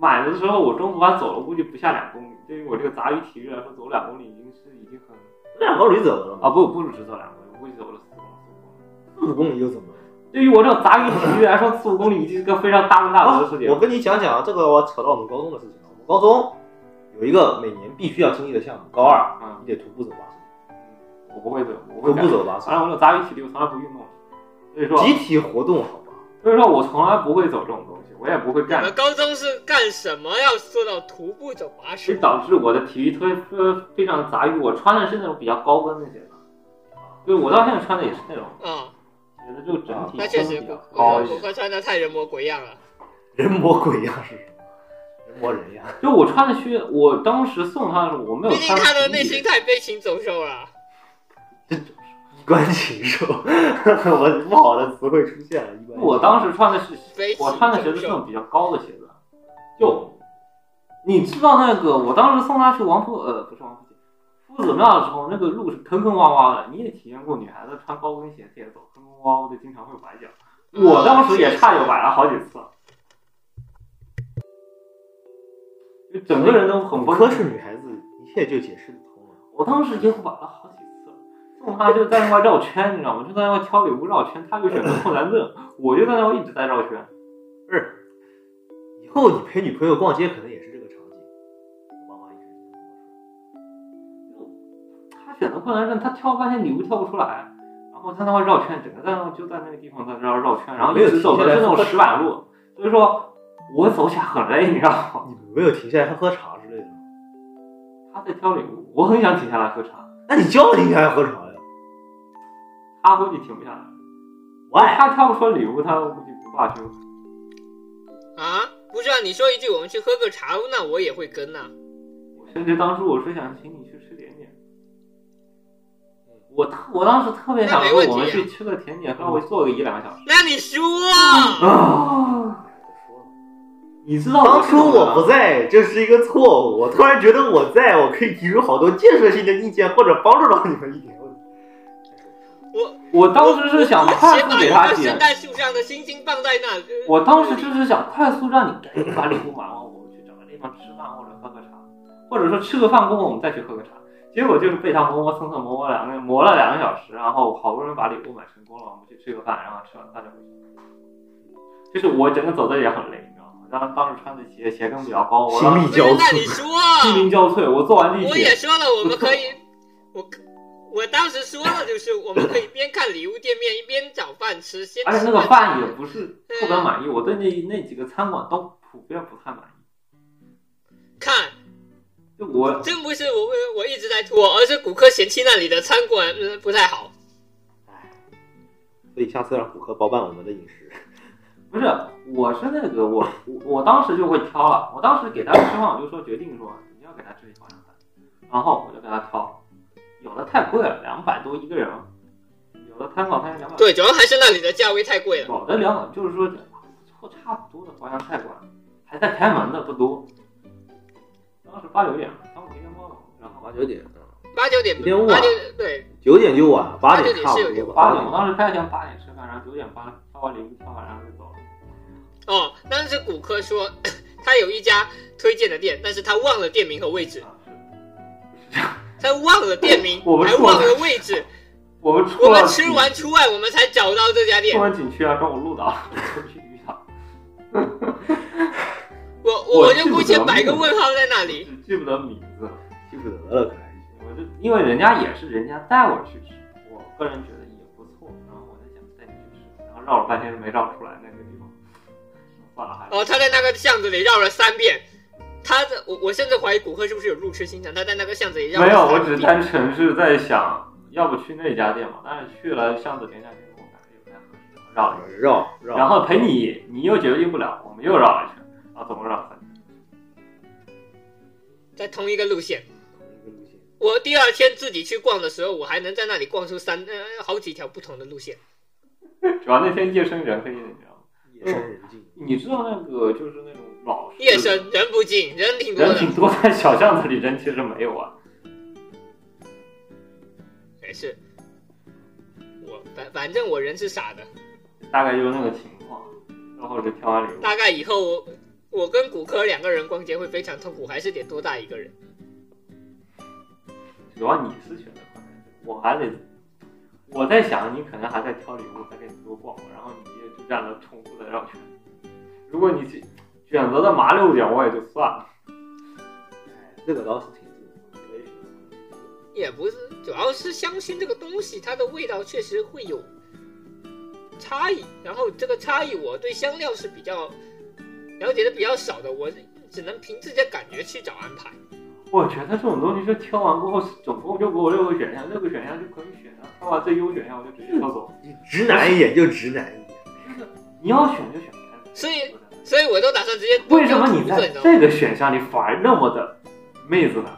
买的时候我中途还走了，估计不下两公里。对于我这个杂鱼体力来说，走两公里已经是已经很
那两公里怎么了
啊
嘛？
不不止走两公里，我估计走了四公里四公
四五公里又怎么了？
对于我这种杂鱼体育来说，四五公里已经是个非常大风大
啊
浪的事情
我
了。
跟你讲讲啊，这个我扯到我们高中的事情啊了。我们高中有一个每年必须要经历的项目，高二
嗯，
你得徒步走八十
我不会走，我
公里，徒
会改
步。走八十
反正我这种杂鱼体育，我从来不运动，所以说，
公里，集体活动好吧？
所以说我从来不会走这种东西，我也不会
你
干
们。呃高中是干什么？要做到徒步走
所
八
以
十？
导致我的体育特别呃非常杂鱼，我穿的是那种比较高跟那些的，对我到现在穿的也是那种，
啊、
觉得就整体
那确
风
实
比较
郭
高
郭
一
郭
些。
哥穿的太人模鬼样了。
人模鬼样是什么？人模人 样。
就我穿的靴，我当时送他的时候我没有
毕竟
穿。
他的内心太悲情走兽了。
衣冠禽兽， 我不好的词汇出现了。衣冠禽兽
我当时穿的是
悲情
我穿的鞋子是那种比较高的鞋子，就你知道那个，我当时送他去王府呃不是王府井夫子庙的时候，那个路是坑坑洼洼的，你也体验过女孩子穿高跟鞋也走坑坑洼洼的，经常会崴脚。
嗯
我当时也差点崴了好几次，就整个人都很
本
崩
科
溃。
是女孩子，一切就解释得通了。
我当时已经崴了好几次了，送他就在那块绕圈，你知道吗？就在那块挑礼物绕圈，他就选择后南镇，我就在那块一直在绕圈。
不是，以后你陪女朋友逛街，可能也是这个场景。我妈妈一直这么跟我说。
他选择困难症，他挑半天礼物挑不出来，然后他那块绕圈，整个在那就在那个地方在这儿绕圈，然后一直走的是那种石板路，所以说我走起来很累，你知道吗？
你没有停下来喝茶之类的吗？
他在挑礼物，我很想停下来喝茶，
那你叫你应该喝茶呀
他估计停不下来，
？Why？
他挑不出礼物，他估计不罢休。
啊！不是啊，你说一句我们去喝个茶，那我也会跟呐、
我甚至当初我是想请你去吃甜点。我特我当时特别想说，我们去吃个甜点，稍微坐个一两个小时
那你输啊！
啊！你知道
当初我不在，这是一个错误。我突然觉得我在，我可以提出好多建设性的意见，或者帮助到你们一点。
我
我当时是想
我
快速
先把
给
一
他
个
点
圣，诞树上的星星放在那。
我当时就是想快速让你赶紧把礼物买完，我们去找个地方吃饭或者喝个茶，或者说吃个饭过后我们再去喝个茶。结果就是被他磨磨蹭蹭磨磨两个磨了两个小时，然后好不容易把礼物买成功了，我们去吃个饭，然后吃完饭就回去。就是我整个走的也很累，你知道吗？当当时穿的鞋鞋跟比较高，我当
心力
时
不是
交，
那你
瘁。
输啊！
心灵交瘁。我坐完地
我也
铁，
说了，我们可以， 我我当时说了，就是我们可以边看礼物店面一边找饭吃，先吃
哎而且那个饭也不是特别
嗯
满意，我对那那几个餐馆都普遍不太满意。
看，
就我
真不是我我我一直在拖，而是骨科嫌弃那里的餐馆呃不太好。
所以下次让骨科包办我们的饮食。
不是，我是那个我我我当时就会挑了，我当时给他吃饭，我就说决定说你要给他吃一碗两百，然后我就给他挑，有的太贵了，两百多一个人，有的餐馆才两百，
对，主要还是那里的价位太贵了。
有的两百就是说错差不多的华阳菜馆还在开门的不多，当时八九点，他们没人关门，然后
八九点，
八九点
有点，晚
啊
八九对，
九点就晚，八
点
点
差
差
不
不
多
多吧。
八点我当时开前八点吃饭，然后九点八挑完礼物挑完然后就走了。
哦，当时骨科说 他有一家推荐的店，但是他忘了店名和位置，
啊是
他忘了店名，
我们
还
错了
忘了位置。
我们出
我们
了
吃
几
完出外，我们才找到这家店
出。完景区啊，找我路导， 我去遇到。
我
我
我我
记
就
不
姑且
得
摆个
了
问号在那里。
只记不得名字，
记不得了，可还
我就因为人家也是人家带我去吃，我个人觉得也不错，然后我在想带你去吃，然后绕了半天都没绕出来那个地方，算了，还是
哦，他在那个巷子里绕了三遍。他的我我甚至怀疑骨科是不是有路痴心肠，他在那个巷子里绕了
没有，我
三
只
遍
单纯是在想要不去那家店嘛，但是去了巷子连家店，我感觉也不太合适，绕了一
行。绕
圈，
绕，
然后陪你，你又决定不了，我们又绕了一圈，然后总共绕了三圈。
在同一个路线。
一个路线
我第二天自己去逛的时候，我还能在那里逛出三呃好几条不同的路线。
主要那天夜深人黑的，你知道吗？
夜深人静，
你知道那个就是那种老式
夜深人不静，人挺多
人
的。
挺多，但小巷子里人其实没有啊。
没事，我反反正我人是傻的。
大概就是那个情况，然后就挑完礼物。
大概以后我我跟骨科两个人逛街会非常痛苦，还是得多带一个人。
主要你是选择困难症，我还得，我在想，你可能还在挑礼物，还给你多逛，然后你也就占了重复的绕圈。如果你去选择的麻溜点，我也就算了。
那个倒是挺正常的，我也觉得
也不是，主要是香薰这个东西，它的味道确实会有差异。然后这个差异，我对香料是比较了解的比较少的，我只能凭自己的感觉去找安排。
我觉得这种东西就挑完过后，总共就给我六个选项，六个选项就可以选了。挑完最优选项，我就直接挑走。
直男一点就直男一点，
你要选就选开门。
所以所以我都打算直接
为什么你
丢
在
你知道吗？
这个选项里反而那么的妹子呢？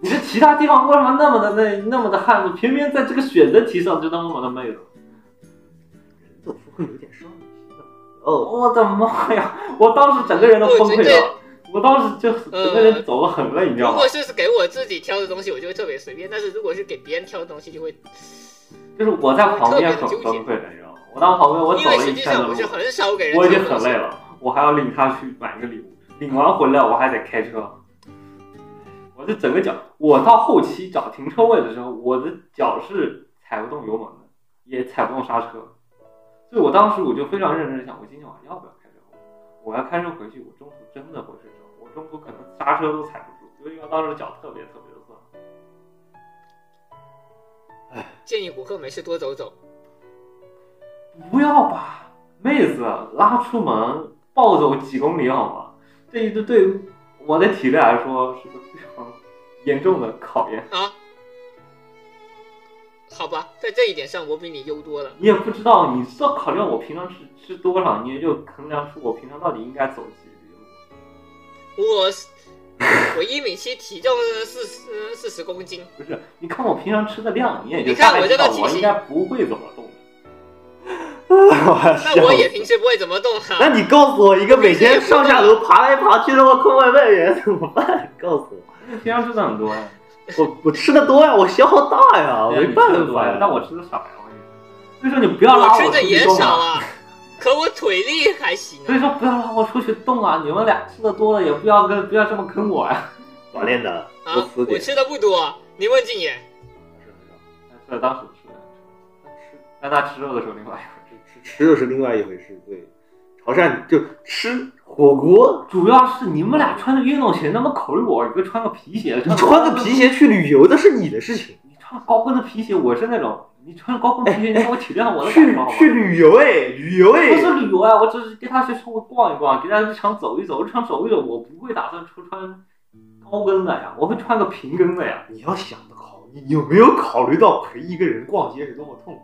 你这其他地方为什么那么的那那么的汉子，偏偏在这个选择题上就那么的妹子？
人总是会有点少女心的。哦，
我的妈呀！我当时整个人都崩溃了，我当时就整个人走的很累，你知
如
道吗
果？是给我自己挑的东西，我就会特别随便；但是如果是给别人挑的东西，就会
就是我在旁边很崩溃的，你知道吗？我当时旁边我
因
走
为
了
实
一
际
圈的
上
路
我，是很少给人
我已经
挑
很
东西
累了，我还要领他去买一个礼物，领完回来我还得开车，我这整个脚，我到后期找停车位的时候，我的脚是踩不动油门的，也踩不动刹车，所以我当时我就非常认真的想，我今天晚上要不要开车回去？我要开车回去，我中途真的会睡着，我中途可能刹车都踩不住，就因为当时脚特别特别的酸。
建议顾客没事多走走。
不要把妹子拉出门暴走几公里好吗？这一对对我的体力来说是个非常严重的考验。
啊，好吧，在这一点上我比你优多了。
你也不知道，你知道考虑我平常吃吃多少，你也就衡量出我平常到底应该走几里路。
我是我一米七，体重四十四十 公斤，
不是，你看我平常吃的量，你也就
你看
大概
我
知
这个
道
体
我
型
应该不会怎么动的。
那我也平时不会怎么动啊
那
哈。
你告诉我，一个每天上下楼爬来爬去的话，困外卖员怎么办？告诉我，
平常吃的很多呀，
我我吃的多呀，我消耗大呀，没办法呀。
但我吃的少呀，我跟你说。所以说你不要拉
我吃
出
的
去
也
动
少
啊。
啊，可我腿力还行
所以
啊。
说不要拉我出去动啊！你们俩吃的多了也不要跟不要这么坑我呀、
早恋的，多
啊，
吃
我
点。
吃的不多，你问静野。
但是当时吃的，但他吃肉的时候另外一回事。
吃吃又是另外一回事，对。潮汕就吃火锅，
主要是你们俩穿的运动鞋，那么考虑我一个穿个皮鞋，
你穿个皮，鞋去旅游那是你的事情，
你穿高跟的皮鞋，我是那种你穿高跟皮鞋，你让我体谅我的感
去
受好吗？
去旅游哎，旅游哎
不，是旅游啊，我只是跟他去稍微逛一逛，给他日常走一走，日常走一走，我不会打算出穿高跟的呀，我会穿个平跟的呀。
你要想得好，你有没有考虑到陪一个人逛街是多么痛苦？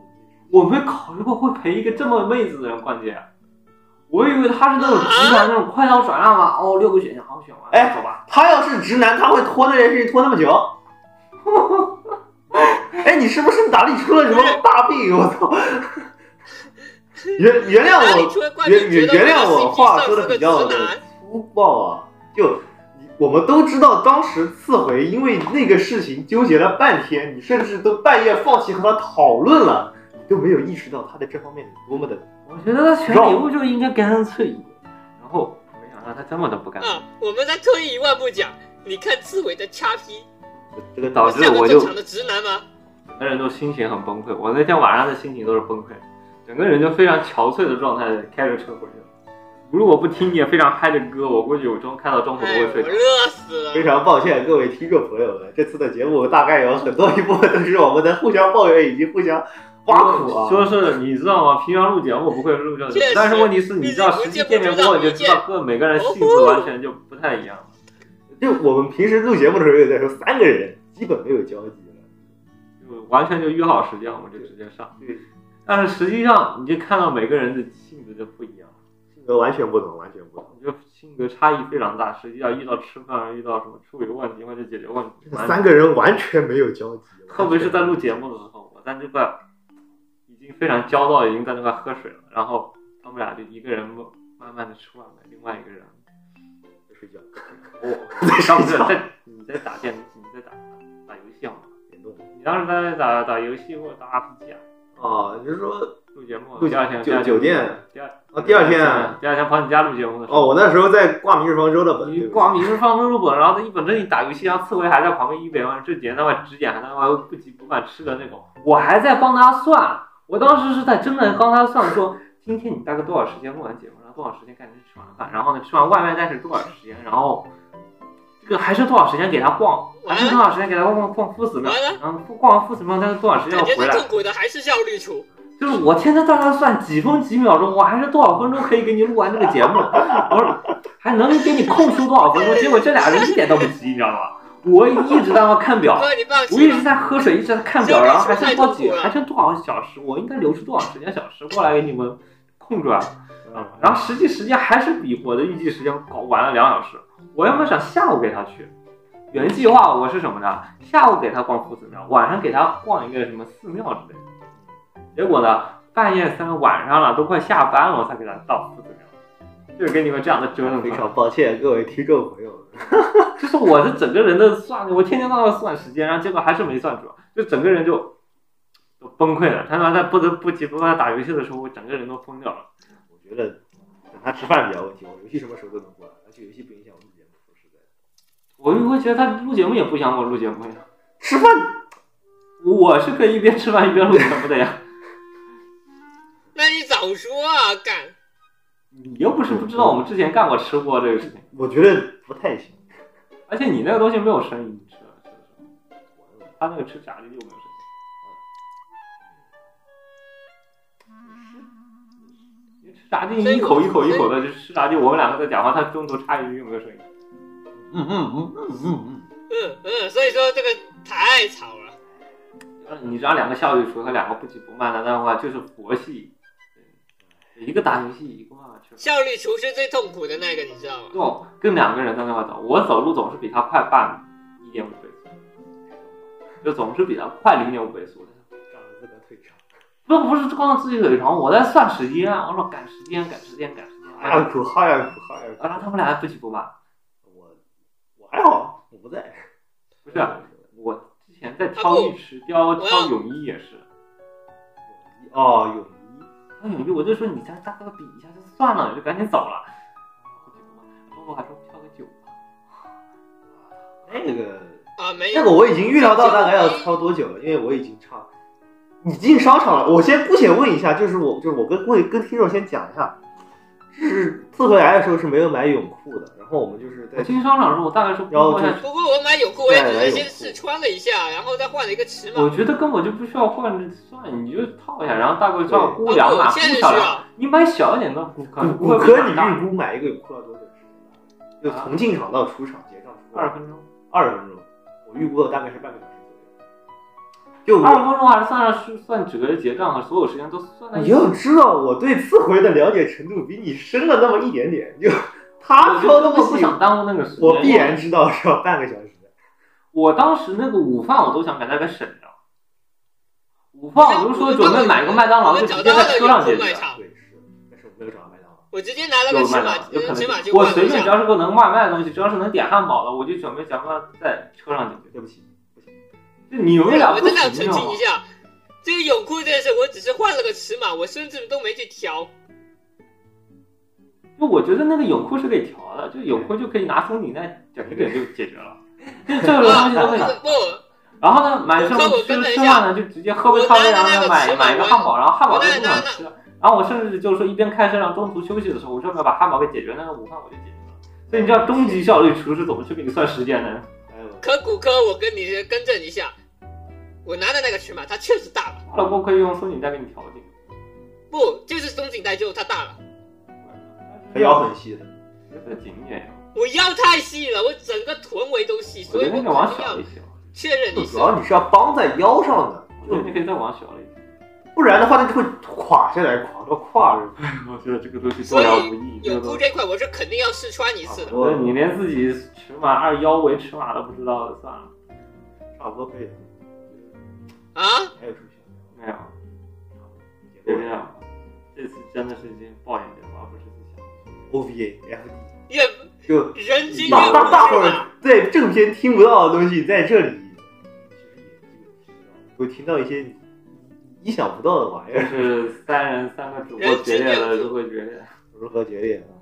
我没考虑过会陪一个这么妹子的人逛街，我以为他是那种直男那种快刀斩乱麻，哦，六个选项好选完了，
哎
走吧。
他要是直男，他会拖这件事情拖那么 久？哎，你是不是哪里出了什么大病？我操！原原
哪
谅
里
我，
出了冠
原
军？觉
原
得
原谅我话说
的
的比较
直
的
男，
粗暴啊，就你我们都知道，当时次回因为那个事情纠结了半天，你甚至都半夜放弃和他讨论了，你都没有意识到他在这方面有多么的。
我觉得他选礼物就应该干干脆一点，然后没想到他这么的不干脆，
啊！我们再退一万步讲，你看刺猬的叉 P，
这个
导
不
致
像个
我就
正常的直男吗？
整个人都心情很崩溃。我那天晚上的心情都是崩溃，整个人就非常憔悴的状态开着车回去了。如果不听你也非常嗨的歌，我估计我中看到中途都
哎，
会
我
睡着。
热死了
非。常抱歉各位听众朋友们，这次的节目大概有很多一部分都是我们在互相抱怨以及互相挖苦 啊。
就是你知道吗？平常录节目不会录这
确
个
实，
但是问题是你知道实际见面过后你就知道各每个人性质完全就不太一样。
就我们平时录节目的时候也在说，三个人基本没有交集了。
就完全就约好时间我们就直接上。
对，
但是实际上你就看到每个人的性格就不一样，
性格完全不同，完全不同。
你就性格差异非常大。实际上遇到吃饭啊遇到什么处理问题或者解决问题，完全
三个人完全没有交集，
特别是在录节目的时候，我在那块已经非常焦躁，已经在那块喝水了，然后他们俩就一个人慢慢的吃外卖，另外一 个人
睡觉，
我当时在你在打电你在打打游戏好吗？
联动。
你当时在打打游戏或者打 RPG 啊？
啊、啊，就是说
录节目，啊
录
第二天
酒酒店，
第二
啊，第二天
嗯第二天跑你家录节目的时候，
哦，我那时候在挂《明日方舟》的本，
你
对不对
光明是放入本，然后在一本正经打游戏，然后刺猬还在旁边一脸问正经，那么指点还那么不急不慢吃的那种，我还在帮他算，我当时是在真的帮他算说。今天你大概多少时间录完节目，然后多少时间赶紧吃完饭，然后呢吃完外卖再是多少时间，然后这个还是多少时间给他逛，还是多少时间给他逛逛逛副食庙，然后逛完副食庙再是多少时间
感
要
觉
回
最
来，
痛苦的还是效率厨，
就是我天天在那算几分几秒钟，我还是多少分钟可以给你录完这个节目，我说还能给你空出多少分钟？结果这俩人一点都不急，你知道吗？我一直在那看表，
哥你放
我一
弃
直
吧，
在喝水，一直在看表，然后还剩多几，还剩多少小时？我应该留出多少时间小时过来给你们空出来？
嗯
啊，然后实际时间还是比我的预计时间搞晚了两小时。我原本想下午给他去，原计划我是什么呢？下午给他逛夫子庙，晚上给他逛一个什么寺庙之类的。结果呢，半夜三晚上了，都快下班了，我才给他到夫子庙，就是跟你们这样的折腾
啊非
法。
常抱歉各位听众朋友们，
就是我的整个人的算，我天天到那算时间，然后结果还是没算准，就整个人就都崩溃了。他妈在不得不急不慢打游戏的时候，我整个人都疯掉了。
我觉得等他吃饭比较有问题，我游戏什么时候都能过来，而且游戏不影响我们节目，说实在的，
我就会觉得他录节目也不想我录节目呀，
吃饭
我是可以一边吃饭一边录节目的呀。
那你早说啊，干，
你又不是不知道我们之前干过吃播这个事情，
嗯我觉得不太行。
而且你那个东西没有声音，你吃了吃了吃了他那个吃炸的又没有声音，因为吃炸鸡一口一口一口的，就是吃炸鸡，我们两个在讲话，他中途插一句又没有声音。
嗯嗯嗯嗯嗯
嗯嗯，所以说这个太吵了，
嗯
你知道两个效率厨和两个不急不慢的的话，就是佛系，对一个打游戏，一个慢慢吃饭。
效率厨是最痛苦的那个，你知道吗？
就跟两个人在那块走，我走路总是比他快半一点五倍速，就总是比他快零点五倍速的。
嗯，长了个大腿长，
不不是光自己腿长，我在算时间，啊我说赶时间，赶时间，赶时间。哎啊
哈哎呀苦哈呀苦哈呀
然后他们俩还不急不慢，
苦，我我还好，我不在，
不是啊我之前在挑尉迟雕挑泳衣也是，
哦，泳衣，
挑泳衣我就说你这大概比一下就算了，就赶紧走了。不急不慢，中午还说挑个酒
哦
吧。
那个
啊，没
那个
有，
我已经预料到大概要超多久了，因为我已经唱，你进商场了。我先姑且问一下，就是我就是我跟跟跟听众先讲一下，是自回来的时候是没有买泳裤的，然后我们就是
我
在
进商场的时候，我大概是
然后就
我
不过我买泳裤，我也只是先试穿了一下，然后再换了一个尺码
我，觉得根本就不需要换算，你就套一下，然后大概知道
对
估量嘛，
我
估
现在就
小
需
量。
要，
你买小一点的骨科，
骨
科
科，
比
你
较大
预估买一个泳裤要多久时间？就从进场到出场结账出
二
来
十分钟，
二十分钟，我预估的大概是半个小时左右。就
二十
我
分钟还是算上算折结账和所有时间都算在
你
一起。
要知道，我对自回的了解程度比你深了那么一点点，就他说那么
我不
细，
想耽误那个时间，
我必然。知道是要半个小时的。
我当时那个午饭我都想给大家省着，午饭我就说准备买个麦当劳，就直接在车上解
我哎们
决
找到了泳裤卖。场
对，是，但是我没有找到麦当劳。
我直接拿了
有
个
麦
尺
当
码
劳，有可
尺码
能
去
是，我
换了
随
一
便只
下，
要是个能外卖的东西，只要是能点汉堡的，我就准备想办法在车上解决。
对不起，不行，
就你们俩
我
不
真的要
行
澄清
吗
一？下。这个泳裤这件事，我只是换了个尺码，我甚至都没去挑。
就我觉得那个泳裤是可以调的，就泳裤就可以拿松紧带卷一卷就解决了，就这个东西都可 以。
啊不，我
然后呢，买上
我我
吃
跟着一
吃
下
饭呢，就直接喝杯咖啡，然后再买买一个汉堡，然后汉堡在路上吃。然后我甚至就是说，一边开车然后中途休息的时候，我顺便把汉堡给解决，那个午饭我就解决了。所以你知道终极效率厨师怎么去给你算时间呢？
还有
可骨科，我跟你更正一下，我拿的那个尺码它确实大了，
老公可以用松紧带给你调紧，
不就是松紧带就它大了。
它腰很细的，
要紧一点，
我腰太细了，我整个臀围都细，
我
所以
觉得
我肯
应该往
定
小
要
了一些，我
确认
就
一
主
下。
要你是要帮在腰上的，
觉得你可以再往小了一些。
不然的话它就会垮下来，垮到胯这儿。
我觉得这个东西多聊不易，这
泳
个东
裤
西。
这块我是肯定要试穿一次的。
我觉得你连自己尺码二腰围尺码都不知道，算了，
差不多可以了。
啊，
还有出现
没有。
结
就
果
这样，这次真的是已经暴饮节目，而不是自
OVA FD
也
就
人 均
大
阅
大大伙
五
儿在正片听不到的东西在这里，其实也这个听到，会听到一些你意想不到的玩意
就
儿，
是三人三个主
哎
播决裂了，如何决裂？
如何决裂啊？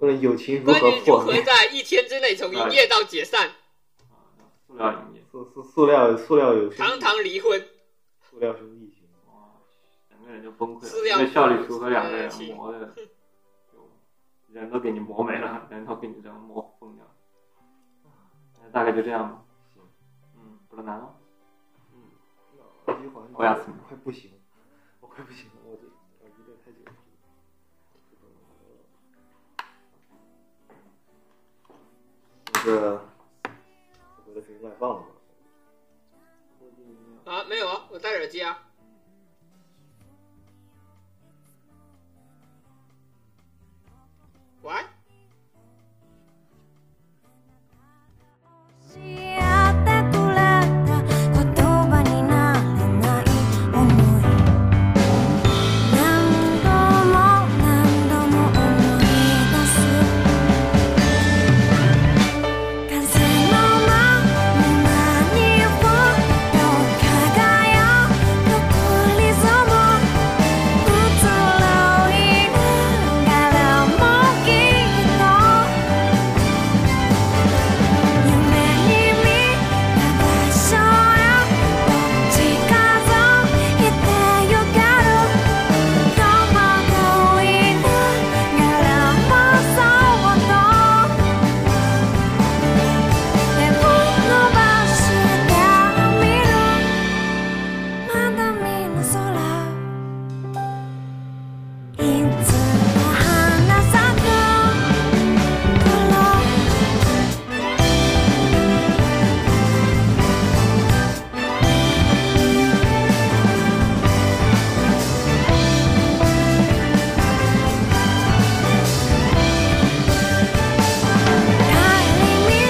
或者友情如
关
何
于如
破
何
灭？
在一天之内从营业到解散，
塑料影业，
塑塑塑料塑料友情，
堂堂离婚，
塑料兄弟情，
哇，整个人就崩溃
塑
了。
料
一个效率图和两个人磨的，就人都给你磨没了，人都给你这样磨疯掉了。那大概就这样吧。
行
嗯，不难了。
嗯，耳机环
我要死了
快不行，我快不行了，我这耳机戴太久了。就是，我觉得声音外放了吧。
啊，没有啊，我戴耳机啊。喂，
「しあってくれた言葉になれない思い」「何度も何度も思い出す」「風のままにをどうかがよどこにぞも」「移ろいながらもきっと」夢に見た場所へどっちかぞ」「いてゆける」「戸惑いながらもそうと」「手を伸ばしてみる」「まだ見ぬ空」「いつも花咲く頃」帰り道忘れてもそれぞれの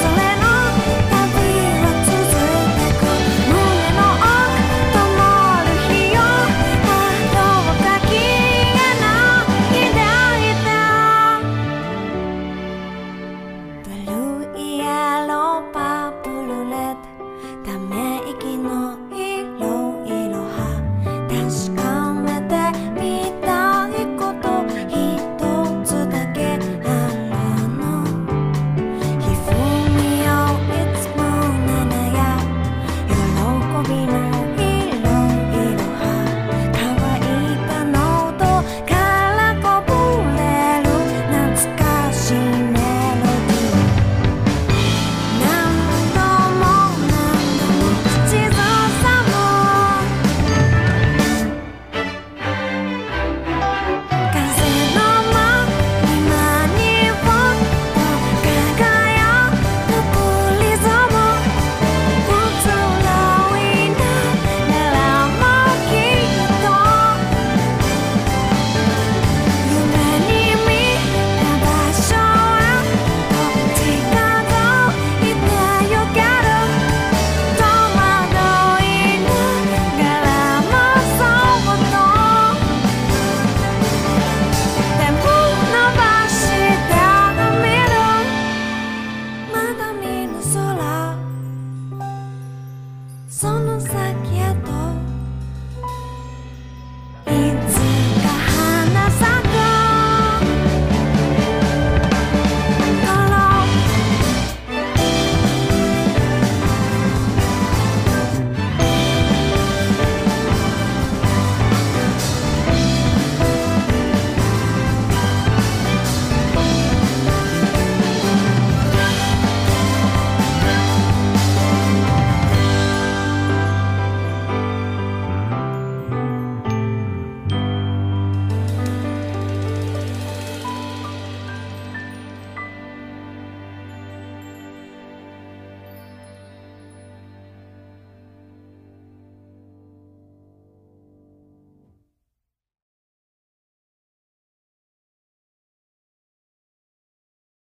旅は続いてく胸の奥灯る日よあとはかきえないでいたブルーイエローパープルレッドため息の色いろは確かめてみたいこと一つだけあるのひふみよいつもならや喜びのいろいろは乾いた喉からこぼれる懐かしいメロディー何度も何度も口ずさむ「風のままにを輝くリズム」「移ろいながらもきっと」夢に見た場所へどっちかぞいてゆける」「戸惑いながらもそっと」「手を伸ばして見る」「まだ見ぬ空」「その先へ」